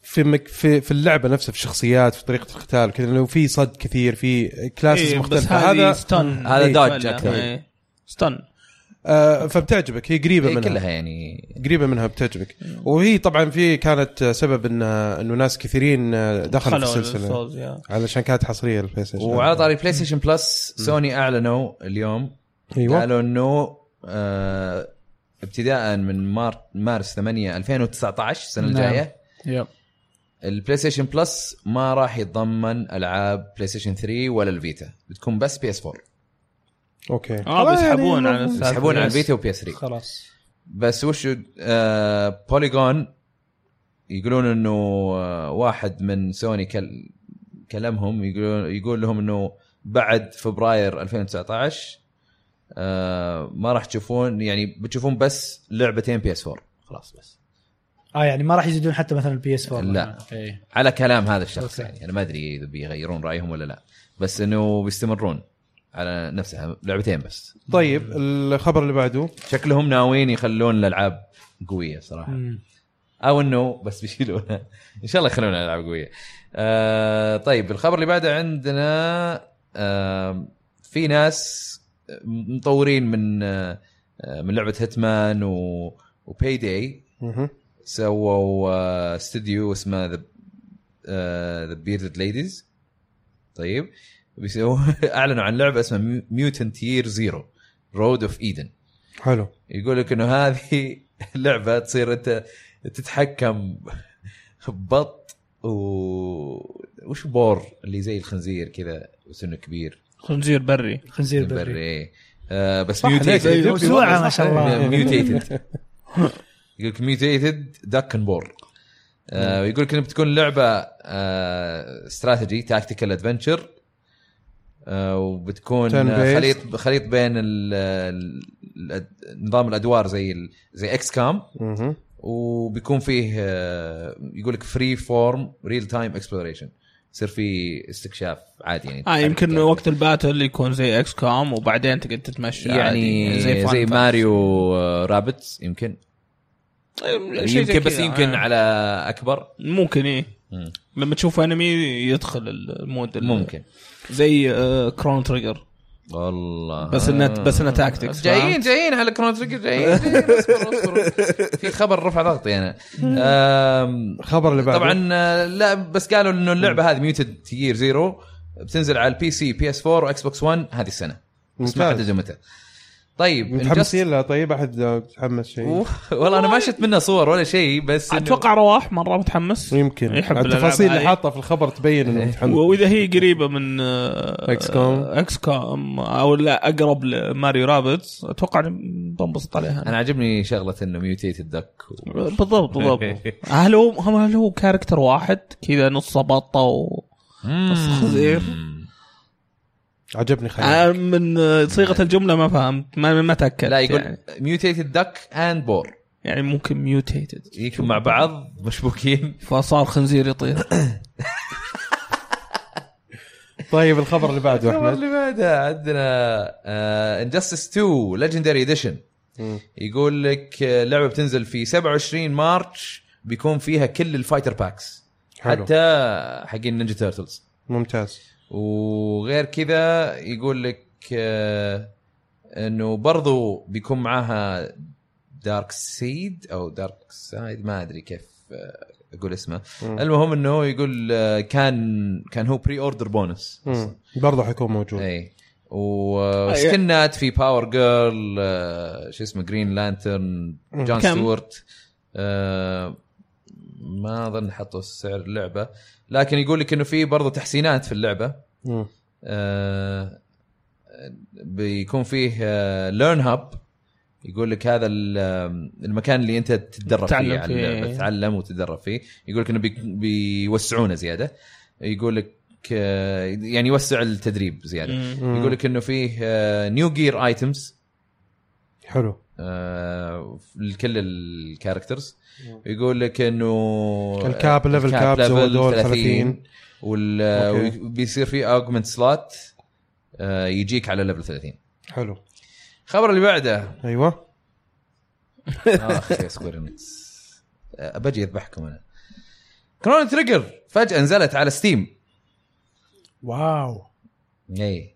S1: في مك في في اللعبه نفسها في الشخصيات في طريقه القتال كذا لو في صد كثير في كلاسز
S3: إيه، بس
S1: مختلفه
S3: هذه
S1: هذا
S3: ستن
S2: هذا
S3: إيه،
S2: dodge
S3: فعلا.
S2: أكثر.
S3: إيه. ستن
S1: آه، فبتعجبك هي قريبه
S2: إيه،
S1: منها
S2: كلها يعني
S1: قريبه منها بتعجبك وهي طبعا في كانت سبب ان انه ناس كثيرين آه، دخلوا في
S3: خلوا
S1: السلسله
S3: السولز يا.
S1: علشان كانت حصريه البلاي ستيشن
S2: وعلى طاري بلاي ستيشن بلس سوني اعلنوا اليوم
S1: ايوه
S2: قالوا انه آه، ابتداء من مار مارس 8 2019 السنه
S4: نعم.
S2: الجايه
S4: يب.
S2: البلاي ستيشن بلس ما راح يتضمن العاب بلاي ستيشن 3 ولا الفيتا بتكون بس بي اس 4
S1: اوكي
S3: اه بيسحبون على السالفة.
S2: يسحبون على الفيتا وبي اس 3
S4: خلاص
S2: بس وش آه بوليجون يقولون انه آه واحد من سوني كل كلمهم يقولون يقول لهم انه بعد فبراير 2019 آه ما راح تشوفون يعني بتشوفون بس لعبتين بي اس 4 خلاص بس
S4: اه يعني ما راح يزيدون حتى مثلا البي اس 4
S2: لا.
S4: إيه.
S2: على كلام هذا الشخص
S4: أوكي.
S2: يعني انا ما ادري اذا بيغيرون رايهم ولا لا بس انه بيستمرون على نفسها لعبتين بس
S1: طيب الخبر اللي بعده
S2: شكلهم ناويين يخلون الالعاب قويه صراحه
S4: مم.
S2: او انه بس بيشيلونها ان شاء الله يخلونها العاب قويه آه طيب الخبر اللي بعده عندنا آه في ناس مطورين من آه من لعبه هيتمان و وباي داي
S1: مهم.
S2: سووا آه، استوديو اسمه آه، ذا ذا بيردد ليديز طيب بيسووا اعلنوا عن لعبه اسمها ميوتنت يير زيرو رود اوف ايدن
S1: حلو
S2: يقول لك انه هذه لعبه تصير انت تتحكم ببط و وش بور اللي زي الخنزير كذا بس انه كبير
S3: خنزير بري
S4: خنزير بري
S2: بري آه بس
S1: صح،
S2: ميوتيتد
S1: ليش؟
S4: موسوعه ما شاء الله
S2: ميوتيتد يقول لك ميوتيتد دكن بور آه
S4: نعم.
S2: ويقول لك انها بتكون لعبه آه استراتيجي تاكتيكال ادفنتشر آه، وبتكون
S1: Turn
S2: آه،
S1: based.
S2: خليط خليط بين ال- ال- الأد- نظام الادوار زي ال- زي اكس كام
S1: مهم.
S2: وبيكون فيه آه، يقول لك فري فورم ريل تايم اكسبلوريشن يصير في استكشاف عادي يعني
S3: اه يمكن
S2: تحرك-
S3: وقت الباتل يكون زي اكس كوم وبعدين تقدر تتمشى عادي،
S2: يعني زي, زي
S3: Final
S2: ماريو آه، رابتس يمكن
S3: Fantasy. طيب، شيء زي
S2: يمكن بس
S3: كذا،
S2: يمكن
S3: آه.
S2: على اكبر
S3: ممكن ايه
S2: مم.
S3: لما تشوف انمي يدخل المود ال-
S2: ممكن
S3: زي كرون تريجر
S2: والله
S3: بس انها بس انها تاكتكس
S2: آه. جايين جايين على كرون تريجر جايين جايين. اصبر اصبر في خبر رفع ضغطي انا آم،
S1: الخبر اللي بعده
S2: طبعا آه، لا بس قالوا انه اللعبه هذه ميوتد تير زيرو بتنزل على البي سي بي اس 4 واكس بوكس 1 هذه السنه بس ما
S1: ممتاز.
S2: حددوا متى طيب
S1: متحمسين لها طيب احد متحمس شيء
S2: Injustice- والله انا ما شفت منها صور ولا شيء بس إنه-
S3: اتوقع رواح مره متحمس
S1: يمكن
S3: يحب الألعاب
S1: التفاصيل اللي
S3: هذه.
S1: حاطها في الخبر تبين انه متحمس
S3: واذا هي قريبه من آه،
S1: XCOM.
S3: اكس كوم او لا اقرب لماريو رابتس اتوقع إني بنبسط عليها
S2: انا عجبني شغله انه ميوتيتد دك
S3: بالضبط بالضبط هل هو هم هل هو كاركتر واحد كذا نص بطه و خنزير.
S1: عجبني
S2: طيب.
S1: خيال
S3: أنا من صيغه الجمله ما فهمت ما, ما تاكدت
S2: لا يقول
S3: يعني,
S2: ميوتيتد دك اند بور
S3: يعني ممكن ميوتيتد
S2: يجيكم مع بعض مشبوكين
S3: فصار خنزير يطير
S1: طيب الخبر اللي بعده
S2: الخبر
S1: احمد
S2: اللي بعدها عندنا انجستس 2 ليجندري اديشن
S1: مم.
S2: يقول لك آه، لعبه بتنزل في 27 مارتش بيكون فيها كل الفايتر باكس
S1: حلو.
S2: حتى حقين نينجا تيرتلز
S1: ممتاز
S2: وغير كذا يقول لك آه، انه برضو بيكون معاها دارك سيد او دارك سايد ما ادري كيف آه، اقول اسمه
S1: مم.
S2: المهم انه هو يقول آه، كان كان هو بري اوردر بونس
S1: مم. آه، برضه حيكون موجود
S2: اي و- وسكنات في باور جيرل آه، شو اسمه جرين لانترن جون
S3: كم؟
S2: ستيوارت آه، ما اظن حطوا سعر اللعبه لكن يقول لك انه في برضه تحسينات في اللعبه
S1: مم.
S2: آه، بيكون فيه ليرن هاب يقول لك هذا ال- المكان اللي انت تتدرب فيه,
S3: تتعلم
S2: على
S3: فيه.
S2: اللعبة، تتعلم وتتدرب فيه يقول لك انه بي- بيوسعونه زياده يقول لك آه، يعني يوسع التدريب زياده
S3: مم.
S1: مم.
S2: يقول لك انه فيه آه، نيو جير ايتمز
S1: حلو
S2: آه، لكل الكاركترز
S1: مم.
S2: يقول لك انه
S1: الكاب level
S2: الكاب
S1: caps هو دول 30.
S2: وال
S1: أوكي.
S2: وبيصير في اوجمنت سلوت يجيك على ليفل 30
S1: حلو
S2: الخبر اللي بعده
S1: ايوه
S2: اخ يا سكوير انكس آه، بجي اذبحكم انا كرون تريجر فجاه نزلت على ستيم
S4: واو
S2: اي إيه.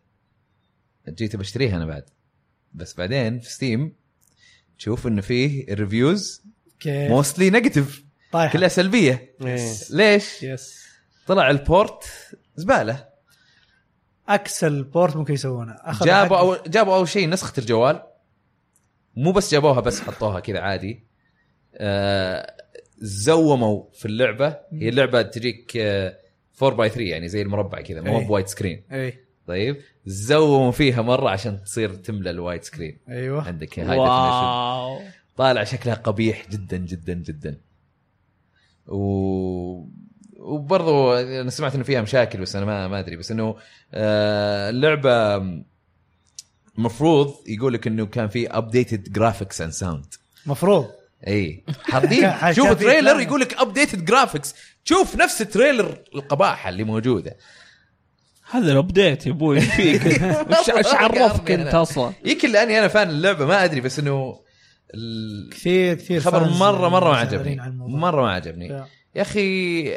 S2: جيت بشتريها انا بعد بس بعدين في ستيم تشوف انه فيه ريفيوز
S4: كيف
S2: موستلي نيجاتيف
S4: طايح
S2: كلها سلبيه
S1: إيه.
S2: ليش؟
S4: يس
S2: طلع البورت زباله
S4: اكسل بورت ممكن يسوونه أخذ
S2: جابوا
S4: حق-
S2: أول جابوا اول شيء نسخه الجوال مو بس جابوها بس حطوها كذا عادي آه زوموا في اللعبه هي اللعبه تجيك آه 4 باي 3 يعني زي المربع كذا مو
S4: إيه.
S2: بوايد سكرين
S4: اي
S2: طيب زوموا فيها مره عشان تصير تملى الوايد سكرين
S4: ايوه
S2: عندك هاي definition.
S3: واو
S2: طالع شكلها قبيح جدا جدا جدا و وبرضو انا سمعت انه فيها مشاكل بس انا ما ما ادري بس انه آه، اللعبه المفروض يقول لك انه كان في ابديتد جرافيكس اند ساوند
S4: مفروض
S2: اي حاطين
S4: كان
S2: إيه. شوف
S4: في
S2: تريلر
S4: إعلان.
S2: يقول لك ابديتد جرافيكس شوف نفس التريلر القباحه اللي موجوده
S3: هذا الابديت يا ابوي إيش فيك إيش- ايش عرفك انت اصلا
S2: يمكن لاني انا فان اللعبه ما ادري بس انه ال-
S4: كثير كثير
S2: خبر
S4: fans
S2: مره مره ما
S4: شغالين
S2: عجبني
S4: على الموضوع.
S2: مره ما عجبني
S4: يا.
S2: يا اخي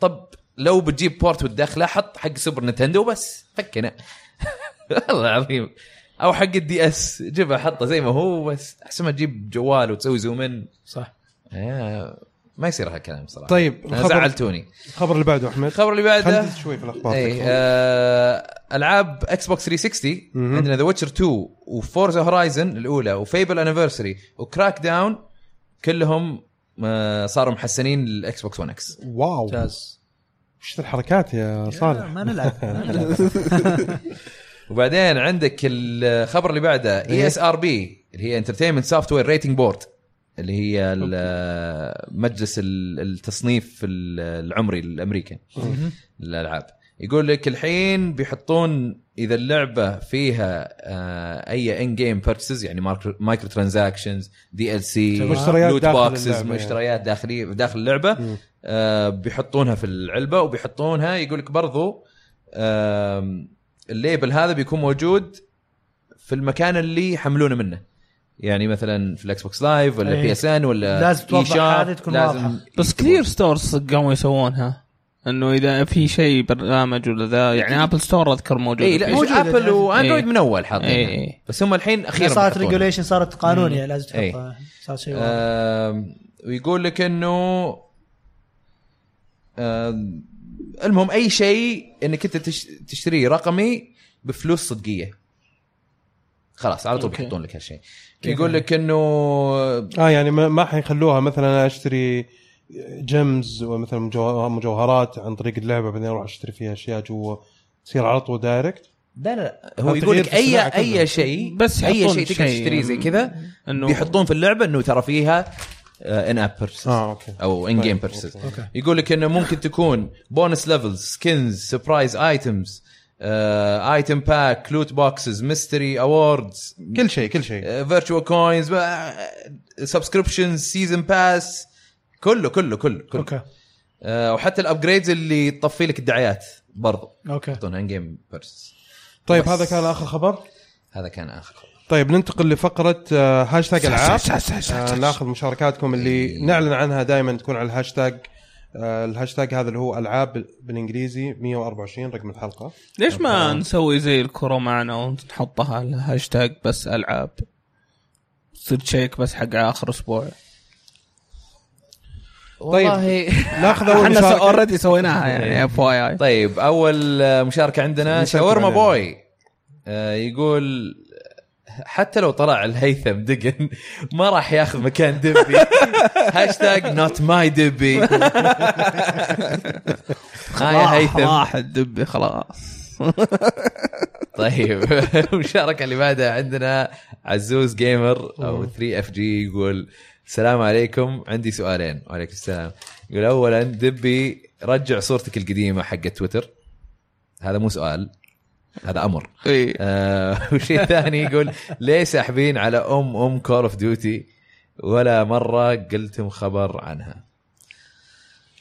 S2: طب لو بتجيب بورت وتدخله حط حق سوبر نتندو بس فكنا والله العظيم او حق الدي اس جيبها حطه زي ما هو بس احسن ما تجيب جوال وتسوي زومن
S4: صح
S2: ما يصير هالكلام صراحه
S1: طيب،
S2: أنا
S1: الخبر-
S2: زعلتوني
S1: الخبر اللي بعده احمد
S2: الخبر اللي بعده إيه،
S1: خلينا شوي في الاخبار
S2: اي
S1: تكفى.
S2: آه العاب اكس بوكس 360
S1: مهم.
S2: عندنا ذا ويتشر 2 وفورزا هورايزن الاولى وفيبل انيفرساري وكراك داون كلهم آه صاروا محسنين للاكس بوكس 1 اكس
S1: واو
S4: ممتاز
S1: ايش الحركات يا
S4: لا،
S1: صالح
S4: ما نلعب ما نلعب.
S2: وبعدين عندك الخبر اللي بعده E اي
S1: إيه.
S2: اس ار بي اللي هي انترتينمنت سوفت وير ريتنج بورد اللي هي ال- مجلس ال- التصنيف ال- العمري الامريكي للالعاب يقول لك الحين بيحطون اذا اللعبه فيها آه اي ان جيم بيرتسز يعني مارك- مايكرو ترانزاكشنز دي ال سي
S1: مشتريات
S2: لوت
S1: داخل
S2: بوكسز
S1: اللعبة يعني.
S2: مشتريات داخليه داخل اللعبه
S1: مم.
S2: آه بيحطونها في العلبه وبيحطونها يقول لك برضو آم، الليبل هذا بيكون موجود في المكان اللي يحملونه منه يعني مثلا في الاكس بوكس لايف ولا
S4: أي.
S2: بي اس ان ولا
S4: إيه. لازم توضح
S2: eShop،
S4: هذه تكون
S2: لازم
S4: واضحة.
S3: بس كثير ستورز قاموا يسوونها انه اذا في شيء برنامج ولا ذا يعني ابل ستور اذكر موجود
S2: اي إيه. لا
S3: فيه.
S4: موجود.
S2: موجودة ابل
S4: إيه.
S2: واندرويد من اول حاطينها
S3: إيه.
S2: بس هم الحين اخيرا
S4: صارت
S2: بيحطونها.
S4: ريجوليشن صارت قانون
S3: مم.
S4: يعني لازم
S2: إيه.
S4: تحطها صار شيء واضح.
S2: آم، ويقول لك انه آم، المهم اي شيء انك انت تش- تشتريه رقمي بفلوس صدقيه خلاص على طول
S3: أوكي.
S2: بيحطون لك هالشيء يقول لك انه
S1: اه يعني ما ما حيخلوها مثلا اشتري جيمز ومثلا مجوه- مجوهرات عن طريق اللعبه بعدين اروح اشتري فيها اشياء جوا تصير على طول دايركت
S2: لا لا هو
S1: هذا
S2: يقول
S1: تغيير
S2: لك
S1: في الصناعة
S2: اي
S1: كلها.
S2: اي شيء
S3: بس
S2: اي
S3: يحطون
S2: شيء تقدر
S3: شيء،
S2: تشتريه زي كذا
S3: انه
S2: بيحطون في اللعبه انه ترى فيها آه، ان اب
S1: اه اوكي
S2: او ان جيم
S1: طيب،
S2: بيرسز
S4: أوكي.
S2: يقول لك انه ممكن تكون بونس ليفلز سكنز سبرايز ايتمز ايتم باك لوت بوكسز ميستري اووردز
S1: كل شيء كل شيء
S2: فيرتشوال كوينز سبسكريبشنز سيزون باس كله كله كله كله
S4: اوكي
S2: آه، وحتى الابجريدز اللي تطفي لك الدعايات برضو
S4: اوكي
S2: يحطونها ان جيم بيرسز
S1: طيب
S2: بس.
S1: هذا كان اخر خبر
S2: هذا كان اخر خبر
S1: طيب ننتقل لفقره آه، هاشتاج العاب آه،
S3: العاب
S1: ناخذ مشاركاتكم اللي نعلن عنها دائما تكون على الهاشتاج آه، الهاشتاج هذا اللي هو العاب بالانجليزي 124 رقم الحلقه
S3: ليش ما نسوي زي الكرة معنا ونحطها على هاشتاج بس العاب تصير تشيك بس حق اخر اسبوع
S2: والله
S1: ناخذ اول
S3: احنا
S1: مشاركه
S3: اوريدي طيب، سويناها يعني اف واي اي
S2: طيب اول مشاركه عندنا
S1: نسكر
S2: شاورما
S1: عليها.
S2: بوي آه، يقول حتى لو طلع الهيثم دقن ما راح ياخذ مكان دبي هاشتاج نوت ماي دبي ها يا هيثم
S3: راح الدبي خلاص
S2: طيب المشاركه اللي بعدها عندنا عزوز جيمر او 3 اف جي يقول السلام عليكم عندي سؤالين وعليكم السلام يقول اولا دبي رجع صورتك القديمه حقت تويتر هذا مو سؤال هذا امر
S3: اي
S2: آه، وشيء ثاني يقول ليه ساحبين على ام ام كول اوف ديوتي ولا مره قلتم خبر عنها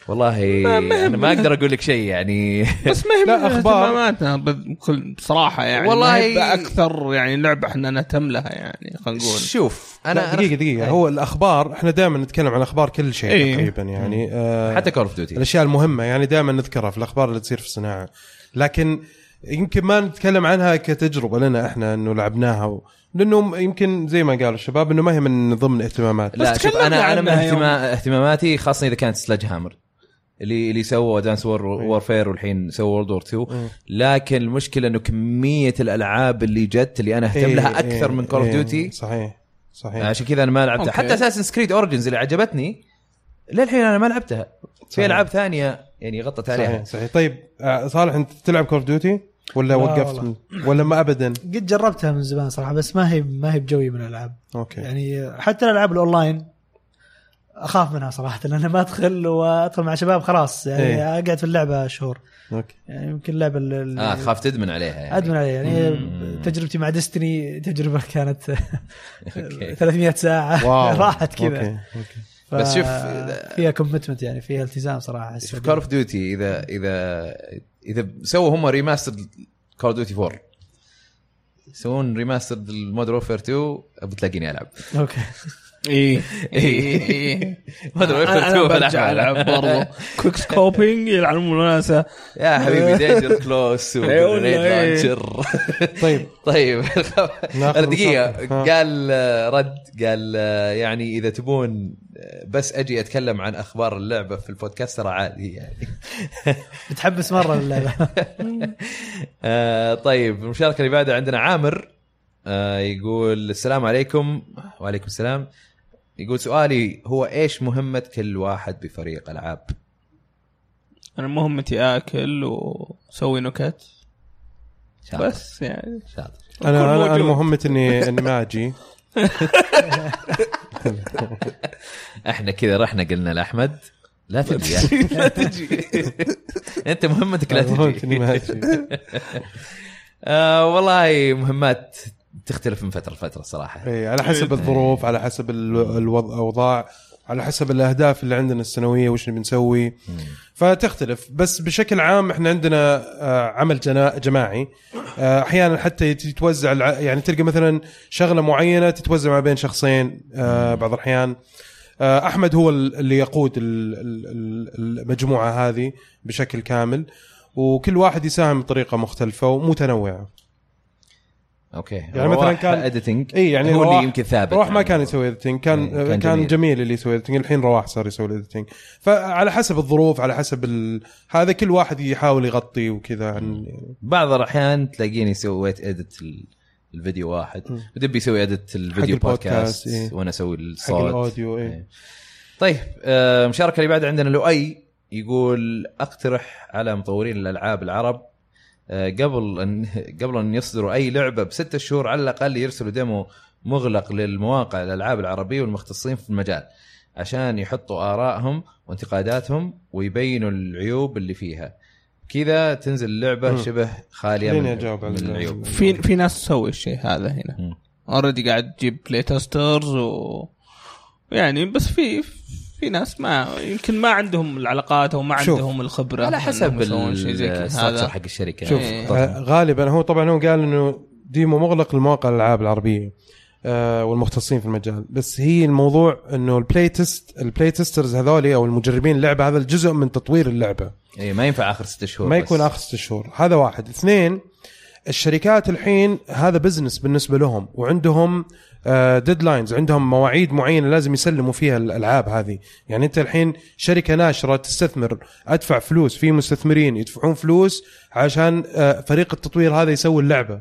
S2: والله
S3: ما- ما
S2: انا ما اقدر اقول لك شيء يعني
S3: بس ما هي
S1: لا،
S3: من
S1: أخبار.
S3: اهتماماتنا بكل بصراحه يعني
S2: والله-
S3: ما هي اكثر يعني لعبه احنا نهتم لها يعني خلينا نقول
S2: شوف
S1: انا
S2: انا
S1: دقيقه دقيقه هو الاخبار احنا دائما نتكلم عن اخبار كل شيء
S3: إيه.
S1: تقريبا يعني آه،
S2: أنا حتى كول اوف ديوتي
S1: الاشياء المهمه يعني دائما نذكرها في الاخبار اللي تصير في الصناعه لكن يمكن ما نتكلم عنها كتجربه لنا احنا انه لعبناها و... لانه يمكن زي ما قال الشباب انه ما هي من ضمن اهتماماتنا
S2: لا
S3: بس
S2: شوف
S3: تكلمنا
S2: انا انا من
S3: عنها يوم.
S2: اهتما- اهتماماتي خاصه اذا كانت سلاج هامر اللي اللي سووا دانس وور
S3: إيه.
S2: وورفير والحين سووا وورد وور 2 لكن المشكله انه كميه الالعاب اللي جت اللي انا
S3: إيه،
S2: اهتم لها اكثر من كول اوف ديوتي
S1: إيه، صحيح صحيح
S2: إيه. عشان كذا انا ما لعبتها
S3: أوكي.
S2: حتى اساسن سكريد اورجنز اللي عجبتني للحين انا ما لعبتها في
S1: صحيح.
S2: العاب ثانيه يعني غطت
S1: صحيح
S2: عليها
S1: صحيح طيب آه، صالح انت تلعب كول اوف ديوتي ولا
S4: لا
S1: وقفت
S4: والله.
S1: من- ولا ما ابدا
S4: قد جربتها من زمان صراحه بس ما هي ما هي بجوي من الالعاب
S1: اوكي
S4: يعني حتى الالعاب الاونلاين اخاف منها صراحه لان ما ادخل وادخل مع شباب خلاص يعني
S1: إيه.
S4: اقعد في اللعبه شهور
S1: اوكي
S4: يعني يمكن اللعبه اللي
S2: اه تخاف تدمن عليها يعني
S4: ادمن عليها يعني
S2: مم.
S4: تجربتي مع ديستني تجربه كانت
S2: أوكي.
S4: 300 ساعه
S1: واو
S4: راحت كذا
S1: أوكي. أوكي.
S4: ف-
S2: بس شوف،
S4: فيها كومتمنت يعني فيها التزام صراحه أحس
S2: في كول اوف ديوتي اذا اذا اذا سووا هم ريماستر كول اوف ديوتي 4 يسوون ريماستر المودرن وورفير 2 بتلاقيني العب
S4: اوكي
S3: اي اي
S2: مودرن وورفير
S3: انا
S2: 2
S3: إيه. برجع العب برضه كويك سكوبينج يلعب المناسبه
S2: يا حبيبي دينجر كلوس
S3: إيه والله
S2: وريد
S3: إيه.
S2: لانشر
S1: طيب
S2: طيب
S1: ناخذ
S2: دقيقة
S1: مساحة. ها.
S2: قال آه، رد قال آه، يعني إذا تبون آه، بس أجي أتكلم عن أخبار اللعبة في البودكاست ترى عادي يعني
S4: متحمس مره للعبه
S2: آه، طيب المشاركة اللي بعدها عندنا عامر آه، يقول السلام عليكم وعليكم السلام يقول سؤالي هو ايش مهمة كل واحد بفريق العاب؟
S3: انا مهمتي اكل واسوي نكت
S2: شاطر،
S3: بس يعني
S2: شاطر
S1: انا
S3: أكون
S1: انا انا
S3: موجود.
S1: مهمتي اني اني ما اجي
S2: احنا كذا رحنا قلنا لاحمد لا تجي يعني.
S3: لا تجي
S2: انت مهمتك لا تجي
S1: ما أدري.
S2: آه والله مهمات تختلف من فتره لفتره صراحه
S1: إيه، على حسب الظروف على حسب ال- الوضع الاوضاع على حسب الاهداف اللي عندنا السنويه وش نبي نسوي فتختلف بس بشكل عام احنا عندنا آه، عمل جنا- جماعي آه، احيانا حتى يت- يتوزع الع- يعني تلقى مثلا شغله معينه تتوزع ما بين شخصين آه، بعض الاحيان آه، احمد هو ال- اللي يقود ال- ال- ال- المجموعه هذه بشكل كامل وكل واحد يساهم بطريقه مختلفه ومتنوعه
S2: اوكي
S1: يعني مثلاً كان-
S2: اديتنج
S1: اي يعني
S2: هو
S1: رواح-
S2: اللي يمكن ثابت
S1: رواح ما
S2: يعني.
S1: كان يسوي اديتنج كان
S2: إيه، كان
S1: كان,
S2: جميل.
S1: جميل. جميل اللي يسوي اديتنج الحين رواح صار يسوي الاديتنج فعلى حسب الظروف على حسب ال... هذا كل واحد يحاول يغطي وكذا عن
S2: بعض الاحيان تلاقيني سويت اديت الفيديو واحد
S1: مم.
S2: ودبي يسوي اديت الفيديو
S1: حق البودكاست،
S2: بودكاست
S1: إيه.
S2: وانا اسوي
S1: حق
S2: الصوت
S1: الاوديو اي
S2: إيه. طيب آه، المشاركه اللي بعد عندنا لؤي يقول اقترح على مطورين الالعاب العرب آه، قبل ان قبل ان يصدروا اي لعبه بستة شهور على الاقل يرسلوا ديمو مغلق للمواقع الالعاب العربيه والمختصين في المجال عشان يحطوا ارائهم وانتقاداتهم ويبينوا العيوب اللي فيها كذا تنزل اللعبه
S1: مم.
S2: شبه خاليه
S1: خليني
S2: من,
S1: أجاوب على
S2: من
S1: ال-
S2: العيوب
S3: في في ناس تسوي الشيء هذا هنا
S2: مم.
S3: اوريدي قاعد تجيب بلاي تسترز و يعني بس في في ناس ما يمكن ما عندهم العلاقات او ما
S1: شوف.
S3: عندهم الخبره
S2: على
S3: إنهم
S2: حسب
S3: يسوون شيء زي كذا.
S2: الاستراكشر
S3: هذا
S2: حق الشركه
S1: شوف
S2: يعني.
S1: آه، غالبا هو طبعا هو قال انه ديمو مغلق لمواقع الالعاب العربيه آه، والمختصين في المجال بس هي الموضوع انه البلاي تيست البلاي تيسترز هذولي او المجربين اللعبه هذا الجزء من تطوير اللعبه
S2: اي إيه، ما ينفع اخر ستة شهور
S1: ما
S2: بس.
S1: يكون اخر ست شهور هذا واحد اثنين الشركات الحين هذا بزنس بالنسبه لهم وعندهم ديدلاينز عندهم مواعيد معينه لازم يسلموا فيها الالعاب هذه يعني انت الحين شركه ناشره تستثمر ادفع فلوس في مستثمرين يدفعون فلوس عشان آه، فريق التطوير هذا يسوي اللعبه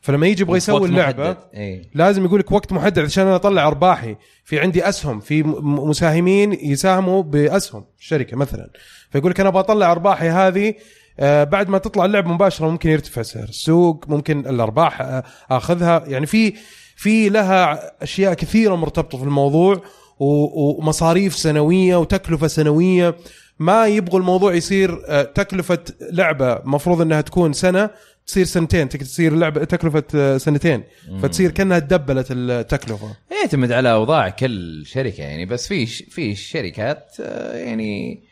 S1: فلما يجي يبغى يسوي
S2: وقت
S1: اللعبه
S2: محدد. إيه. اي
S1: لازم يقول لك وقت محدد عشان انا اطلع ارباحي في عندي اسهم في م- م- مساهمين يساهموا باسهم الشركه مثلا فيقول لك انا بطلع ارباحي هذه آه، بعد ما تطلع اللعبه مباشره ممكن يرتفع سعر السوق ممكن الارباح آه، اخذها يعني في في لها اشياء كثيره مرتبطه في الموضوع و- ومصاريف سنويه وتكلفه سنويه ما يبغوا الموضوع يصير آه، تكلفه لعبه مفروض انها تكون سنه تصير سنتين تك- تصير لعبه تكلفه آه، سنتين فتصير كانها تدبلت التكلفه
S2: يعتمد على اوضاع كل شركه يعني بس في ش- في شركات آه، يعني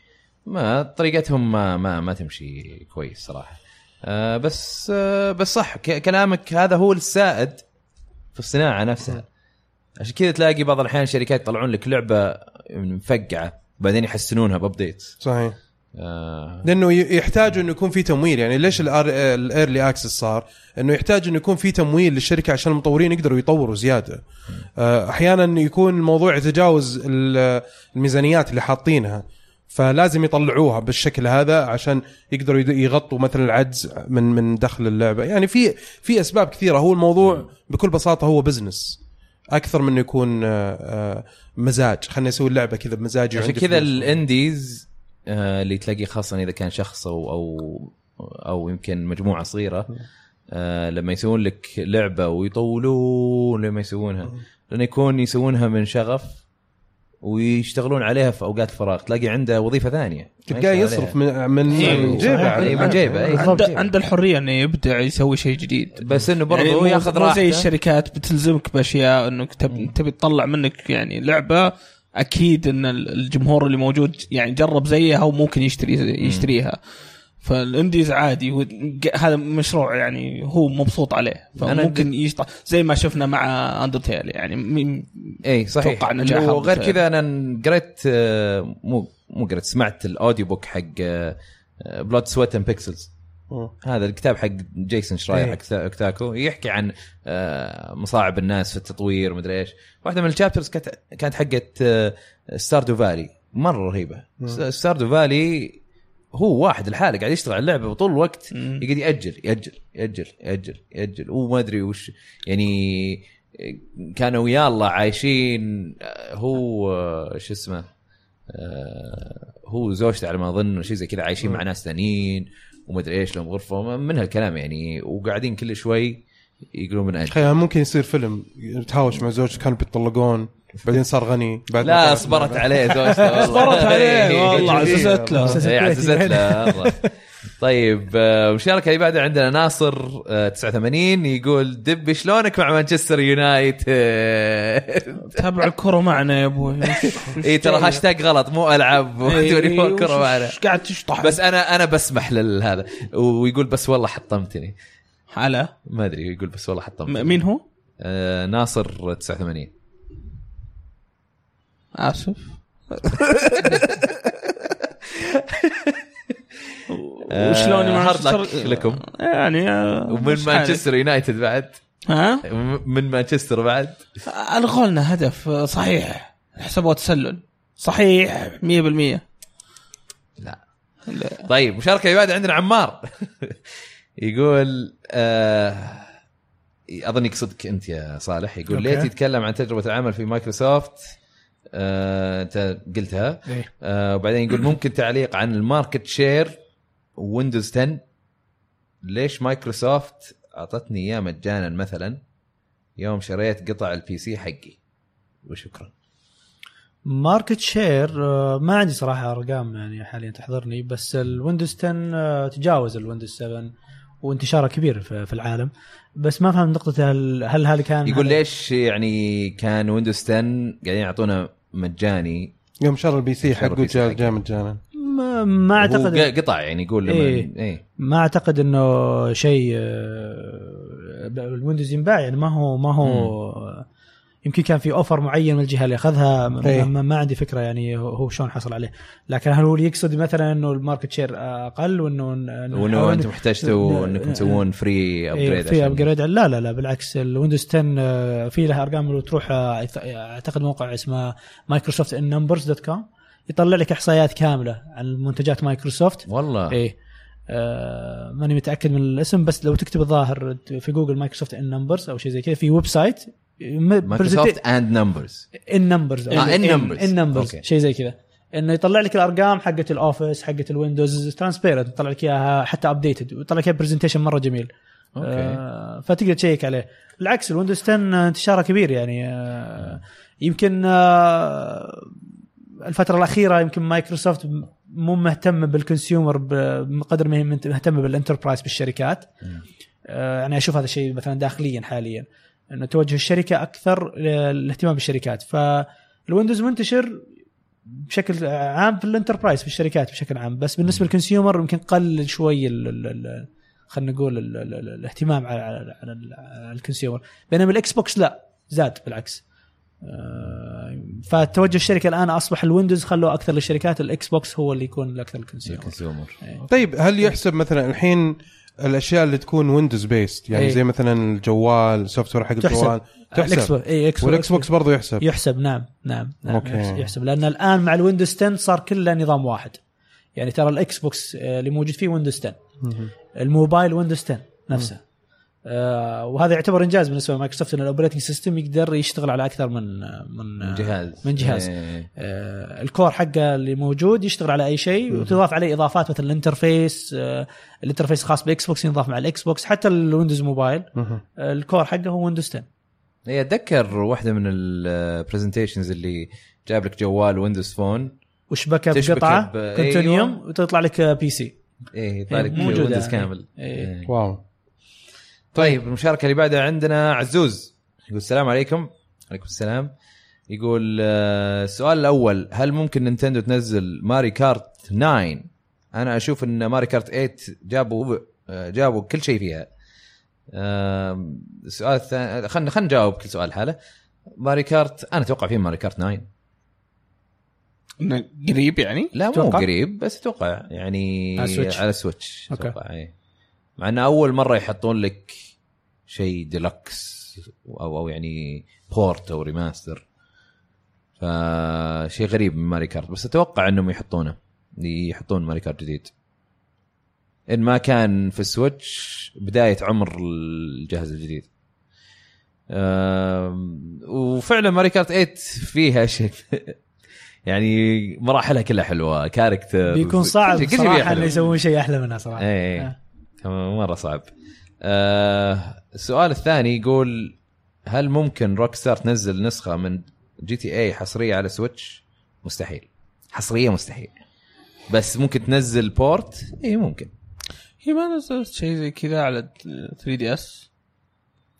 S2: ما طريقتهم ما ما, ما تمشي كويس صراحه آه، بس آه، بس صح ك- كلامك هذا هو السائد في الصناعه نفسها عشان كذا تلاقي بعض الاحيان شركات يطلعون لك لعبه مفقعه بعدين يحسنونها بابديت
S1: صحيح
S2: آه،
S1: لانه ي- يحتاج انه يكون في تمويل يعني ليش الايرلي اكسس صار؟ انه يحتاج انه يكون في تمويل للشركه عشان المطورين يقدروا يطوروا زياده. آه، احيانا يكون الموضوع يتجاوز ال- الميزانيات اللي حاطينها فلازم يطلعوها بالشكل هذا عشان يقدروا يد- يغطوا مثلا العجز من من دخل اللعبه، يعني في في اسباب كثيره هو الموضوع بكل بساطه هو بزنس اكثر من انه يكون آه، آه، مزاج خلينا نسوي اللعبه كذا بمزاجي
S2: عشان
S1: وعندي
S2: كذا
S1: فلوس.
S2: الانديز آه، اللي تلاقيه خاصه اذا كان شخص او او او يمكن مجموعه صغيره آه، لما يسوون لك لعبه ويطولون لما يسوونها لانه يكون يسوونها من شغف ويشتغلون عليها في اوقات فراغ تلاقي عنده وظيفه ثانيه
S1: تلقاه يصرف من من
S3: إيه،
S1: من جيبه
S4: صحيح.
S1: على-
S2: إيه، من جيبه، إيه.
S3: عنده
S2: بالضبط.
S3: عنده الحريه انه يبدع يسوي شيء جديد
S2: بس انه برضه هو
S3: يعني مو-
S2: ياخذ
S3: مو
S2: راحته
S3: زي الشركات بتلزمك باشياء انك تب- تبي تطلع منك يعني لعبه اكيد ان ال- الجمهور اللي موجود يعني جرب زيها وممكن يشتري يشتريها فالانديز عادي هو- ج- هذا مشروع يعني هو مبسوط عليه فممكن يشطح زي ما شفنا مع اندرتيل يعني م-
S2: اي إيه، صحيح
S3: أتوقع نجاح
S2: وغير
S3: أندرتيل.
S2: كذا انا قريت آه، مو مو قريت سمعت الاوديو بوك حق آه، بلود سويت اند بيكسلز
S1: مم.
S2: هذا الكتاب حق جيسون شراير
S1: إيه.
S2: حق تا- كتاكو يحكي عن آه، مصاعب الناس في التطوير ومدري ايش واحده من الشابترز كانت كانت حقت آه، ستاردو فالي مره رهيبه ستاردو فالي هو واحد لحاله قاعد يشتغل على اللعبه وطول الوقت
S3: مم.
S2: يقعد ياجل ياجل ياجل ياجل ياجل وما ادري وش يعني كانوا يلا عايشين آه، هو آه، شو اسمه آه، هو زوجته على ما اظن شيء زي كذا عايشين مع ناس ثانيين ومدري ايش لهم غرفه ما- من هالكلام يعني وقاعدين كل شوي يقولون من اجل
S1: تخيل ممكن يصير فيلم تهاوش مع زوجته كانوا بيتطلقون بعدين صار غني بعد ما
S2: لا
S1: طلعت
S2: صبرت
S1: منها.
S2: عليه زوجته والله.
S3: صبرت عليه والله
S2: إيه،
S3: عززت له
S2: إيه، عززت له والله. طيب آه، المشاركه اللي بعدها عندنا ناصر آه، 89 يقول دبي شلونك مع مانشستر يونايتد
S3: تابع الكره معنا يا ابوي
S2: اي إيه، ترى هاشتاج غلط مو العاب
S3: إيه،
S2: 24 كره
S3: وش-
S2: معنا
S3: وش قاعد تشطح
S2: بس انا انا بسمح لهذا ويقول بس والله حطمتني
S3: على
S2: ما ادري يقول بس والله حطمتني
S3: م- مين هو؟
S2: آه، ناصر 89
S3: اسف وشلون
S2: آه،
S3: مع
S2: هارد لك
S3: مانشستر-
S2: لكم.
S3: يعني آه،
S2: ومن
S3: مش
S2: مانشستر يونايتد بعد
S3: عارف.
S2: من مانشستر بعد
S3: ها؟ الغولنا هدف آه، صحيح حسبوه تسلل صحيح 100%
S2: لا
S3: لا.
S2: طيب مشاركه اللي بعد عندنا عمار يقول آه اظن يقصدك انت يا صالح يقول ليه
S4: أوكي.
S2: تتكلم عن تجربه العمل في مايكروسوفت آه، انت قلتها
S4: إيه.
S2: آه، وبعدين يقول ممكن تعليق عن الماركت شير ويندوز 10 ليش مايكروسوفت اعطتني اياه مجانا مثلا يوم شريت قطع البي سي حقي وشكرا
S4: ماركت شير آه، ما عندي صراحه ارقام يعني حاليا تحضرني بس الويندوز 10 آه، تجاوز الويندوز 7 وانتشاره كبير في في العالم بس ما فهم نقطة هل هل هذا كان
S2: يقول
S4: هذا-
S2: ليش يعني كان ويندوز 10 قاعدين يعطونا مجاني
S1: يوم شر البي سي
S2: شر
S1: حقه
S2: البي سي
S1: جاء
S2: حقه.
S1: جاء مجانا
S4: ما, ما اعتقد
S2: هو قطع يعني يقول لما
S4: إيه.
S2: إيه.
S4: ما اعتقد انه شيء آه، الويندوز ينباع يعني ما هو ما هو يمكن كان في اوفر معين من الجهه اللي اخذها
S1: إيه.
S4: ما, ما ما عندي فكره يعني هو- هو شلون حصل عليه لكن هل هو يقصد مثلا انه الماركت شير اقل وانه
S2: وانه انتم
S4: إيه.
S2: احتجتوا انكم تسوون فري
S4: ابجريد
S2: ابجريد
S4: إيه، في ابجريد لا لا لا بالعكس الويندوز 10 آه، في لها ارقام لو تروح آه، أعت- اعتقد موقع اسمه مايكروسوفت ان نمبرز دوت كوم يطلع لك احصائيات كامله عن منتجات مايكروسوفت
S2: والله
S4: ايه آه ماني متاكد من الاسم بس لو تكتب الظاهر في جوجل مايكروسوفت ان نمبرز او شيء زي كذا في ويب سايت
S2: مايكروسوفت اند نمبرز
S4: ان نمبرز
S2: آه، in numbers.
S4: ان نمبرز
S2: أوكي.
S4: شيء زي كذا انه يطلع لك الارقام حقت الاوفيس حقت الويندوز ترانسبيرنت يطلع لك اياها حتى ابديتد ويطلع لك اياها برزنتيشن مره جميل
S2: اوكي
S4: آه، فتقدر تشيك عليه بالعكس الويندوز 10 انتشاره كبير يعني آه، يمكن آه، الفتره الاخيره يمكن مايكروسوفت مو مهتمه بالكونسيومر بقدر ما هي مهتمه بالانتربرايز بالشركات
S2: مم.
S4: آه، يعني اشوف هذا الشيء مثلا داخليا حاليا انه توجه الشركه اكثر للاهتمام بالشركات فالويندوز منتشر بشكل عام في الانتربرايز في الشركات بشكل عام بس بالنسبه للكونسيومر يمكن قل شوي ال- ال- ال- خلينا نقول ال- ال- ال- الاهتمام على على, على, ال- على الكونسيومر بينما الاكس بوكس لا زاد بالعكس آه، فتوجه الشركه الان اصبح الويندوز خلوه اكثر للشركات الاكس بوكس هو اللي يكون اكثر الكونسيومر
S2: كونسيومر
S1: طيب هل يحسب مثلا الحين الاشياء اللي تكون ويندوز بيست يعني
S4: إيه.
S1: زي مثلا الجوال السوفت وير حق
S4: تحسب.
S1: الجوال
S2: آه،
S4: الإكس
S1: تحسب
S4: بوكس- إيه، إكس
S1: والاكس بوكس برضه
S2: طيب.
S1: يحسب
S4: يحسب نعم نعم, نعم
S1: أوكي.
S4: يحسب- يحسب لان الان مع الويندوز 10 صار كله نظام واحد يعني ترى الاكس بوكس آه، اللي موجود فيه ويندوز 10 الموبايل ويندوز 10 نفسه آه وهذا يعتبر انجاز بالنسبه لمايكروسوفت ان الاوبريتنج سيستم يقدر يشتغل على اكثر من آه، من
S2: جهاز
S4: من جهاز.
S2: إيه.
S4: آه، الكور حقه اللي موجود يشتغل على اي شيء وتضاف عليه اضافات مثل الانترفيس آه، الانترفيس خاص باكس بوكس ينضاف مع الاكس بوكس حتى الويندوز موبايل
S1: مهم.
S4: آه، الكور حقه هو ويندوز 10
S2: إيه، اتذكر واحده من البرزنتيشنز اللي جاب لك جوال ويندوز فون
S4: وشبكه
S2: تشبكه
S4: بقطعه
S2: ب-
S4: كونتينيوم
S2: أيوة.
S4: وتطلع لك آه، بي سي
S2: ايه يطلع لك
S4: إيه، موجودة.
S2: ويندوز كامل
S4: إيه.
S2: إيه.
S1: واو
S2: طيب المشاركه اللي بعدها عندنا عزوز يقول السلام عليكم عليكم السلام يقول آه، السؤال الاول هل ممكن نينتندو تنزل ماري كارت 9 انا اشوف ان ماري كارت 8 جابوا آه، جابوا كل شيء فيها آم، السؤال الثاني خلينا خلينا نجاوب كل سؤال حاله ماري كارت انا اتوقع فيه ماري كارت 9
S3: إنه قريب يعني
S2: لا مو
S4: تتوقع؟
S2: قريب بس اتوقع يعني
S4: على السويتش.
S2: على السويتش
S4: أوكي.
S2: اتوقع اي مع انه اول مره يحطون لك شيء ديلكس او او يعني بورت او ريماستر فشيء غريب من ماري كارت بس اتوقع انهم يحطونه يحطون ماري كارت جديد ان ما كان في السويتش بدايه عمر الجهاز الجديد أم، وفعلا ماري كارت 8 فيها شيء يعني مراحلها كلها حلوه كاركتر
S4: بيكون صعب
S2: آه، كل شيء فيها
S4: صراحه
S2: حلو.
S4: انه يسوون شيء احلى منها صراحه
S2: إيه.
S4: آه.
S2: مره صعب آه السؤال الثاني يقول هل ممكن روك ستار تنزل نسخه من جي تي اي حصريه على سويتش مستحيل حصريه مستحيل بس ممكن تنزل بورت اي ممكن
S3: هي ما نزلت شيء زي كذا على 3 دي اس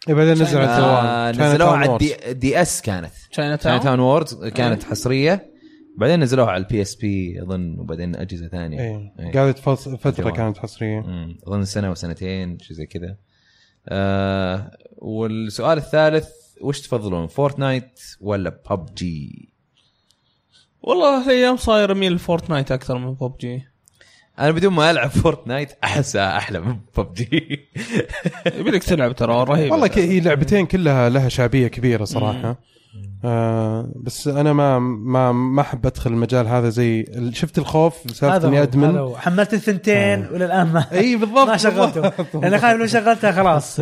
S1: إيه، بعدين نزل على
S2: آه
S1: الجوال Chinatown
S2: نزلوها على
S1: Wars.
S2: الدي, الدي اس كانت
S3: تشاينا
S2: تشاينا
S3: تاون
S2: تاون وورد كانت حصريه بعدين نزلوها على البي اس بي اظن وبعدين اجهزه ثانيه
S1: إيه.
S2: إيه.
S1: قعدت فص- فتره
S2: الجوال.
S1: كانت حصريه
S2: مم. اظن سنه وسنتين شيء زي كذا آه والسؤال الثالث وش تفضلون فورتنايت ولا ببجي
S3: والله هالايام صاير اميل فورتنايت اكثر من ببجي
S2: انا بدون ما العب فورتنايت احسها احلى من ببجي
S3: يبي لك تلعب ترى
S4: طيب.
S3: رهيب
S1: والله ك- هي لعبتين كلها لها شعبيه كبيره صراحه آه بس انا ما ما ما احب ادخل المجال هذا زي شفت الخوف سالفه اني
S4: هو-
S1: ادمن
S4: هو. حملت الثنتين وللان ما
S2: إيه،
S1: اي بالضبط طيب.
S4: ما شغلته
S1: بالضبط.
S4: لان خايف لو شغلتها خلاص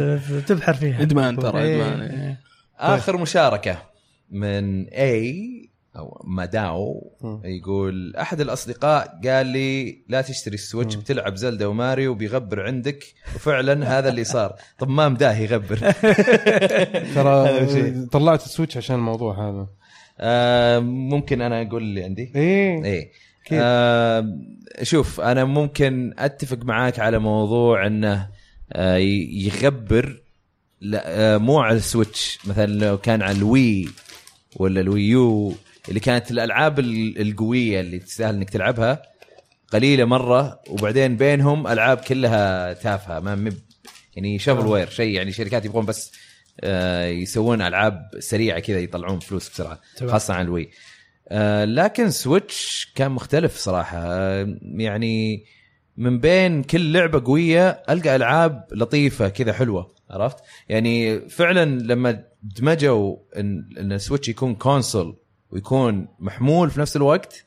S4: تبحر فيها
S3: ادمان ترى
S1: إيه.
S3: ادمان إيه.
S2: اخر مشاركه من اي او ماداو
S1: مم.
S2: يقول احد الاصدقاء قال لي لا تشتري السويتش بتلعب زلدا وماريو بيغبر عندك وفعلا هذا اللي صار طب ما مداه يغبر
S1: ترى آه،
S2: أهم شيء.
S1: طلعت السويتش عشان الموضوع هذا
S2: آه ممكن انا اقول اللي عندي
S1: اي
S2: ايه
S1: أكيد.
S2: آه شوف انا ممكن اتفق معاك على موضوع انه آه ي- يغبر لا آه مو على السويتش مثلا لو كان على الوي ولا الويو اللي كانت الالعاب ال- القويه اللي تستاهل انك تلعبها قليله مره وبعدين بينهم العاب كلها تافهه ما مب يعني شابل وير شيء يعني شركات يبغون بس آه يسوون العاب سريعه كذا يطلعون فلوس بسرعه
S4: تمام.
S2: خاصه على الوي آه، لكن سويتش كان مختلف صراحه آه، يعني من بين كل لعبه قويه القى العاب لطيفه كذا حلوه عرفت يعني فعلا لما دمجوا ان ان سويتش يكون كونسول ويكون محمول في نفس الوقت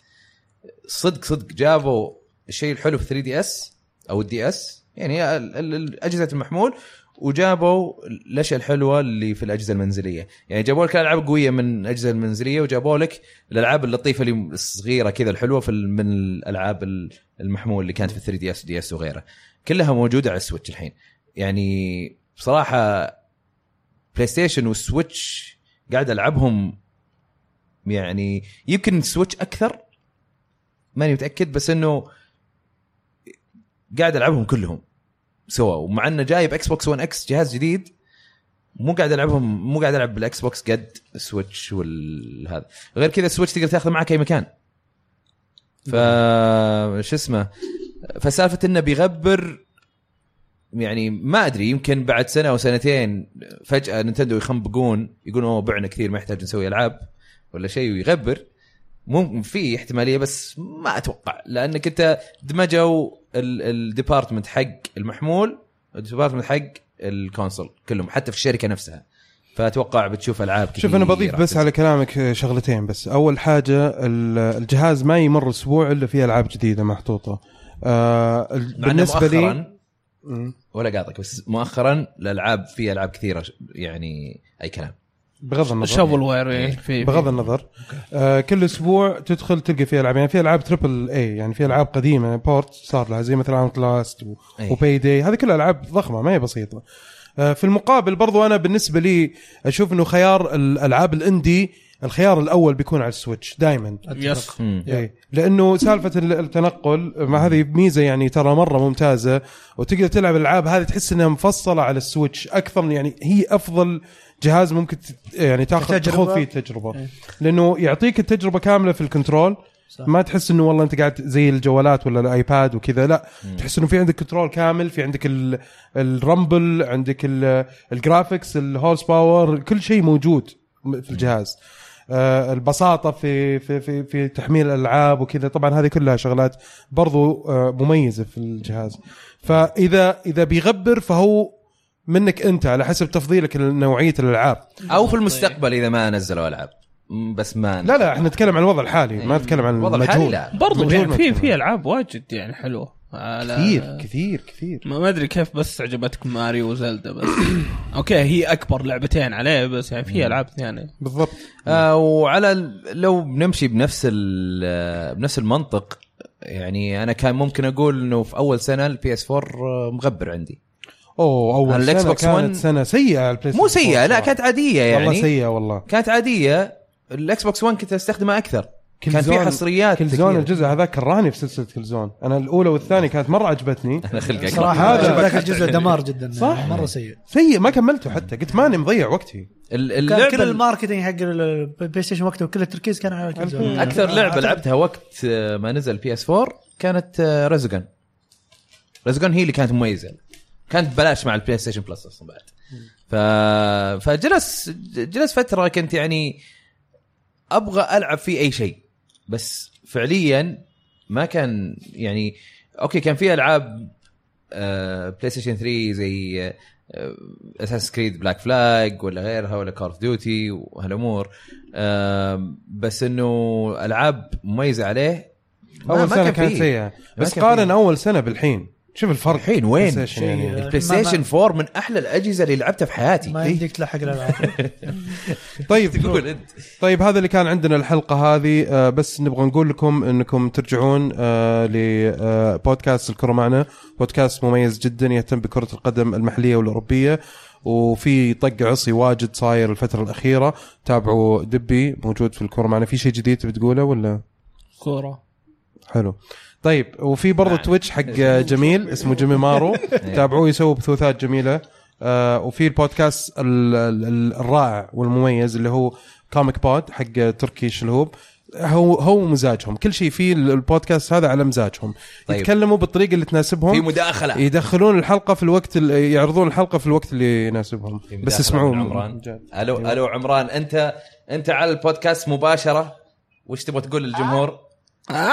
S2: صدق صدق جابوا الشيء الحلو في 3 دي اس او الدي اس يعني ال- ال- ال- اجهزه المحمول وجابوا الاشياء الحلوه اللي في الاجهزه المنزليه، يعني جابوا لك العاب قويه من الاجهزه المنزليه وجابوا لك الالعاب اللطيفه اللي الصغيره كذا الحلوه في ال- من الالعاب ال- المحمول اللي كانت في 3 دي اس دي اس وغيره، كلها موجوده على السويتش الحين. يعني بصراحه بلاي ستيشن والسويتش قاعد العبهم يعني يمكن سويتش اكثر ماني متاكد بس انه قاعد العبهم كلهم سوا ومع انه جايب اكس بوكس 1 اكس جهاز جديد مو قاعد العبهم مو قاعد العب بالاكس بوكس قد سويتش والهذا غير كذا السويتش تقدر تاخذه معك اي مكان ف
S1: نعم.
S2: شو اسمه فسالفه انه بيغبر يعني ما ادري يمكن بعد سنه او سنتين فجاه نينتندو يخنبقون يقولون اوه بعنا كثير ما يحتاج نسوي العاب ولا شيء ويغبر ممكن في احتماليه بس ما اتوقع لانك انت دمجوا ال- الديبارتمنت حق المحمول الديبارتمنت حق الكونسول كلهم حتى في الشركه نفسها فاتوقع بتشوف العاب كثير
S1: شوف انا بضيف
S2: راح
S1: بس
S2: تنزل.
S1: على كلامك آه، شغلتين بس اول حاجه ال- الجهاز ما يمر اسبوع الا فيه العاب جديده محطوطه آه ال-
S2: مع إنه
S1: بالنسبه لي
S2: مؤخراً-
S1: مم.
S2: ولا قاطعك بس مؤخرا الالعاب في العاب كثيره يعني اي كلام
S1: بغض النظر
S3: شابل وير إيه، في
S1: بغض
S3: في-
S1: النظر آه كل اسبوع تدخل تلقى فيه العاب يعني في العاب تربل اي يعني في العاب قديمه بورت صار لها زي مثل اوت لاست و...
S2: إيه.
S1: وباي داي هذه كلها العاب ضخمه ما هي بسيطه آه، في المقابل برضو انا بالنسبه لي اشوف انه خيار الالعاب الاندي الخيار الاول بيكون على السويتش دائما
S3: يس
S2: مم.
S1: إيه. لانه سالفه ال- التنقل ما هذه ميزه يعني ترى مره ممتازه وتقدر تلعب الالعاب هذه تحس انها مفصله على السويتش اكثر من- يعني هي افضل جهاز ممكن تت- يعني تاخذ
S4: كتجربة.
S1: تاخذ فيه تجربه لانه يعطيك التجربه كامله في الكنترول
S4: صح.
S1: ما تحس انه والله انت قاعد زي الجوالات ولا الايباد وكذا لا تحس انه في عندك كنترول كامل في عندك ال- الرامبل عندك ال- الجرافيكس الهورس باور كل شيء موجود في الجهاز آه، البساطه في في في, في تحميل الالعاب وكذا طبعا هذه كلها شغلات برضو آه، مميزه في الجهاز فاذا اذا بيغبر فهو منك انت على حسب تفضيلك لنوعيه الالعاب
S2: او في المستقبل اذا ما نزلوا العاب مم، بس ما
S1: لا لا احنا نتكلم عن الوضع الحالي ما نتكلم عن
S2: الوضع الحالي
S1: المجهول.
S2: لا
S3: برضو
S1: مجهول
S3: يعني في
S1: ممكن.
S3: في العاب واجد يعني حلوه على
S1: كثير كثير كثير
S3: ما ما ادري كيف بس عجبتك ماريو وزلدا بس اوكي هي اكبر لعبتين عليه بس يعني في العاب ثانيه
S1: بالضبط
S2: آه وعلى ال- لو بنمشي بنفس ال- آه، بنفس المنطق يعني انا كان ممكن اقول انه في اول سنه البي اس 4 آه، مغبر عندي
S1: اوه
S2: على
S1: اول
S2: الإكس
S1: سنه
S2: بوكس
S1: كانت
S2: ون-
S1: سنه سيئه على البلاي
S2: مو
S1: ستيشن
S2: سيئه
S1: فور
S2: لا
S1: صراحة.
S2: كانت عاديه
S1: والله
S2: يعني
S1: سيئه والله
S2: كانت عاديه الاكس بوكس 1 كنت استخدمه اكثر كان في
S1: زون-
S2: حصريات
S1: كل زون
S2: كثير.
S1: الجزء هذا كرهني في سلسله كل زون انا الاولى والثانيه كانت مره عجبتني
S2: انا خلقك
S4: صراحه
S1: هذا-
S4: هذا ذاك الجزء دمار جدا
S1: صح.
S4: مره سيء
S1: سيء ما كملته حتى قلت ماني مضيع وقتي
S2: ال-
S4: كان
S2: اللعبه
S4: كل
S2: ال-
S4: الماركتينج حق البلاي ستيشن وقته وكل التركيز كان على الجزء.
S1: الفيلم.
S2: اكثر لعبه
S4: أعتقد-
S2: لعبتها وقت آه، ما نزل بي اس 4 كانت آه، رزقن رزقن هي اللي كانت مميزه كانت ببلاش مع البلاي ستيشن بلس اصلا بعد ف... فجلس جلس فتره كنت يعني ابغى العب فيه اي شيء بس فعليا ما كان يعني اوكي كان في العاب آه، بلاي ستيشن 3 زي آه، اساس كريد بلاك فلاج ولا غيرها ولا كارف ديوتي وهالامور آم، بس انه العاب مميزه عليه ما-
S1: اول
S2: ما
S1: سنه
S2: كان
S1: كانت
S2: فيه.
S1: سيئه بس
S2: كان
S1: قارن
S2: فيه.
S1: اول سنه بالحين شوف الفرق
S2: الحين وين؟
S1: PlayStation يعني.
S4: شيء-
S2: البلاي ستيشن 4 من احلى الاجهزه اللي لعبتها في حياتي
S4: ما
S2: إيه؟
S4: يمديك تلحق الالعاب
S1: طيب
S2: تقول انت
S1: طيب هذا اللي كان عندنا الحلقه هذه آه، بس نبغى نقول لكم انكم ترجعون آه، لبودكاست الكره معنا بودكاست مميز جدا يهتم بكره القدم المحليه والاوروبيه وفي طق عصي واجد صاير الفتره الاخيره تابعوا دبي موجود في الكره معنا في شيء جديد تبي تقوله ولا
S3: كوره
S1: حلو طيب وفي برضه
S2: نعم.
S1: تويتش حق جميل اسمه جيمي مارو تابعوه يسوي بثوثات جميله آه وفي البودكاست ال- ال- ال- الرائع والمميز اللي هو كوميك بود حق تركي شلهوب هو هو مزاجهم كل شيء في البودكاست هذا على مزاجهم
S2: طيب.
S1: طيب. يتكلموا بالطريقه اللي تناسبهم
S2: في مداخله
S1: يدخلون الحلقه في الوقت اللي يعرضون الحلقه في الوقت اللي يناسبهم
S2: في مداخلة
S1: بس اسمعوا
S2: من عمران
S1: جد.
S2: الو الو عمران انت انت على البودكاست مباشره وش تبغى تقول للجمهور؟
S5: عطوهم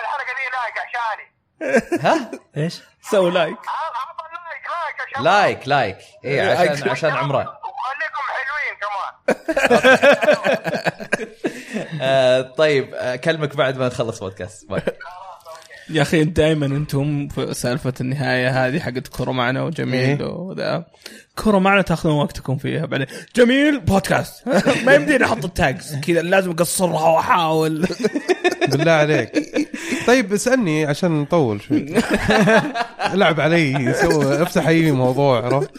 S5: الحركه دي لايك عشاني
S2: ها؟
S4: ايش؟
S3: سو لايك
S5: عطوا لايك لايك عشان
S2: لايك لايك اي
S1: إيه،
S2: عشان عشان عمران
S5: وخليكم حلوين كمان
S2: آه طيب آه كلمك بعد ما نخلص بودكاست باي.
S3: يا اخي انت دائما انتم في سالفه النهايه هذه حقت كره معنا وجميل
S1: إيه.
S3: وذا كره معنا تاخذون وقتكم فيها بعدين جميل بودكاست ما يمديني احط التاجز كذا لازم اقصرها واحاول
S1: بالله عليك طيب اسالني عشان نطول شوي لعب علي سوى افتح اي موضوع عرفت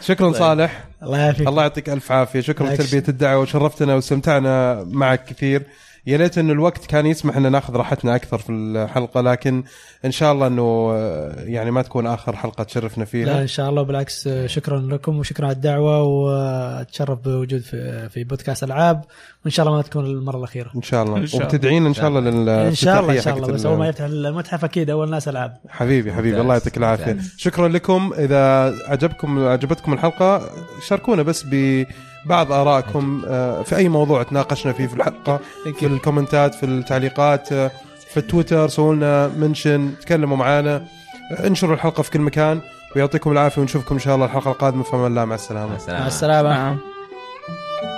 S1: شكرا صالح
S4: الله يعافيك
S1: الله يعطيك الف عافيه شكرا
S4: بالعكس.
S1: لتلبيه الدعوه وشرفتنا واستمتعنا معك كثير يا ليت انه الوقت كان يسمح ان ناخذ راحتنا اكثر في الحلقه لكن ان شاء الله انه آه، يعني ما تكون اخر حلقه تشرفنا
S4: لا
S1: فيها
S4: ان شاء الله بالعكس آه، شكرا لكم وشكرا على الدعوه واتشرف بوجود في في بودكاست العاب وان شاء الله ما تكون المره الاخيره
S1: ان شاء الله
S3: إن شاء الله.
S1: وبتدعين ان شاء الله لل
S4: ان شاء الله ان
S1: الافتتاحية
S4: شاء
S1: آه، حقت
S4: الله بس
S1: ال-
S4: اول ما يفتح المتحف اكيد اول ناس العاب
S1: حبيبي حبيبي
S2: ممتاز،
S1: الله يعطيك العافيه
S2: ممتاز.
S1: شكرا لكم اذا عجبكم عجبتكم الحلقه شاركونا بس ببعض ارائكم آه، في اي موضوع تناقشنا فيه في الحلقه في الكومنتات في التعليقات آه، في تويتر سووا لنا منشن تكلموا معنا آه، انشروا الحلقه في كل مكان
S2: آه.
S1: ويعطيكم العافيه ونشوفكم ان شاء الله الحلقه القادمه فمن الله مع السلامه
S2: مع السلامه
S4: مع السلامه
S3: نعم